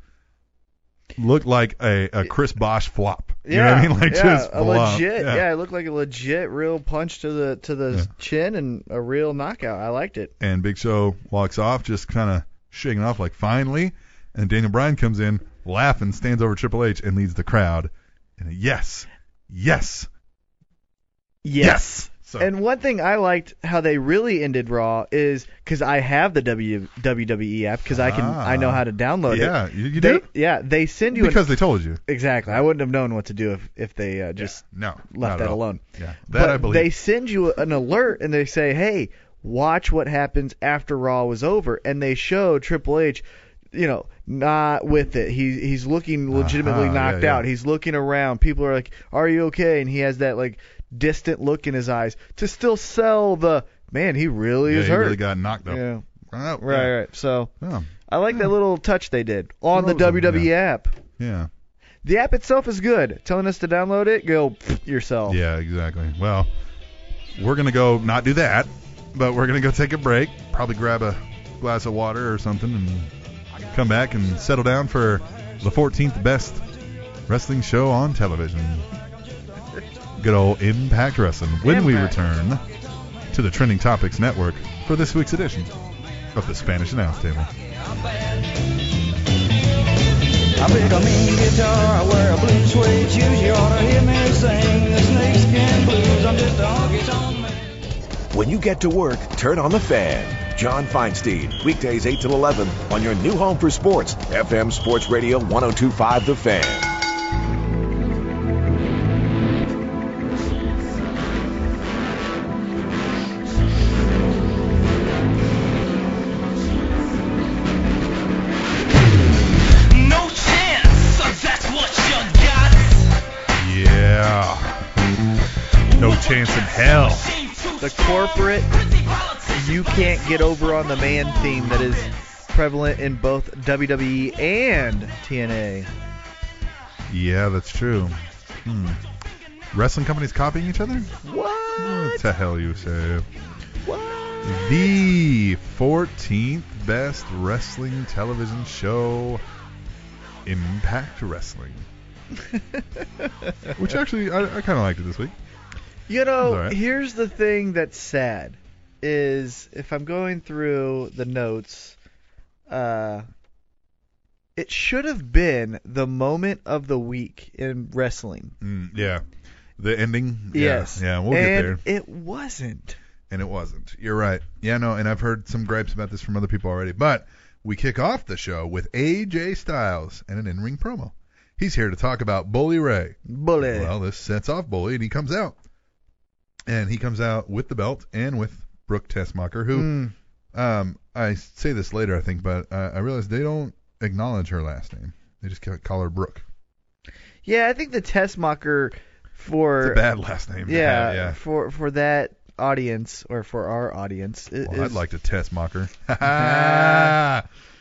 looked like a, a Chris Bosch flop. You know what I mean? Like yeah, just a flop. legit. Yeah. it looked like a legit real punch to the to the chin and a real knockout. I liked it. And Big Show walks off, just kind of shaking off, like finally. And Daniel Bryan comes in, laughing, stands over Triple H, and leads the crowd. And a yes, yes, yes. So And one thing I liked how they really ended Raw is because I have the w, WWE app because I can I know how to Ah. download yeah, it. you, you Oh, They- do Yeah, they send you an- because they told you. exactly. I wouldn't have known what to do if if they uh, just No, not left at that all. alone. Yeah, that but I believe. they send you an alert and they say, "Hey, watch what happens after Raw was over." And they show Triple H, you know, not with it. He he's looking legitimately Uh-huh, knocked yeah, out. yeah. He's looking around. People are like, "Are you okay?" And he has that like distant look in his eyes to still sell the man. He really yeah, is he hurt. really got knocked up. yeah. Right, Right, right. So Yeah. Oh, I like Hmm. that little touch they did on the Love 'em, WWE app. yeah. The app itself is good. Telling us to download it, go pfft yourself. Yeah, exactly. Well, we're gonna go not do that, but we're gonna go take a break. Probably grab a glass of water or something, and come back and settle down for the 14th best wrestling show on television. Good old Impact Wrestling. When we return to the Trending Topics Network for this week's edition of the Spanish Announce Table. I pick a mean guitar, I wear a blue suede shoes. You ought to hear me sing the snakeskin blues. I'm just a honky tonk man. When you get to work, turn on the fan. John Feinstein, weekdays 8 till 11 on your new home for sports, FM Sports Radio 1025 The Fan. No chance, that's what you got. Yeah. No chance in hell. The corporate you can't get over on the man theme that is prevalent in both WWE and TNA. Yeah, that's true. Hmm. Wrestling companies copying each other? What? What the hell you say? The 14th best wrestling television show, Impact Wrestling. Which actually, I, I kind of liked it this week. You know, It's all right. here's the thing that's sad is if I'm going through the notes, uh, it should have been the moment of the week in wrestling. Mm, yeah. The ending? Yeah. Yes. Yeah, we'll get and there. It wasn't. and it wasn't. You're right. Yeah, no, and I've heard some gripes about this from other people already. But we kick off the show with AJ Styles and an in-ring promo. He's here to talk about Bully Ray. Bully. Well, this sets off Bully, and he comes out, and he comes out with the belt and with Brooke Tessmacher, who, Mm. um, I say this later, I think, but uh, I realized they don't acknowledge her last name. They just ca- call her Brooke. Yeah, I think the test mocker for It's a bad last name. to yeah, have, yeah. for for that audience or for our audience i- Well, I'd is- like to test mocker.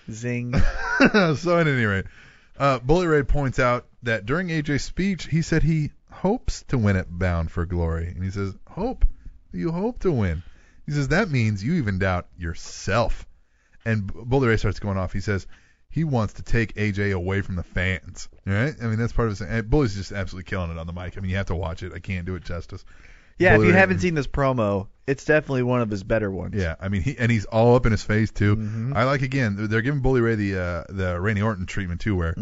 zing so at any rate, uh, Bully Ray points out that during AJ's speech, he said he hopes to win at Bound for Glory, and he says, "Hope? You hope to win?" He says that means you even doubt yourself. And B- Bully Ray starts going off. He says he wants to take AJ away from the fans. All Right? I mean that's part of his. And Bully's just absolutely killing it on the mic. I mean you have to watch it. I can't do it justice. yeah if Bully you Ray- haven't seen this promo it's definitely one of his better ones yeah, I mean, he and he's all up in his face too. Mm-hmm. I like again, they're- they're giving Bully Ray the uh, the Randy Orton treatment too, where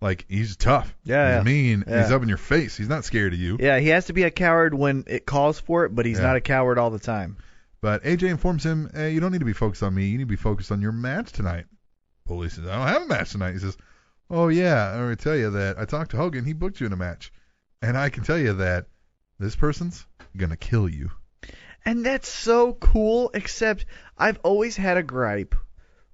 like he's tough, Mm-hmm. Yeah, he's yeah. mean, Yeah. he's up in your face, he's not scared of you. yeah he has to be a coward when it calls for it but he's Yeah. not a coward all the time But AJ informs him, hey, you don't need to be focused on me, you need to be focused on your match tonight. Bully says, I don't have a match tonight. He says, Oh yeah, I'm gonna tell you that I talked to Hogan, he booked you in a match, and I can tell you that this person's gonna kill you. And that's so cool, except I've always had a gripe.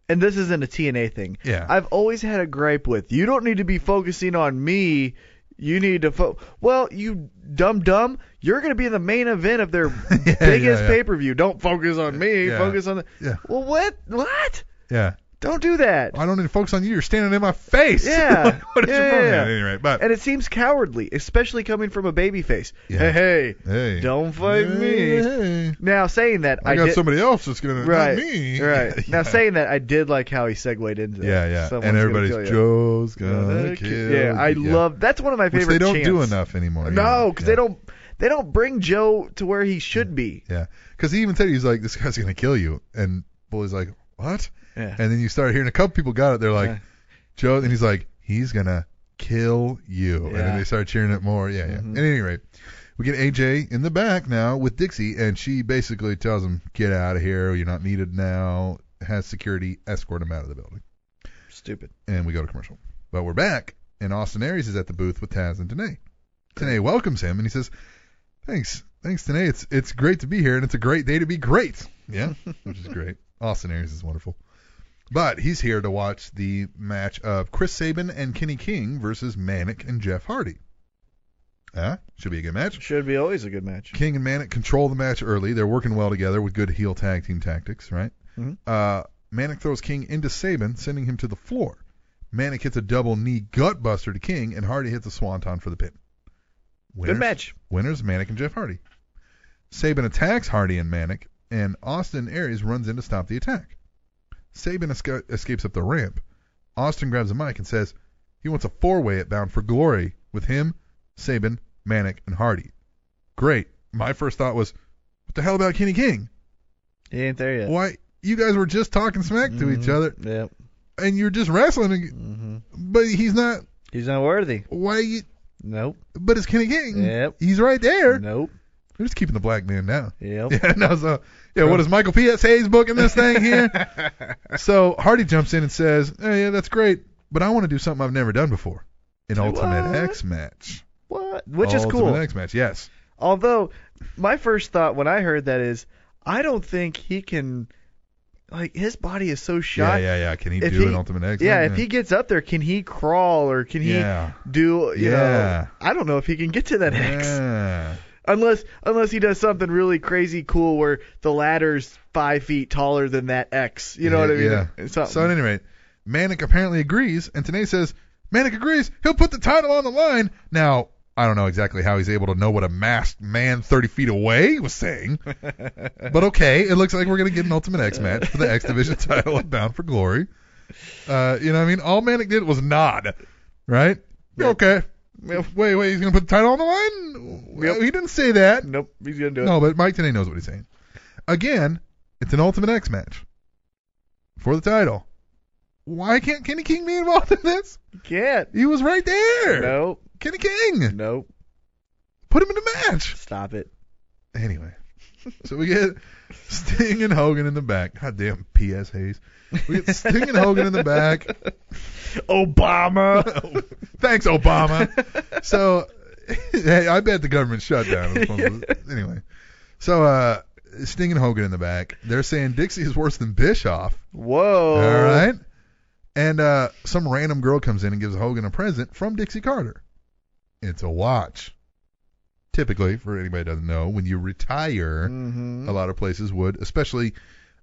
And this isn't a TNA thing. Yeah. I've always had a gripe with you don't need to be focusing on me. You need to fo- well, you dumb dumb. You're gonna be in the main event of their biggest yeah, yeah. pay per view. Don't focus on me. Yeah. Focus on the. Yeah. Well, what? What? Yeah. Don't do that. I don't need to focus on you. You're standing in my face. Yeah. Like, what is yeah, your problem? yeah, At any rate, but and it seems cowardly, especially coming from a baby face. Yeah. Hey, hey, hey, don't fight me. Hey. Now saying that, I, I, got did, somebody else that's gonna Right. not me. Right. Yeah. Now saying that, I did like how he segued into that. Yeah, yeah. Someone's And gonna everybody's kill you. Joe's Gonna gonna kill- kill. yeah, I you." love. That's one of my Which favorite. they don't do chants. enough anymore. No, yeah. because they don't. They don't bring Joe to where he should be. Yeah, because he even said he's like, "This guy's gonna kill you," and Bully's like, "What?" Yeah. And then you start hearing a couple people got it. They're like, Yeah. "Joe," and he's like, "He's gonna kill you," and Yeah. Mm-hmm. then they start cheering it more. Yeah, yeah. At any rate, we get AJ in the back now with Dixie, and she basically tells him, "Get out of here. You're not needed now." Has security escort him out of the building, Stupid. and we go to commercial. But we're back, and Austin Aries is at the booth with Taz and Danae. Danae welcomes him, and he says, "Thanks, thanks, Danae. It's it's great to be here, and it's a great day to be great." Yeah, which is great. Austin Aries is wonderful, but he's here to watch the match of Chris Sabin and Kenny King versus Manic and Jeff Hardy. Yeah, should be a good match. Should be always a good match. King and Manic control the match early. They're working well together with good heel tag team tactics, right? Mhm. Uh, Manic throws King into Sabin, sending him to the floor. Manic hits a double knee gut buster to King, and Hardy hits a swanton for the pin. Winners, Good match. Winners Manic and Jeff Hardy. Sabin attacks Hardy and Manic, and Austin Aries runs in to stop the attack. Sabin esca- escapes up the ramp. Austin grabs a mic and says he wants a four-way at Bound for Glory with him, Sabin, Manic, and Hardy. Great. My first thought was, what the hell about Kenny King? He ain't there yet. Why you guys were just talking smack to Mm-hmm. each other Yep. and you're just wrestling, and- hmm but he's not. He's not worthy. Why? You, Nope. but it's Kenny King. Yep. He's right there. Nope. They're just keeping the black man down. Yep. Yeah, no, so yeah, what is Michael P.S. Hayes booking this thing here? so Hardy jumps in and says, oh, "Yeah, that's great, but I want to do something I've never done before, an Ultimate what? X match." What? Which is Ultimate cool. X match, yes. Although my first thought when I heard that is, I don't think he can. Like his body is so shot. Yeah, yeah, yeah. Can he If do he- an Ultimate X? yeah, match? if he gets up there, can he crawl or can he Yeah. do? You Yeah. know, I don't know if he can get to that X Yeah. unless unless he does something really crazy cool where the ladder's five feet taller than that X. You know what I mean? Yeah. It's something. So at any rate, Manic apparently agrees, and Tanay says Manic agrees. He'll put the title on the line. Now I don't know exactly how he's able to know what a masked man 30 feet away was saying, but okay, it looks like we're gonna get an Ultimate X match for the X Division title at Bound for Glory. Uh, you know what I mean? All Manic did was nod, right? Okay. Wait, wait, he's gonna put the title on the line? Yep. He didn't say that. nope, he's gonna do it. No, but Mike Tanay knows what he's saying. Again, it's an Ultimate X match for the title. Why can't Kenny King be involved in this? He can't. He was right there. Nope, Kenny King. nope. Put him in the match. Stop it. Anyway, so we get Sting and Hogan in the back. God damn, P.S. Hayes. We get Sting and Hogan in the back. Obama. Thanks, Obama. so, hey, I bet the government shut down. Anyway, so uh, Sting and Hogan in the back. They're saying Dixie is worse than Bischoff. Whoa. All right. And uh, some random girl comes in and gives Hogan a present from Dixie Carter. It's a watch. Typically, for anybody that doesn't know, when you retire, Mm-hmm. a lot of places would, especially,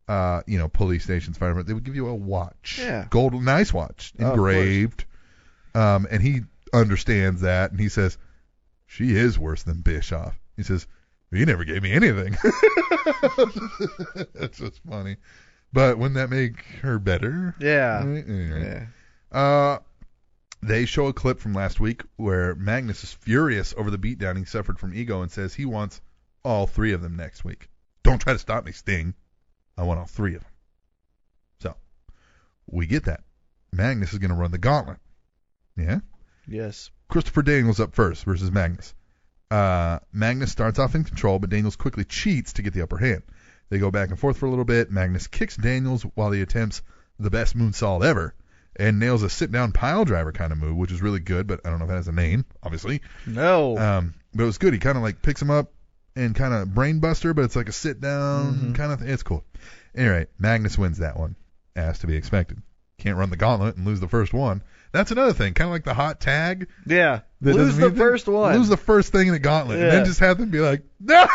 uh, you know, police stations, fire department, they would give you a watch. Yeah. Gold, nice watch, Oh, of course. engraved. um, and he understands that, and he says, "She is worse than Bischoff." He says, "He never gave me anything." That's just funny. But wouldn't that make her better? Yeah. Right? Anyway. Yeah. Uh, they show a clip from last week where Magnus is furious over the beatdown he suffered from Ego and says he wants all three of them next week. Don't try to stop me, Sting. I want all three of them. So, we get that. Magnus is going to run the gauntlet. Yeah? Yes. Christopher Daniels up first versus Magnus. Uh, Magnus starts off in control, but Daniels quickly cheats to get the upper hand. They go back and forth for a little bit. Magnus kicks Daniels while he attempts the best moonsault ever and nails a sit down pile driver kind of move, which is really good, but I don't know if that has a name, obviously. No. Um, but it was good. He kind of like picks him up and kind of brain buster, but it's like a sit down kind of thing. It's cool. Anyway, Magnus wins that one, as to be expected. Can't run the gauntlet and lose the first one. That's another thing, kind of like the hot tag. yeah. That Lose doesn't the mean anything. first one. Lose the first thing in the gauntlet, and Yeah. then just have them be like, "Nah!"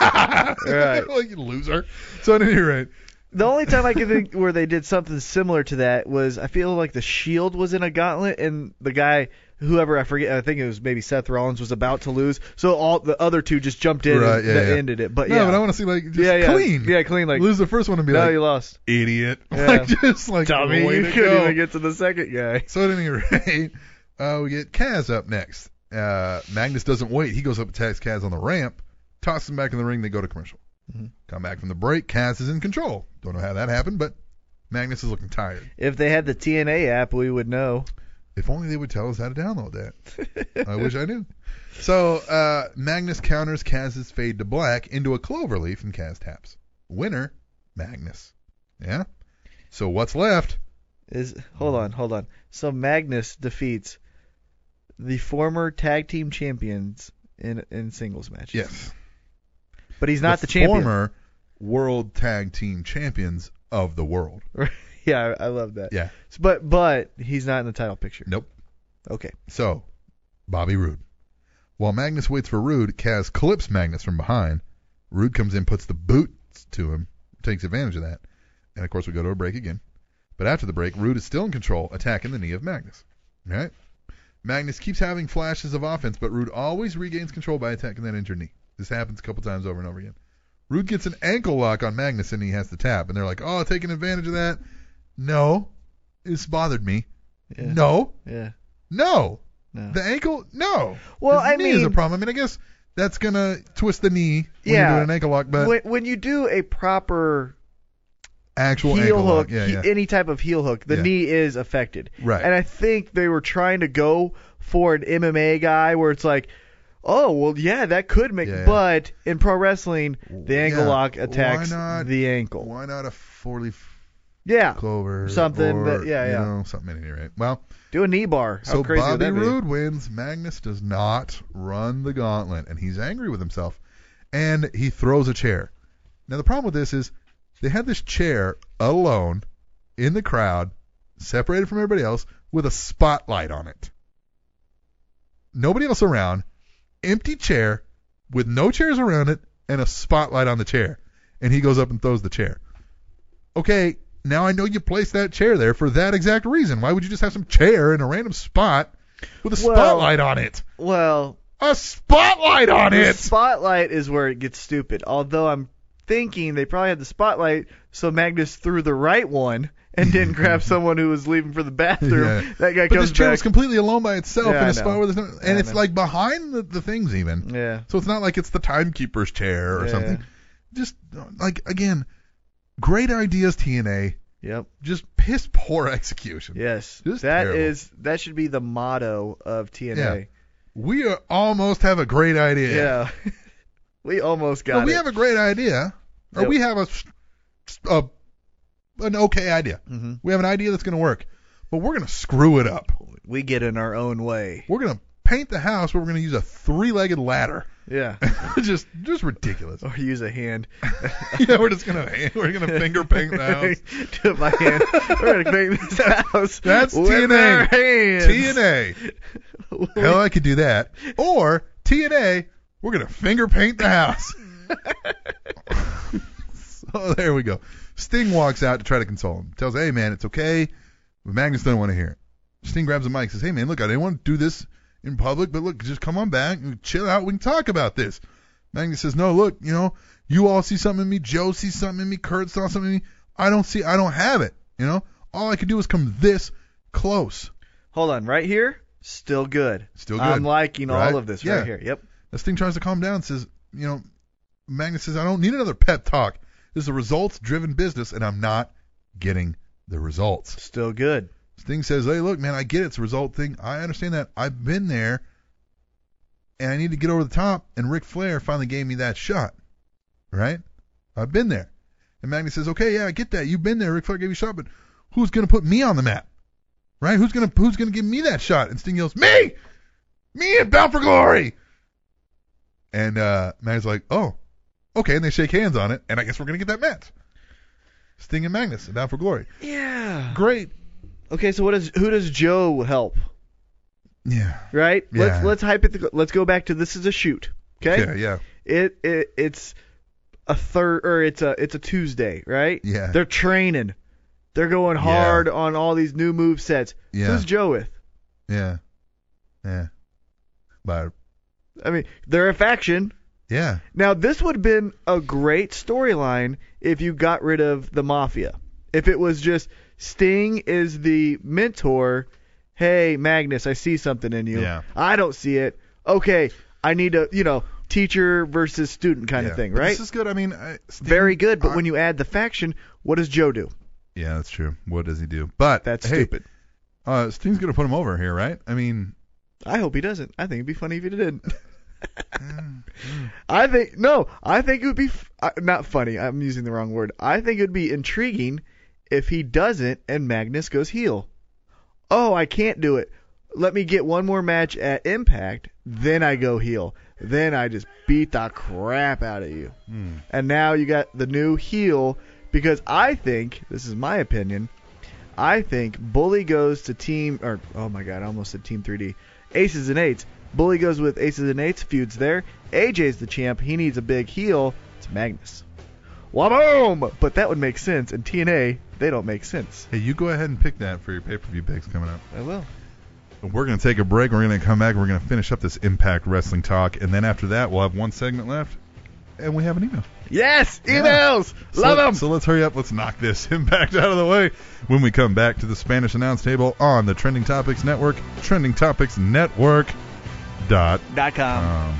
Right. like you loser. So at any rate, the only time I can think where they did something similar to that was I feel like the Shield was in a gauntlet and the guy, whoever I forget, I think it was maybe Seth Rollins was about to lose, so all the other two just jumped in Right, and yeah, that yeah. ended it. But no, yeah, but I want to see like just yeah, yeah, clean. yeah, clean like Lose the first one and be no, like, you lost, idiot. Yeah. Like, just like Tommy. way You to couldn't go. even get to the second guy. So at any rate, uh, we get Kaz up next. Uh, Magnus doesn't wait. He goes up, attacks Kaz on the ramp, tosses him back in the ring. They go to commercial. Mm-hmm. Come back from the break. Kaz is in control. Don't know how that happened, but Magnus is looking tired. If they had the TNA app, we would know. If only they would tell us how to download that. I wish I knew. So uh, Magnus counters Kaz's fade to black into a clover leaf and Kaz taps. Winner, Magnus. Yeah. So what's left? Is hold on, hold on. So Magnus defeats the former tag team champions in in singles matches. Yes. But he's not the, the champion. former world tag team champions of the world. yeah, I I love that. Yeah. S- But but he's not in the title picture. Nope. Okay. So, Bobby Roode. While Magnus waits for Roode, Kaz clips Magnus from behind. Roode comes in, puts the boots to him, takes advantage of that. And of course, we go to a break again. But after the break, Roode is still in control, attacking the knee of Magnus. All right? Magnus keeps having flashes of offense, but Roode always regains control by attacking that injured knee. This happens a couple times over and over again. Rude gets an ankle lock on Magnus and he has to tap. And they're like, oh, taking advantage of that. No. It's bothered me. Yeah. No. Yeah. No. No. The ankle? No. Well, His I knee is a mean- problem. I mean, I guess that's going to twist the knee when Yeah. you're doing an ankle lock, but when, when you do a proper actual heel ankle hook, lock. Yeah, he- yeah. any type of heel hook, the Yeah. knee is affected. Right. And I think they were trying to go for an MMA guy where it's like, oh well, yeah, that could make. Yeah, yeah. But in pro wrestling, the ankle Yeah. lock attacks Why not- the ankle. Why not a four leaf Yeah. clover? Something or, that- yeah, you yeah. know, something at any rate. Well, Do a knee bar. How so crazy would Bobby that be? Roode wins. Magnus does not run the gauntlet, and he's angry with himself. And he throws a chair. Now the problem with this is they had this chair alone in the crowd, separated from everybody else, with a spotlight on it. Nobody else around. Empty chair with no chairs around it and a spotlight on the chair. And he goes up and throws the chair. Okay, now I know you placed that chair there for that exact reason. Why would you just have some chair in a random spot with a Well- spotlight on it? Well, A spotlight on the it. spotlight is where it gets stupid. Although I'm thinking they probably had the spotlight, so Magnus threw the right one and didn't grab someone who was leaving for the bathroom. Yeah. That guy But comes this chair back. was completely alone by itself Yeah, in I a spot know. where there's no, and I it's know. like behind the, the things even. yeah. So it's not like it's the timekeeper's chair or Yeah. something. Just like again, great ideas TNA, Yep. just piss poor execution. Yes. That This is is terrible. that should be the motto of TNA. We are, almost have a great idea. Yeah. we almost got Well, we it. have a great idea, or Yep. we have a, s- a an okay idea. hmm We have an idea that's going to work, but we're going to screw it up. We get in our own way. We're going to paint the house, but we're going to use a three-legged ladder. Yeah. just just ridiculous. or use a hand. yeah, we're just going to we're going to finger paint the house. Do it by hand. We're gonna paint this house. That's with TNA. Our hands. TNA. Hell, I could do that. Or TNA, we're gonna finger paint the house. so there we go. Sting walks out to try to console him. Tells, hey man, it's okay. But Magnus doesn't want to hear it. Sting grabs the mic, says, hey man, look, I didn't want to do this in public, but look, just come on back, and chill out, we can talk about this. Magnus says, no, look, you know, you all see something in me, Joe sees something in me, Kurt saw something in me. I don't see, I don't have it. You know, all I could do is come this close. Hold on, right here, still good. Still good. I'm liking Right? all of this Yeah. right here. Yep. As Sting tries to calm down, says, you know, Magnus says, I don't need another pep talk. This is a results driven business, and I'm not getting the results. Still good. Sting says, Hey, look, man, I get it. It's a result thing. I understand that. I've been there, and I need to get over the top. And Ric Flair finally gave me that shot, right? I've been there. And Magnus says, Okay, yeah, I get that. You've been there. Ric Flair gave you a shot, but who's going to put me on the map? Right? Who's gonna who's gonna give me that shot? And Sting yells, Me! Me and Bound for Glory! And uh, Magnus is like, oh, okay. And they shake hands on it, and I guess we're gonna get that match. Sting and Magnus, Bound for Glory. Yeah. Great. Okay, so what does who does Joe help? Yeah. Right? Let's Yeah. let's hypothetical let's go back to this is a shoot. Okay? Yeah, yeah. It, it it's a third or it's a it's a Tuesday, right? Yeah. They're training. They're going hard on all these new move sets. Yeah. Who's Joe with? Yeah. Yeah. But I mean, they're a faction. yeah. Now, this would have been a great storyline if you got rid of the mafia. If it was just Sting is the mentor. Hey, Magnus, I see something in you. Yeah. I don't see it. Okay, I need to, you know, teacher versus student kind Yeah. of thing, But right? This is good. I mean, I, Very good, but when you add the faction, what does Joe do? yeah, that's true. What does he do? But That's hey, stupid. Uh, Sting's gonna put him over here, right? I mean, I hope he doesn't. I think it'd be funny if he did. I think no. I think it would be f- uh, not funny. I'm using the wrong word. I think it would be intriguing if he doesn't and Magnus goes heel. Oh, I can't do it. Let me get one more match at Impact, then I go heel. Then I just beat the crap out of you. And now you got the new heel because I think this is my opinion. I think Bully goes to team or oh my god, I almost said team 3D. Aces and eights. Bully goes with aces and eights. Feuds there. AJ's the champ. He needs a big heel. It's Magnus. Waboom! But that would make sense. In TNA, they don't make sense. hey, you go ahead and pick that for your pay-per-view picks coming up. I will. We're gonna take a break. We're gonna come back. We're gonna finish up this Impact Wrestling talk, and then after that, we'll have one segment left, and we have an email. Yes, Yeah. emails. So- Love them. So let's hurry up. Let's knock this impact out of the way when we come back to the Spanish announce table on the Trending Topics Network, trendingtopicsnetwork.com. Dot com.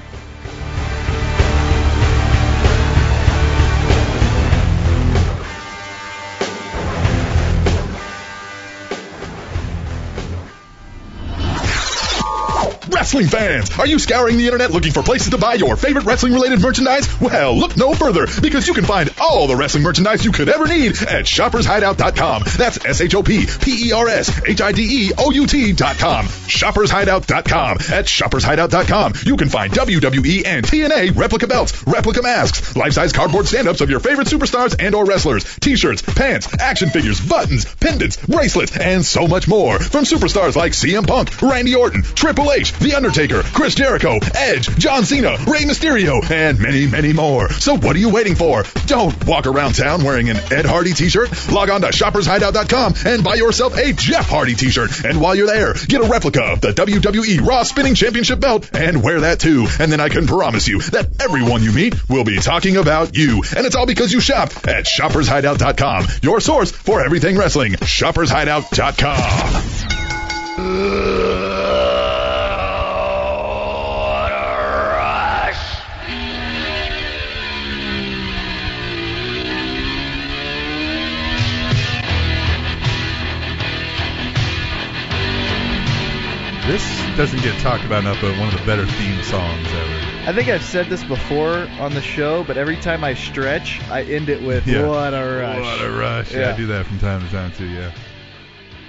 Wrestling fans, are you scouring the internet looking for places to buy your favorite wrestling related merchandise? Well, look no further because you can find all the wrestling merchandise you could ever need at shoppershideout.com. That's S H O P P E R S H I D E O U T.com. Shoppershideout.com. At shoppershideout.com, you can find WWE and TNA replica belts, replica masks, life-size cardboard stand-ups of your favorite superstars and or wrestlers, t-shirts, pants, action figures, buttons, pendants, bracelets, and so much more from superstars like CM Punk, Randy Orton, Triple H, The Undertaker, Chris Jericho, Edge, John Cena, Rey Mysterio, and many, many more. So what are you waiting for? Don't walk around town wearing an Ed Hardy t-shirt. Log on to shoppershideout.com and buy yourself a Jeff Hardy t-shirt. And while you're there, get a replica of the WWE Raw Spinning Championship belt and wear that too. And then I can promise you that everyone you meet will be talking about you. And it's all because you shop at shoppershideout.com, your source for everything wrestling. Shoppershideout.com. This doesn't get talked about enough, but one of the better theme songs ever. I think I've said this before on the show, but every time I stretch, I end it with Yeah. "What a rush." What a rush. Yeah. I do that from time to time too, yeah.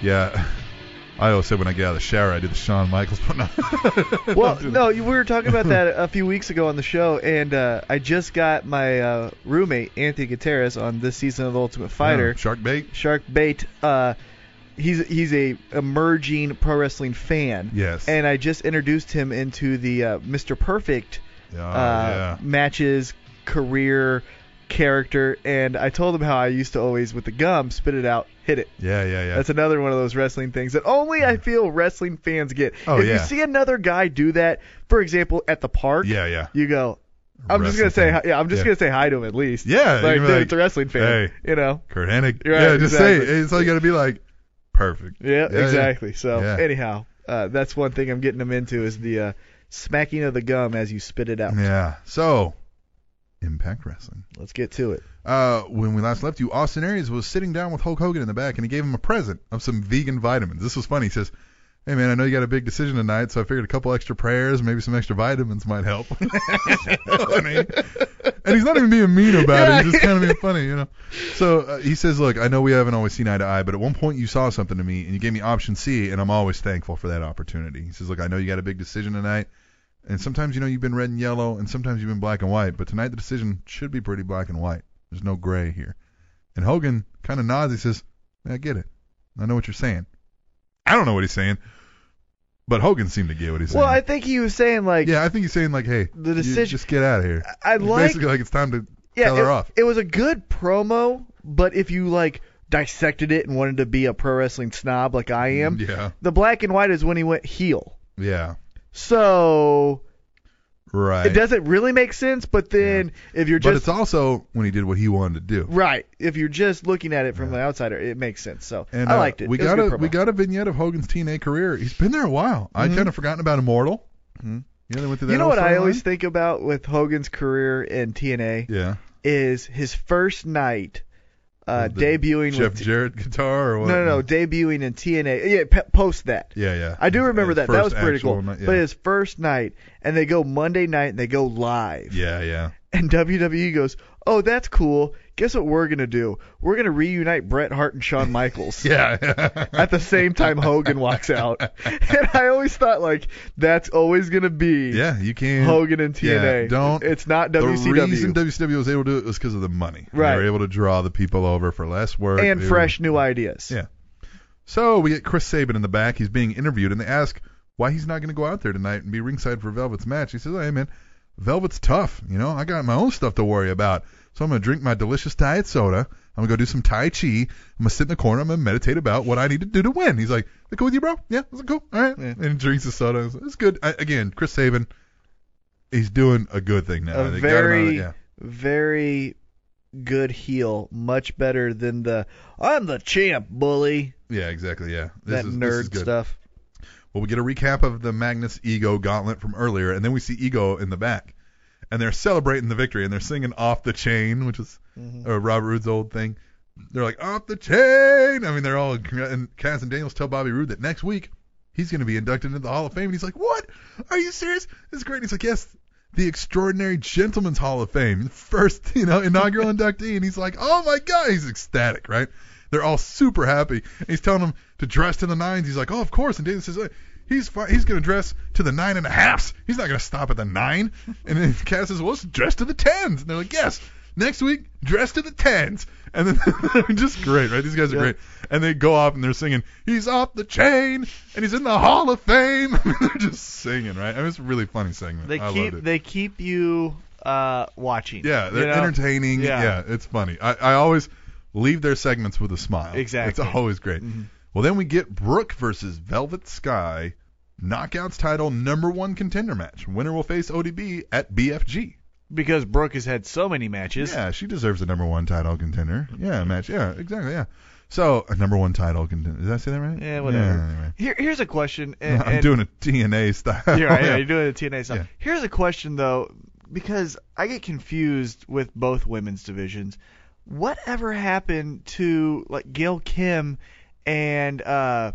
Yeah. I always said when I get out of the shower, I do the Shawn Michaels, but no. well, no, you- we were talking about that a few weeks ago on the show, and uh, I just got my uh, roommate Anthony Gutierrez on this season of The Oh, Ultimate Fighter. shark bait. Shark bait. Uh, he's he's a emerging pro wrestling fan. Yes. And I just introduced him into the uh, Mr. Perfect Oh, Yeah, uh, matches, career, character, and I told him how I used to always with the gum spit it out, hit it. yeah. Yeah, yeah, yeah. That's another one of those wrestling things that only I feel wrestling fans get. Oh, if you yeah. see another guy do that, for example, at the park, yeah, yeah. you go, I'm just gonna say, Wrestling hi, yeah, I'm just Yeah. gonna say hi to him at least. Yeah, you're like, dude, like, it's a wrestling fan. you know. Kurt Hennig. Right, yeah, just say exactly. it. It's all you gotta be like, perfect. Yeah, yeah. exactly. So Yeah. anyhow, uh, that's one thing I'm getting them into is the uh, smacking of the gum as you spit it out. Yeah. So, Impact Wrestling. Let's get to it. Uh, when we last left you, Austin Aries was sitting down with Hulk Hogan in the back, and he gave him a present of some vegan vitamins. This was funny. He says, "Hey man, I know you got a big decision tonight, so I figured a couple extra prayers, maybe some extra vitamins might help." Funny. and he's not even being mean about it. He's just kind of being funny, you know. So uh, he says, "Look, I know we haven't always seen eye to eye, but at one point you saw something to me, and you gave me option C, and I'm always thankful for that opportunity." He says, "Look, I know you got a big decision tonight." And sometimes, you know, you've been red and yellow, and sometimes you've been black and white, but tonight the decision should be pretty black and white. There's no gray here. And Hogan kind of nods. He says, I get it. I know what you're saying. I don't know what he's saying, but Hogan seemed to get what he's Well, I saying. think he was saying like yeah, I think he's saying, like, hey, The you decision- just get out of here. I It's like- Basically, like, it's time to yeah, tell it, her off. it was a good promo, but if you like dissected it and wanted to be a pro wrestling snob like I am, Yeah. the black and white is when he went heel. Yeah. So Right. it doesn't really make sense, but then if you're but it's just also when he did what he wanted to do. right, if you're just looking at it from the outsider, it makes sense. So And, I uh, liked it. We It was a got good a promo. we got a vignette of Hogan's TNA career. He's been there a while. I Mhm. kind of forgotten about Immortal. Yeah, they went through that. Mm-hmm. You know whole what I storyline. always think about with Hogan's career in TNA Yeah. is his first night uh, The debuting Jeff with Jarrett guitar or what? no, no, no, debuting in TNA. Yeah, pe- post that. Yeah, yeah. I do remember His that. That first was pretty actual cool. night, yeah. But his first night, and they go Monday night and they go live. Yeah, yeah. And WWE goes, "Oh, that's cool. Guess what we're gonna do? We're gonna reunite Bret Hart and Shawn Michaels." Yeah. At the same time, Hogan walks out, and I always thought like that's always gonna be Yeah, you can. Hogan and TNA. Yeah, don't. It's not The WCW. reason WCW was able to do it was because of the money. Right. They were able to draw the people over for less work. and They were- fresh new ideas. Yeah. So we get Chris Sabin in the back. He's being interviewed, and they ask why he's not going to go out there tonight and be ringside for Velvet's match. He says, "Hey man, Velvet's tough. You know, I got my own stuff to worry about. So I'm going to drink my delicious diet soda. I'm going to go do some Tai Chi. I'm going to sit in the corner. I'm going to meditate about what I need to do to win." He's like, "That cool with you, bro? Yeah, that's cool. All right." And he drinks his soda. It's- It's good. I, again, Chris Sabin, he's doing a good thing now. a Uh, They got him out of very, it, yeah. very good heel, much better than the "I'm the champ, bully" Yeah, exactly. Yeah, that is- nerd is good. stuff. Well, we get a recap of the Magnus Ego Gauntlet from earlier, and then we see Ego in the back, and they're celebrating the victory, and they're singing "Off the Chain," which is uh, Robert Roode's old thing. They're like "Off the Chain." I mean, they're all and Cass and Daniels tell Bobby Roode that next week he's going to be inducted into the Hall of Fame, and he's like, "What? Are you serious? This is great." And he's like, "Yes." The Extraordinary Gentleman's Hall of Fame, first, you know, inaugural inductee, and he's like, "Oh my God!" He's ecstatic, right? They're all super happy. And he's telling them to dress to the nines. He's like, oh, of course. And David says, "Hey, he's fi- he's going to dress to the nine and a halfs. He's not going to stop at the nine. And then Cass says, well, let's dress to the tens. And they're like, yes. Next week, dress to the tens. And then they're just great, right? These guys are great. And they go off and they're singing, he's off the chain and he's in the Hall of Fame. they're just singing, right? I mean, it's a really funny segment. They I loved keep it. they keep you uh, watching. Yeah, they're you know? entertaining. Yeah. Yeah. it's funny. I, I always leave their segments with a smile. Exactly. Mm-hmm. It's always great. Well, then we get Brooke versus Velvet Sky, Knockouts title number one contender match. Winner will face ODB at BFG. Because Brooke has had so many matches. Yeah, she deserves a number one title contender. Yeah, match. Yeah, exactly. Yeah. So a number one title contender. Did I say that right? Yeah, Eh, whatever. anyway. Here, here's a question. And, I'm and- doing a TNA style. You're right, yeah, you're doing a TNA stuff. Yeah. Here's a question though, because I get confused with both women's divisions. Whatever happened to like Gail Kim and uh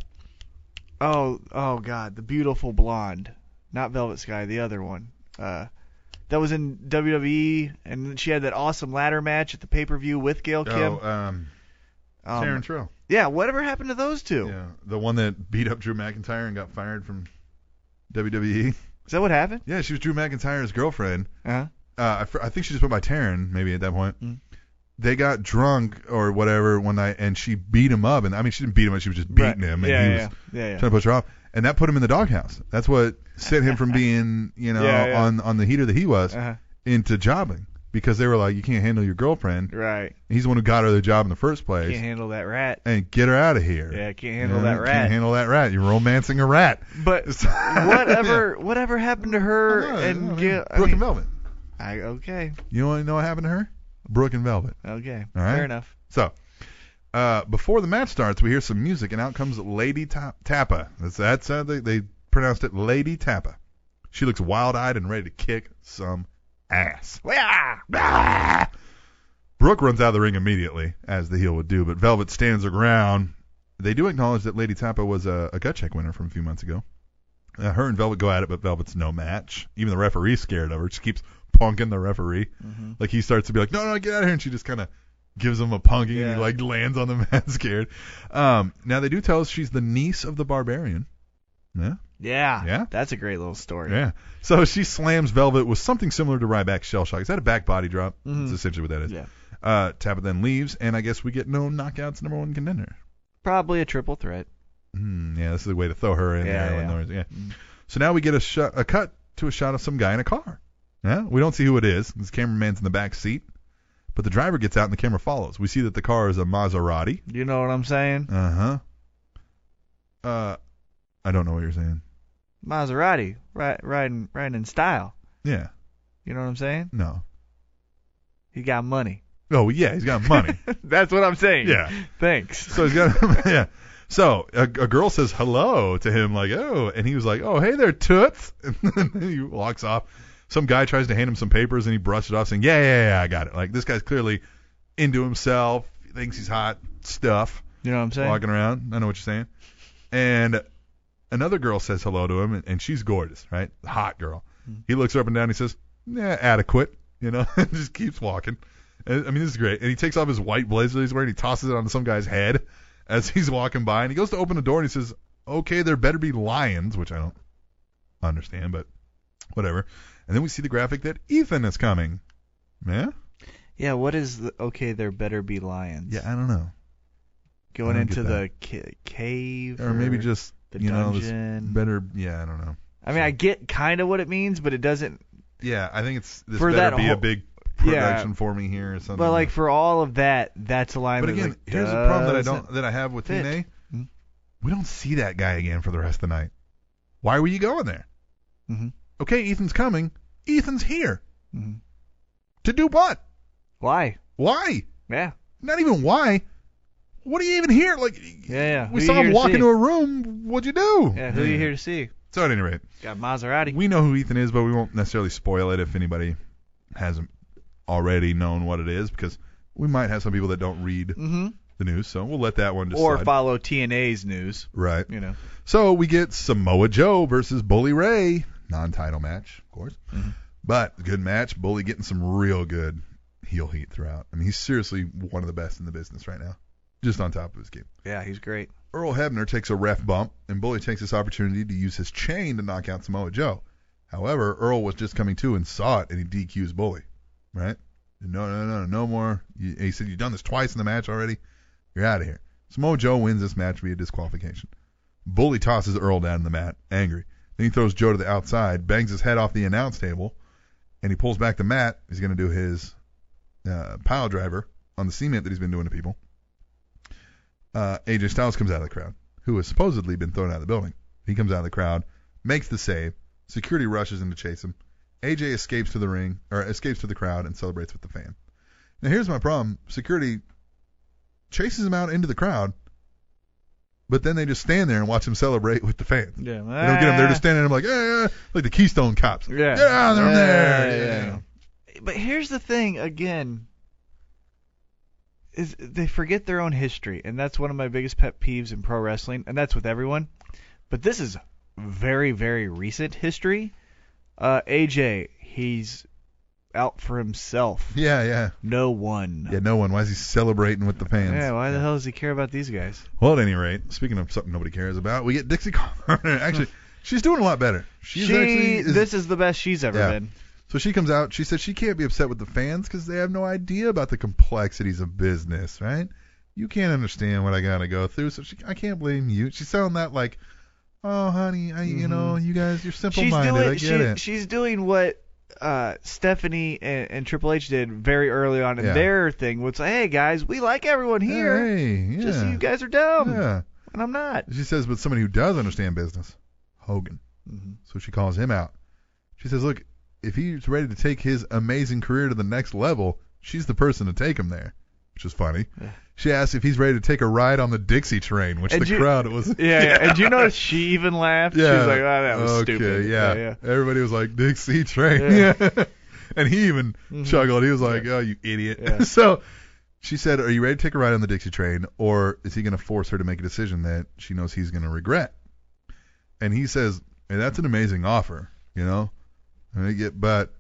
oh oh god, the beautiful blonde, not Velvet Sky, the other one. Uh that was in WWE, and she had that awesome ladder match at the pay per view with Gail Kim. Oh, um, Um, Taryn Trill. yeah, whatever happened to those two? Yeah, the one that beat up Drew McIntyre and got fired from WWE. Is that what happened? Yeah, she was Drew McIntyre's girlfriend. Uh-huh. Uh, I, fr- I think she just went by Taryn, maybe at that point. Mm. They got drunk or whatever one night, and she beat him up. And I mean, she didn't beat him up; she was just beating Right. him, and Yeah, he yeah, was yeah, yeah. trying to push her off. And that put him in the doghouse. That's what sent him from being, you know, Yeah, yeah. on on the heater that he was, Uh-huh. into jobbing because they were like, you can't handle your girlfriend. Right. He's the one who got her the job in the first place Can't handle that rat. and get her out of here. Yeah, can't handle You know, that rat. Can't handle that rat. You're romancing a rat. But whatever whatever happened to her Yeah, and I mean, Gil- I Brooke mean, and Velvet. I, okay, You want to know what happened to her? Brooke and Velvet. okay, All right. fair enough. So, uh, before the match starts, we hear some music, and out comes Lady Ta- Tappa. That's that's how they, they pronounced it, Lady Tappa. She looks wild-eyed and ready to kick some ass. Ah! Brooke runs out of the ring immediately, as the heel would do, but Velvet stands her ground. They do acknowledge that Lady Tappa was a, a gut check winner from a few months ago. Uh, her and Velvet go at it, but Velvet's no match. Even the referee's scared of her. She keeps punking the referee. Like he starts to be like, no, no, get out of here, and she just kind of gives him a punking, and Yeah. he like lands on the mat scared. Um, now they do tell us she's the niece of the Barbarian. Yeah. Yeah, Yeah. that's a great little story. Yeah. So she slams Velvet with something similar to Ryback's shell shock. Is that a back body drop? Mhm. That's essentially what that is. Yeah. Uh, Tappa then leaves, and I guess we get no knockouts number one contender. Probably a triple threat. Hmm, yeah, this is a way to throw her in Yeah, there. yeah. Mm-hmm. when there's- yeah. So now we get a, sh- a cut to a shot of some guy in a car. Yeah, we don't see who it is. This cameraman's in the back seat. But the driver gets out and the camera follows. We see that the car is a Maserati. You know what I'm saying? Uh huh. Uh, I don't know what you're saying. Maserati, right, riding, riding in style. Yeah. You know what I'm saying? No. He got money. Oh yeah, he's got money. That's what I'm saying. Yeah. Thanks. So he's got yeah. So a, a girl says hello to him like oh, and he was like oh hey there toots, and then he walks off. Some guy tries to hand him some papers and he brushes it off saying yeah yeah yeah I got it. Like this guy's clearly into himself, thinks he's hot stuff, You know what I'm saying? walking around. I know what you're saying. And another girl says hello to him and, and she's gorgeous, right? Hot girl. Mm-hmm. He looks her up and down. And he says yeah adequate, you know, and just keeps walking. And, I mean, this is great. And he takes off his white blazer he's wearing. He tosses it onto some guy's head as he's walking by. And he goes to open the door and he says, "Okay, there better be lions," which I don't understand, but whatever. And then we see the graphic that Ethan is coming. Yeah. Yeah. What is the okay? There better be lions. Yeah, I don't know. Going I don't get into the ca- cave. Or maybe just the you know this dungeon. better. Yeah, I don't know. I mean, I get kind of what it means, but it doesn't. Yeah, I think it's this For better that be a whole- big Yeah. production for me here or something. But like for all of that, that's a line. But that, again, like, here's the problem that I doesn't- don't that I have with fit. Tine. Mhm. We don't see that guy again for the rest of the night. Why were you going there? Mhm. Okay, Ethan's coming. Ethan's here. Mhm. To do what? Why? Why? Yeah. Not even why. What are you even here? Like Yeah. yeah. we Who saw you him here walk see? into a room. What'd you do? Yeah. Who you here to see? So at any rate, Got Maserati. Hmm. we know who Ethan is, but we won't necessarily spoil it if anybody hasn't already known what it is because we might have some people that don't read Mm-hmm. the news, so we'll let that one decide. Or follow TNA's news. right. You know. So we get Samoa Joe versus Bully Ray, non-title match, of course, Mhm. but good match. Bully getting some real good heel heat throughout. I mean, he's seriously one of the best in the business right now, just on top of his game. Yeah, he's great. Earl Hebner takes a ref bump, and Bully takes this opportunity to use his chain to knock out Samoa Joe. However, Earl was just coming to and saw it, and he DQs Bully, right? No, no, no, no more. You- He said, you've done this twice in the match already. You're out of here. Samoa Joe wins this match via disqualification. Bully tosses Earl down in the mat, angry. Then he throws Joe to the outside, bangs his head off the announce table, and he pulls back the mat. He's going to do his uh, pile driver on the cement that he's been doing to people uh, AJ Styles comes out of the crowd, who has supposedly been thrown out of the building. He comes out of the crowd, makes the save. Security rushes in to chase him. AJ escapes to the ring or escapes to the crowd and celebrates with the fan. Now here's my problem: security chases him out into the crowd, but then they just stand there and watch him celebrate with the fans. Yeah. They They don't get him; they're just standing there like, yeah, yeah," like the Keystone Cops. Yeah. yeah, they're Yeah, there. yeah. yeah. But here's the thing again is they forget their own history and that's one of my biggest pet peeves in pro wrestling and that's with everyone. But this is very very recent history. Uh AJ, he's out for himself. Yeah, yeah, No one. yeah. No one. Why is he celebrating with the fans? Yeah, why the hell does he care about these guys? Well, at any rate, speaking of something nobody cares about, we get Dixie Carter. actually, she's doing a lot better. She's she actually is- this is the best she's ever Yeah. been. so she comes out. She says she can't be upset with the fans because they have no idea about the complexities of business, right? You can't understand what I gotta go through, so she, I can't blame you. She's sounding that like, oh honey, I, you know, you guys, you're simple Mm-hmm. She's minded. doing I get she- it. she's doing what uh, Stephanie and, and Triple H did very early on in Yeah. their thing, was like, hey guys, we like everyone here. Hey, yeah. Just so you guys are dumb, yeah. and I'm not. She says, but somebody who does understand business, Hogan. Mhm. So she calls him out. She says, look, if he's ready to take his amazing career to the next level, she's the person to take him there, which is funny. She asks if he's ready to take a ride on the Dixie train, which And the you- crowd was. Yeah, yeah. and you notice she even laughed. She was like, oh, that was okay, stupid. Yeah. yeah. Everybody was like, Dixie train. Yeah. Yeah. and he even Mhm. chuckled. He was like, oh, you idiot. Yeah. so she said, are you ready to take a ride on the Dixie train, or is he going to force her to make a decision that she knows he's going to regret? And he says, hey, that's an amazing offer, you know? And I get, but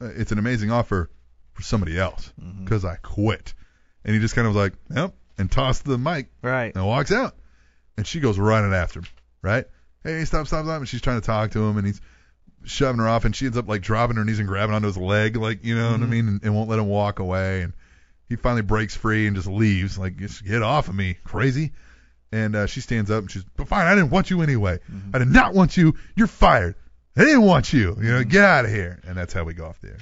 uh, it's an amazing offer for somebody else Mm-hmm. because I quit. And he just kind of was like, yep, and tossed the mic Right. and walks out. And she goes running after him, right? Hey, stop, stop, stop. And she's trying to talk to him, and he's shoving her off, and she ends up like dropping her knees and grabbing onto his leg, like, you know what I mean? And, and won't let him walk away. And he finally breaks free and just leaves, like, just get off of me, crazy. And uh, she stands up and she's, but fine, I didn't want you anyway. I did not want you. You're fired. I didn't want you. You know, get out of here. And that's how we go off the air.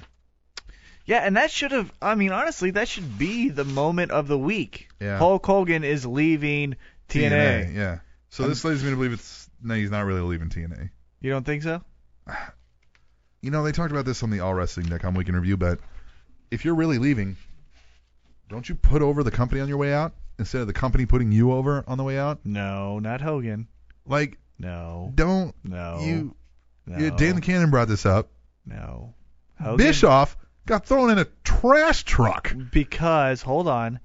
Yeah, and that should have. I mean, honestly, that should be the moment of the week. Yeah. Hulk Hogan is leaving TNA. Yeah. So this leads me to believe it's no, he's not really leaving TNA. You don't think so? You know, they talked about this on the All Wrestling.com Week in Review, but if you're really leaving, don't you put over the company on your way out instead of the company putting you over on the way out? No, not Hogan. Like, No. don't No. you? No. Yeah, Dan the Cannon brought this up. No. Hogan- Bischoff got thrown in a trash truck. Because hold on.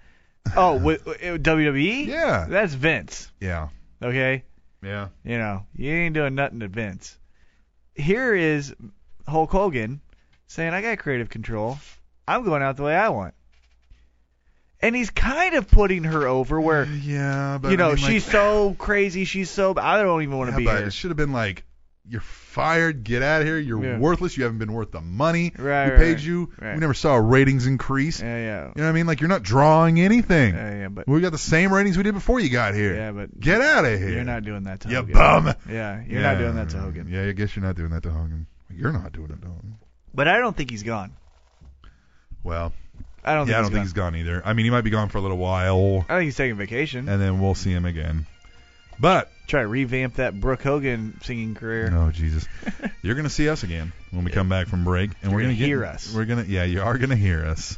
Oh, with, with WWE? Yeah. E? That's Vince. Yeah. Okay. Yeah. You know, you ain't doing nothing to Vince. Here is Hulk Hogan saying, I got creative control. I'm going out the way I want. And he's kind of putting her over where, Yeah, but you know, I mean, like- she's so crazy. She's so. I don't even want to Yeah, be but here. it should have been like, you're fired, get out of here, you're Yeah. worthless, you haven't been worth the money Right, we right, paid right, you, right. we never saw ratings increase. Yeah, yeah. You know what I mean? Like you're not drawing anything. Yeah, yeah, but. We got the same ratings we did before you got here. Yeah, but Get out of here. you're not doing that to You Hogan. bum. Yeah, you're not doing that to Hogan. Yeah, I guess you're not doing that to Hogan. You're not doing it to Hogan. But I don't think he's gone. Well, I don't yeah, I don't think, think he's, he's gone either. I mean, he might be gone for a little while, gone. I think he's taking vacation. and then we'll see him again. But Try to revamp that Brooke Hogan singing career. Oh Jesus! You're gonna see us again when we come back from break, and You're we're gonna, gonna get- hear us. We're gonna, yeah, you are gonna hear us.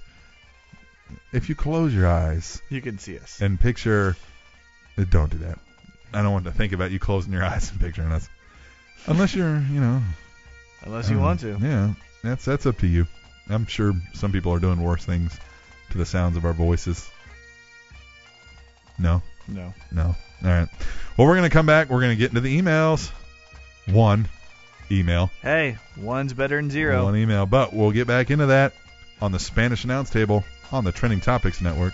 If you close your eyes You can see us. and picture, uh, don't do that. I don't want to think about you closing your eyes and picturing us, unless you're, you know, Unless you want to. Um, Yeah, that's that's up to you. I'm sure some people are doing worse things to the sounds of our voices. No. No. No. All right. Well, we're going to come back. We're going to get into the emails. One email. Hey, one's better than zero. One email. But we'll get back into that on the Spanish Announce Table on the Trending Topics Network.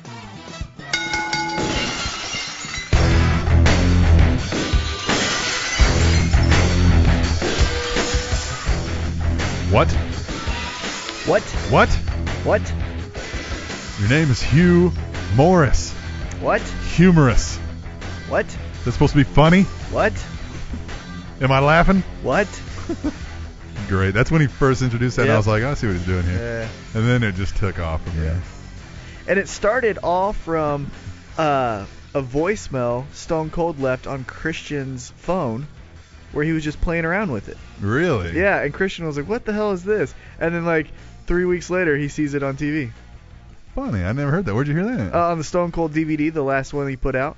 What? What? What? What? Your name is Hugh Morris. What? Humorous. What? That's supposed to be funny? What? Am I laughing? What? Great. That's when he first introduced that, and I Yep. was like, I see what he's doing here. And then it just took off from there. And it started all from uh, a voicemail Stone Cold left on Christian's phone where he was just playing around with it. Really? Yeah, and Christian was like, what the hell is this? And then, like, three weeks later, he sees it on TV. Funny. I never heard that. Where'd you hear that? Uh, on the Stone Cold DVD, the last one he put out.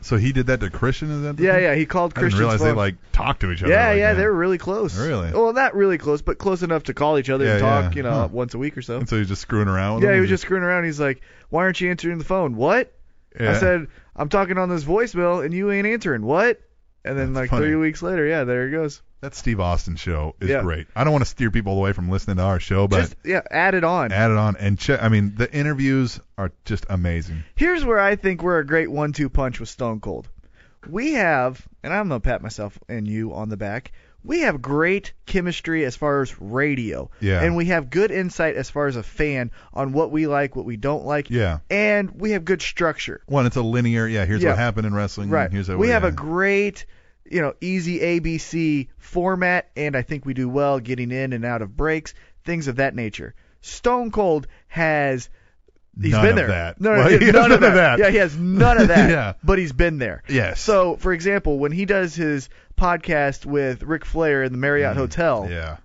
so he did that to Christian? Is that the Yeah, thing? yeah, he called Mm-hmm. I didn't Christian's realize they phone. like talk to each other. Yeah, like yeah, that. they were really close. Really? Well, not really close, but close enough to call each other and Yeah, talk, yeah. you know, Huh. once a week or so. And so he's just screwing around. With yeah, them? he was just screwing around. He's like, "Why aren't you answering the phone?" What? I Yeah. said, "I'm talking on this voicemail, and you ain't answering." What? And then like funny. three weeks later, yeah, there it goes. that Steve Austin show is Yeah. great. I don't want to steer people away from listening to our show, but Just yeah, add it on. add it on and check. I mean, the interviews are just amazing. Here's where I think we're a great one-two punch with Stone Cold. We have, and I'm gonna pat myself and you on the back. We have great chemistry as far as radio, Yeah. and we have good insight as far as a fan on what we like, what we don't like, Yeah. and we have good structure. One, it's a linear. Yeah, here's Yeah. what happened in wrestling. Right. Mm, Here's that we way- have yeah. a great, you know, easy ABC format, and I think we do well getting in and out of breaks, things of that nature. Stone Cold has. he's None been of there. that. No, no, Well, he- he has none, of none of that. that. Yeah, he has none of that. Yeah. But he's been there. Yes. So, for example, when he does his podcast with Ric Flair in the Marriott Hotel, Mm, Yeah.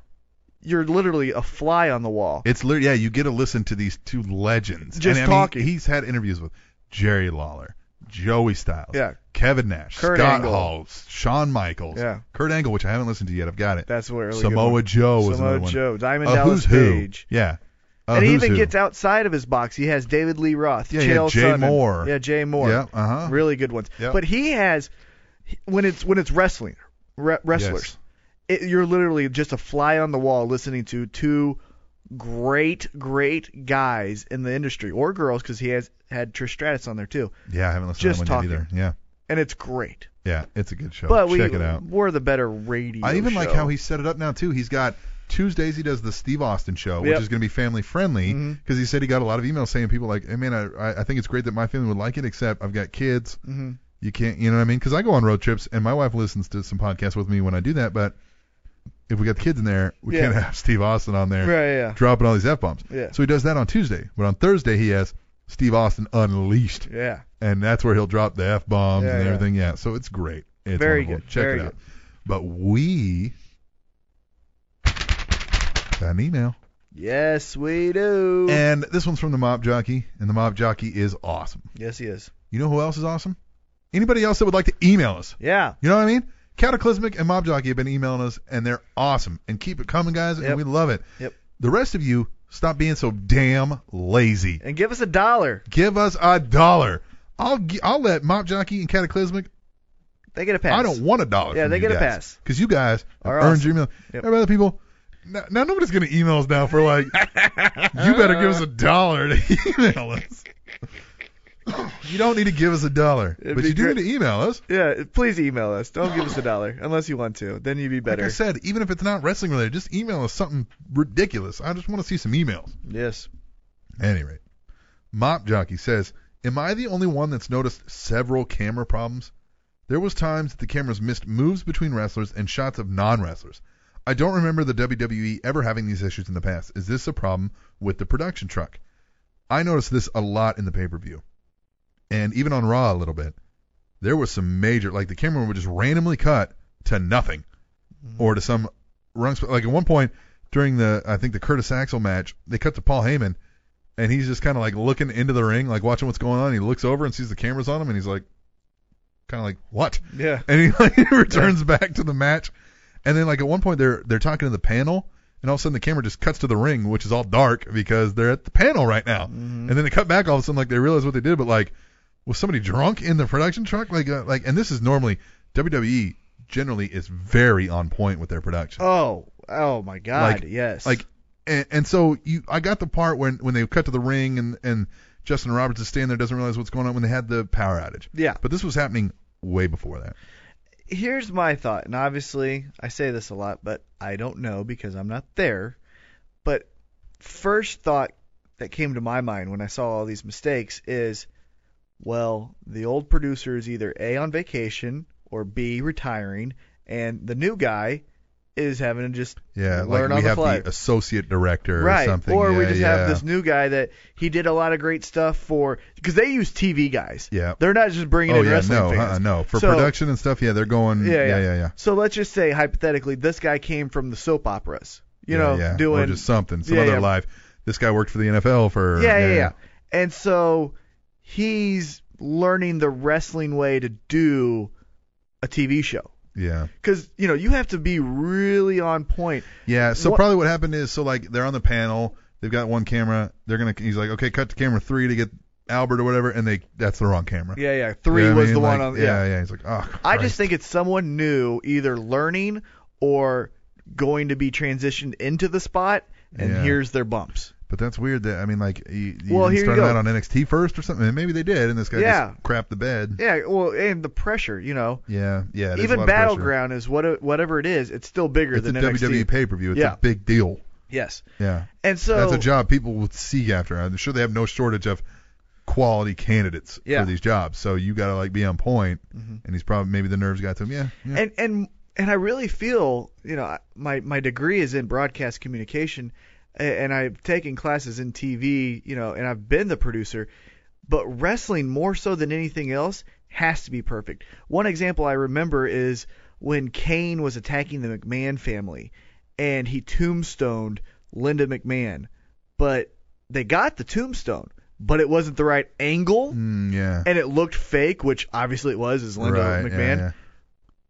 you're literally a fly on the wall. It's literally yeah. You get to listen to these two legends. Just and, I mean, talking. he's had interviews with Jerry Lawler, Joey Styles, Yeah. Kevin Nash, Kurt Scott Angle. Hall, Shawn Michaels, Yeah. Kurt Angle, which I haven't listened to yet. I've got it. That's a really good Samoa one. Joe was Samoa another one. Joe, Diamond A who's Dallas who. Page. Yeah. Uh, and he who's even who? gets outside of his box. He has David Lee Roth, Yeah, he had Chael Jay Sonnen. Moore. yeah, Jay Moore, Yeah, uh-huh. really good ones. Yep. But he has when it's when it's wrestling re- wrestlers, it, you're literally just a fly on the wall listening to two great great guys in the industry or girls because he has had Trish Stratus on there too, Yeah, I haven't listened Just to that one yet either. Yeah, and it's great. yeah, it's a good show. but we Check it out. we're the better radio. I even like show. how he set it up now too. He's got Tuesdays he does the Steve Austin show, which Yep. is going to be family friendly because Mhm. he said he got a lot of emails saying people like, hey man, I- I I think it's great that my family would like it, except I've got kids. Mhm. You can't, you know what I mean? Because I go on road trips and my wife listens to some podcasts with me when I do that, but if we got the kids in there, we Yeah. can't have Steve Austin on there Right, yeah. dropping all these f bombs. Yeah. So he does that on Tuesday, but on Thursday he has Steve Austin Unleashed, yeah. and that's where he'll drop the f bombs Yeah, and yeah. everything. Yeah. So it's great. It's Very wonderful. good, Check very it out. But we got an email. Yes, we do. And this one's from the Mob Jockey, and the Mob Jockey is awesome. yes, he is. You know who else is awesome? Anybody else that would like to email us? Yeah. You know what I mean? Cataclysmic and Mob Jockey have been emailing us, and they're awesome. And keep it coming, guys, and Yep. we love it. Yep. The rest of you, stop being so damn lazy. And give us a dollar. Give us a dollar. I'll gi- I'll let Mob Jockey and Cataclysmic They get a pass. I don't want a dollar. Yeah, from they you get a guys, pass. Because you guys have Are earned awesome. your email. Yep. Now, other people, now, now nobody's going to email us now for like, you better give us a dollar to email us. you don't need to give us a dollar, It'd but be you do great. need to email us. Yeah, please email us. Don't give us a dollar unless you want to. Then you'd be better. Like I said, even if it's not wrestling related, just email us something ridiculous. I just want to see some emails. yes. At any rate, Mop Jockey says, Am I the only one that's noticed several camera problems? There was times that the cameras missed moves between wrestlers and shots of non-wrestlers. I don't remember the WWE ever having these issues in the past. Is this a problem with the production truck? I noticed this a lot in the pay-per-view. And even on Raw a little bit. There was some major like the camera would just randomly cut to nothing or to some wrong spot. Like at one point during the I think the Curtis Axel match, they cut to Paul Heyman and he's just kind of like looking into the ring, like watching what's going on. He looks over and sees the cameras on him, and he's like, kind of like, what? Yeah. And he like returns back to the match, and then like at one point they're they're talking to the panel, and all of a sudden the camera just cuts to the ring, which is all dark because they're at the panel right now. Mm-hmm. And then they cut back all of a sudden, like they realize what they did, but like, was somebody drunk in the production truck? Like uh, like, and this is normally WWE generally is very on point with their production. Oh, oh my God. Like- yes. Like, and, and so you, I got the part when when they cut to the ring and and Justin Roberts is standing there doesn't realize what's going on when they had the power outage. Yeah. But this was happening way before that. here's my thought, and obviously I say this a lot, but I don't know because I'm not there. But first thought that came to my mind when I saw all these mistakes is, well, the old producer is either A on vacation or B retiring, and the new guy is having to just Yeah. like learn we on the have fly. the associate director right. or something. Or we Yeah, just yeah. have this new guy that he did a lot of great stuff for because they use TV guys. Yeah. They're not just bringing oh in yeah. wrestling no. fans. Uh, no. For So- production and stuff. Yeah. They're going. Yeah, yeah. Yeah. Yeah. yeah. So let's just say hypothetically, this guy came from the soap operas, you Yeah, know, yeah. doing or just something, some Yeah, other yeah. live. This guy worked for the NFL for yeah, yeah, yeah, And so he's learning the wrestling way to do a TV show yeah. because you know you have to be really on point. Yeah. So What- probably what happened is so like they're on the panel, they've got one camera, they're gonna he's like, okay, cut to camera three to get Albert or whatever, and they that's the wrong camera. Yeah, yeah. Three You know what I was mean? the one Like, on. Yeah, yeah. He's like, oh. I just think it's someone new either learning or going to be transitioned into the spot, and Yeah. here's their bumps. But that's weird that I mean like you, you Well, didn't here you start go. out on NXT first or something, and maybe they did, and this guy Yeah. just crapped the bed. Yeah, well, and the pressure, you know. Yeah, yeah. it is a Even lot of pressure. Battleground is what whatever it is, it's still bigger It's a than NXT. WWE pay per view. It's Yeah. a big deal. Yes. Yeah. And so that's a job people would seek after. I'm sure they have no shortage of quality candidates Yeah. Mm-hmm. for these jobs. So you got to like be on point. And he's probably maybe the nerves got to him. Yeah. yeah. and and and I really feel, you know, I- my my degree is in broadcast communication a- and I've taken classes in TV, you know, and I've been the producer, but wrestling more so than anything else has to be perfect. One example I remember is when Kane was attacking the McMahon family and he tombstoned Linda McMahon, but they got the tombstone, but it wasn't the right angle. Mm, yeah. and it looked fake, which obviously it was, as Linda Right, yeah, McMahon. yeah.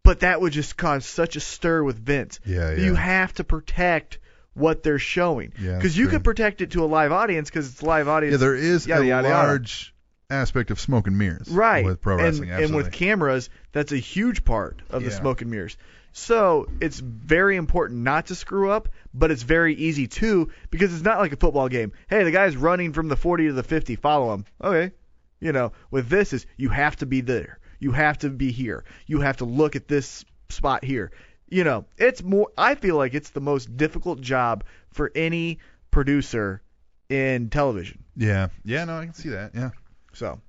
But that would just cause such a stir with Vince. Yeah, yeah. You have to protect what they're showing. Yeah, Because you true. can protect it to a live audience because it's live audience. Yeah, there is yada, a yada, yada. large aspect of smoke and mirrors. right With pro And- wrestling, and, absolutely. with cameras, that's a huge part of the Yeah. smoke and mirrors. So it's very important not to screw up, but it's very easy too because it's not like a football game. Hey, the guy's running from the 40 to the 50, follow him. Okay, you know, with this is you have to be there. You have to be here. You have to look at this spot here. You know, it's more I feel like it's the most difficult job for any producer in television. yeah, yeah, no, I can see that. Yeah. So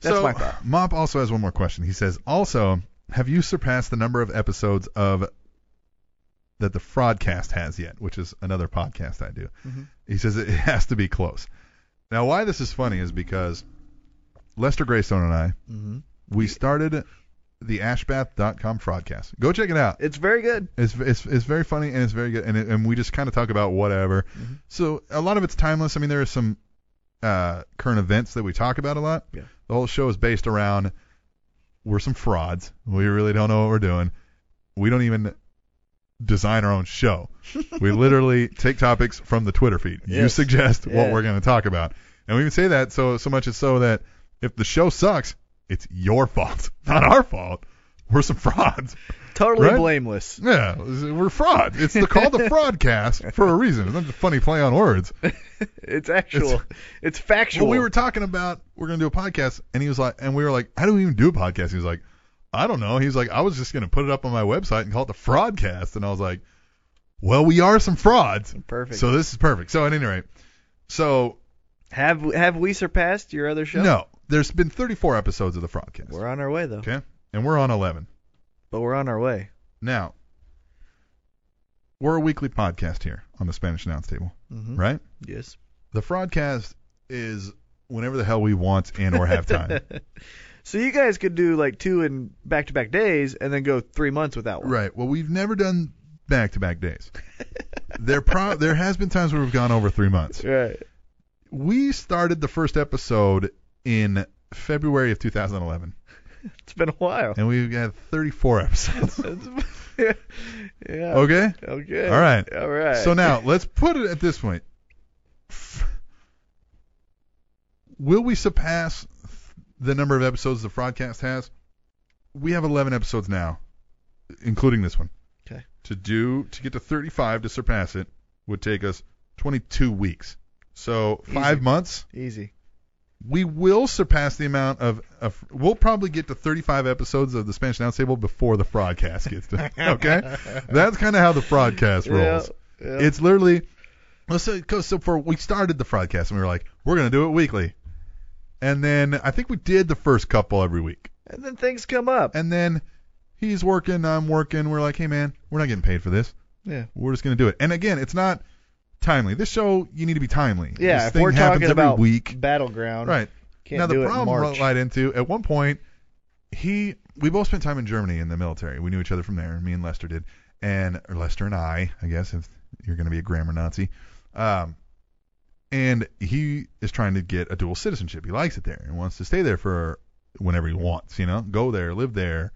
that's so, my thought. Mop also has one more question. He says, also, have you surpassed the number of episodes of that the Fraudcast has yet, which is another podcast I do? He says it has to be close. Now, why this is funny is because Lester Greystone and I, Mhm. we started the ashbath.com Fraudcast. Go check it out. It's very good. It's it's it's very funny and it's very good and it, and we just kind of talk about whatever. Mm-hmm. So a lot of it's timeless. I mean, there are some uh, current events that we talk about a lot. Yeah. The whole show is based around we're some frauds. We really don't know what we're doing. We don't even design our own show. we literally take topics from the Twitter feed. You Yes. suggest what Yeah. we're going to talk about, and we even say that so so much is so that if the show sucks, it's your fault, not our fault. We're some frauds. Totally Right? blameless. Yeah, we're fraud. It's the called the fraudcast for a reason. It's not a funny play on words. It's actual. It's, factual. Well, we were talking about we're gonna do a podcast, and he was like, and we were like, how do we even do a podcast? He was like, I don't know. He was like, I was just gonna put it up on my website and call it the fraudcast, and I was like, well, we are some frauds. Perfect. So this is perfect. So at any rate, so have have we surpassed your other show? no, there's been 34 episodes of the fraudcast. We're on our way though. Okay, and we're on 11 But we're on our way. now. We're a weekly podcast here on the Spanish Announce Table, Mhm. right? Yes. The fraudcast is whenever the hell we want and or have time. so you guys could do like two in back to back days and then go three months without one. right. Well, we've never done back to back days. there pro- there has been times where we've gone over three months. Right. We started the first episode in February of 2011, It's been a while. and we've got 34 episodes. yeah. Okay. Okay. All right. All right. So now let's put it at this point. Will we surpass the number of episodes the broadcast has? We have 11 episodes now, including this one. Okay. To do to get to 35 to surpass it would take us 22 weeks. So five months. Easy. We will surpass the amount of, of we'll probably get to 35 episodes of the Spanish Announce Table before the broadcast gets to. Okay, that's kind of how the broadcast rolls. Yeah, yeah. It's literally let's say 'cause so for we started the broadcast and we were like we're gonna do it weekly, and then I think we did the first couple every week, And then things come up. and then he's working, I'm working, we're like hey man, we're not getting paid for this, Yeah. we're just gonna do it. And again, it's not timely. This show you need to be timely. Yeah. This If thing we're happens talking every about week. battleground. Right. Can't now the do it in problem March. light into at one point he we both spent time in Germany in the military. We knew each other from there. Me and Lester did, and or Lester and I, I guess if you're going to be a grammar Nazi, um, and he is trying to get a dual citizenship. He likes it there and wants to stay there for whenever he wants. You know, go there, live there.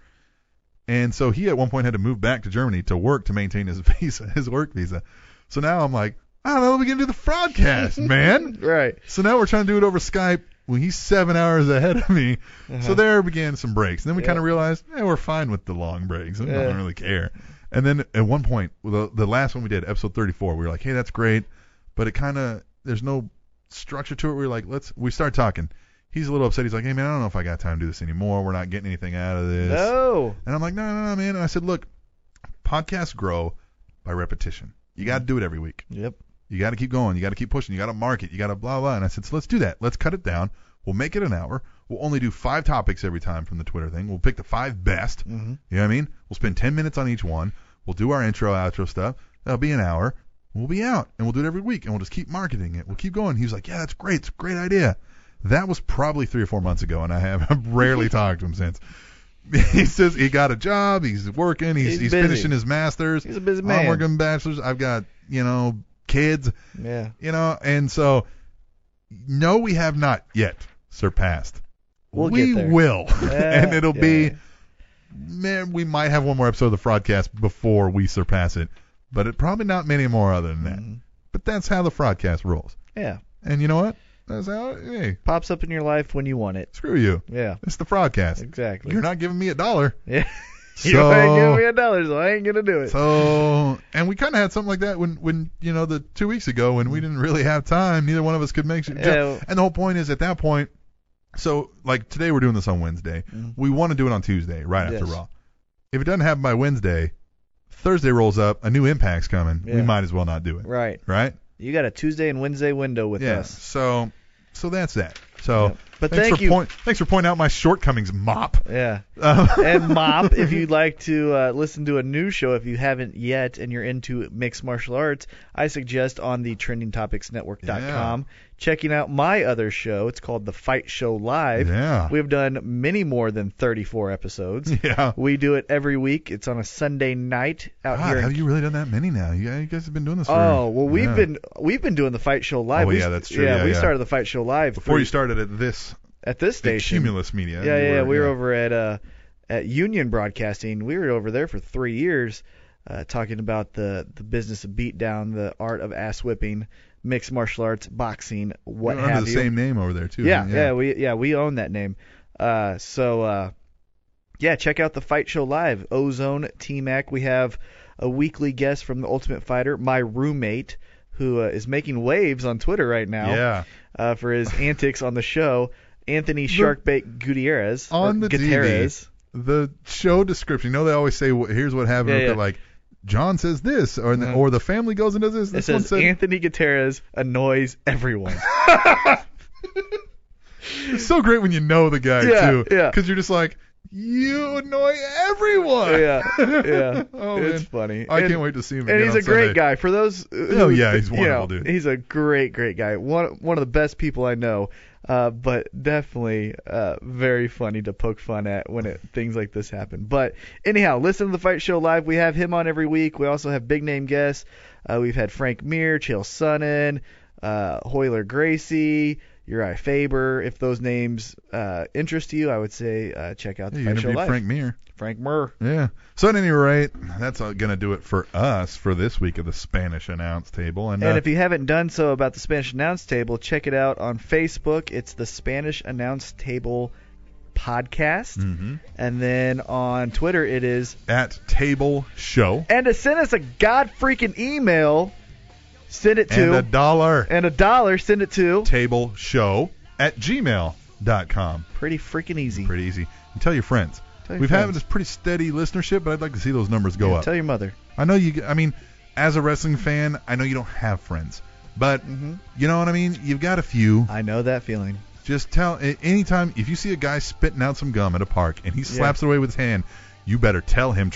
And so he at one point had to move back to Germany to work to maintain his visa, his work visa. So now I'm like, I don't know, we can do the broadcast, man. right. So now we're trying to do it over Skype when he's seven hours ahead of me. So there began some breaks. And then we Uh-huh. Yeah. kind of realized, hey, we're fine with the long breaks. I don't Yeah. really care. And then at one point, the, the last one we did, episode 34, we were like, hey, that's great. But it kind of, there's no structure to it. We were like, let's, we start talking. He's a little upset. He's like, hey, man, I don't know if I got time to do this anymore. We're not getting anything out of this. No. And I'm like, no, no, no, man. And I said, look, podcasts grow by repetition. You got to do it every week. Yep. You got to keep going. You got to keep pushing. You got to market. You got to blah, blah. And I said, so let's do that. Let's cut it down. We'll make it an hour. We'll only do five topics every time from the Twitter thing. We'll pick the five best. Mhm. You know what I mean? We'll spend 10 minutes on each one. We'll do our intro, outro stuff. That'll be an hour. We'll be out and we'll do it every week and we'll just keep marketing it. We'll keep going. He was like, yeah, that's great. It's a great idea. That was probably three or four months ago, and I have I've rarely talked to him since. He says he got a job. He's working. He's, He's he's, busy. finishing his master's. He's a busy man. I'm working bachelor's. I've got you know kids. Yeah. You know, and so no, we have not yet surpassed. We'll We get there. will, Yeah, and it'll yeah. be man. We might have one more episode of the broadcast before we surpass it, but it, probably not many more other than Mm-hmm. that. But that's how the broadcast rolls. Yeah. And you know what? That's how it hey, pops up in your life when you want it. Screw you. Yeah. It's the broadcast. Exactly. You're not giving me a dollar. Yeah. So, you ain't giving me a dollar, so I ain't gonna do it. So, and we kind of had something like that when, when you know, the two weeks ago when we didn't really have time, neither one of us could make. Yeah. And the whole point is at that point, so like today we're doing this on Wednesday. We want to do it on Tuesday, right after Mm-hmm. Yes. Raw. If it doesn't happen by Wednesday, Thursday rolls up, a new impact's coming. We Yeah. might as well not do it, right. right? You got a Tuesday and Wednesday window with Yeah. us. So, so that's that. So, But thanks thank for you. Point, thanks for pointing out my shortcomings, mop. Yeah. Uh, and Mop, if you'd like to uh, listen to a new show, if you haven't yet and you're into mixed martial arts, I suggest on the trendingtopicsnetwork.com checking out my other show. It's called The Fight Show Live. Yeah. We've done many more than 34 episodes. Yeah. We do it every week. It's on a Sunday night out God, here. in- have you really done that many now? You, you guys have been doing this. for- Oh well, we've yeah. been we've been doing the fight show live. Oh, We- yeah, that's true. Yeah, Yeah, we yeah. started the fight show live Before through- you started at this at this the station. Cumulus Media. Yeah, you yeah, we were over at uh, at Union Broadcasting. We were over there for three years, uh, talking about the the business of beatdown, the art of ass whipping, mixed martial arts, boxing, We what were have under the you. same name over there too. yeah, yeah, we yeah we own that name. Uh, so uh, yeah, check out the Fight Show Live, Ozone T Mac. We have a weekly guest from the Ultimate Fighter, my roommate, who uh, is making waves on Twitter right now Yeah. uh, for his antics on the show. Anthony Sharkbait Gutierrez. or On the Gutierrez. DVD, the show description. You know they always say, "Wh- "Here's what happened." Yeah, but yeah. Like John says this, or the, or the family goes and does this. It This one says said Anthony Gutierrez annoys everyone. it's so great when you know the guy Yeah, too, yeah. because you're just like, you annoy everyone. yeah, yeah. oh, man. it's funny. I And- can't wait to see him. And again he's on a great Sunday. guy. For those, Oh, yeah, he's you wonderful, know, dude. He's a great, great guy. One one of the best people I know. Uh, but definitely uh, very funny to poke fun at when it, things like this happen. But anyhow, listen to the Fight Show live. We have him on every week. We also have big name guests. Uh, we've had Frank Mir, Chael Sonnen, uh, Hoyler Gracie. Uri Faber. If those names uh, interest you, I would say uh, check out the Yeah, you Fight Show interviewed Live. Frank Mir. Frank Murr. Yeah. So at any rate, that's uh, gonna do it for us for this week of the Spanish announce table. And, And uh, if you haven't done so about the Spanish Announce Table, check it out on Facebook. It's the Spanish Announce Table podcast. Mhm. And then on Twitter, it is. at table show And to send us a god freaking email, send it and to. a dollar and a dollar, send it to. table show at gmail.com. Pretty freaking easy. Pretty easy. And tell your friends. Tell your We've friends. had this pretty steady listenership, but I'd like to see those numbers go Yeah, up. Tell your mother. I know you. I mean, as a wrestling fan, I know you don't have friends, but Mm-hmm. you know what I mean. You've got a few. I know that feeling. Just tell a- anytime if you see a guy spitting out some gum at a park and he Yeah. slaps it away with his hand, you better tell him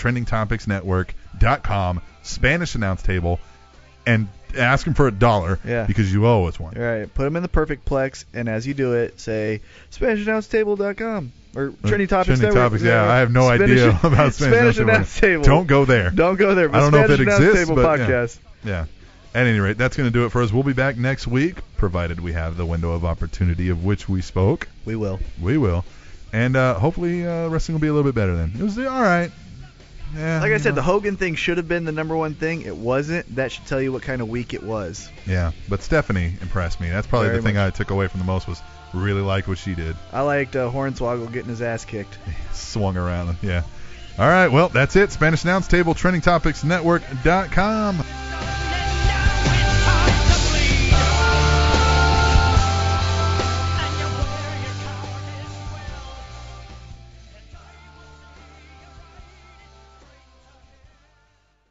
trendingtopicsnetwork.com Spanish announce table and ask him for a dollar Yeah. because you owe us one. All right. Put them in the perfect plex. And as you do it, say SpanishAnnounceTable.com. Or Trending Topics Trending Network. Uh, topics. Yeah, I have no Spanish- idea about Spanish, Spanish Announce Table. Don't go there. Don't go there. I don't know if Spanish it Announce exists, Table but yeah. podcast. Yeah. At any rate, that's going to do it for us. We'll be back next week, provided we have the window of opportunity of which we spoke. We will. We will. And uh, hopefully, uh, wrestling will be a little bit better then. It was uh, all right. Yeah. Like I you said, the know. Hogan thing should have been the number one thing. It wasn't. That should tell you what kind of week it was. Yeah, but Stephanie impressed me. That's probably Very the thing I took away from the most was really like what she did. I liked uh, Hornswoggle getting his ass kicked. Swung around. Yeah. All right. Well, that's it. Spanish Announce Table, Trending Topics Network.com.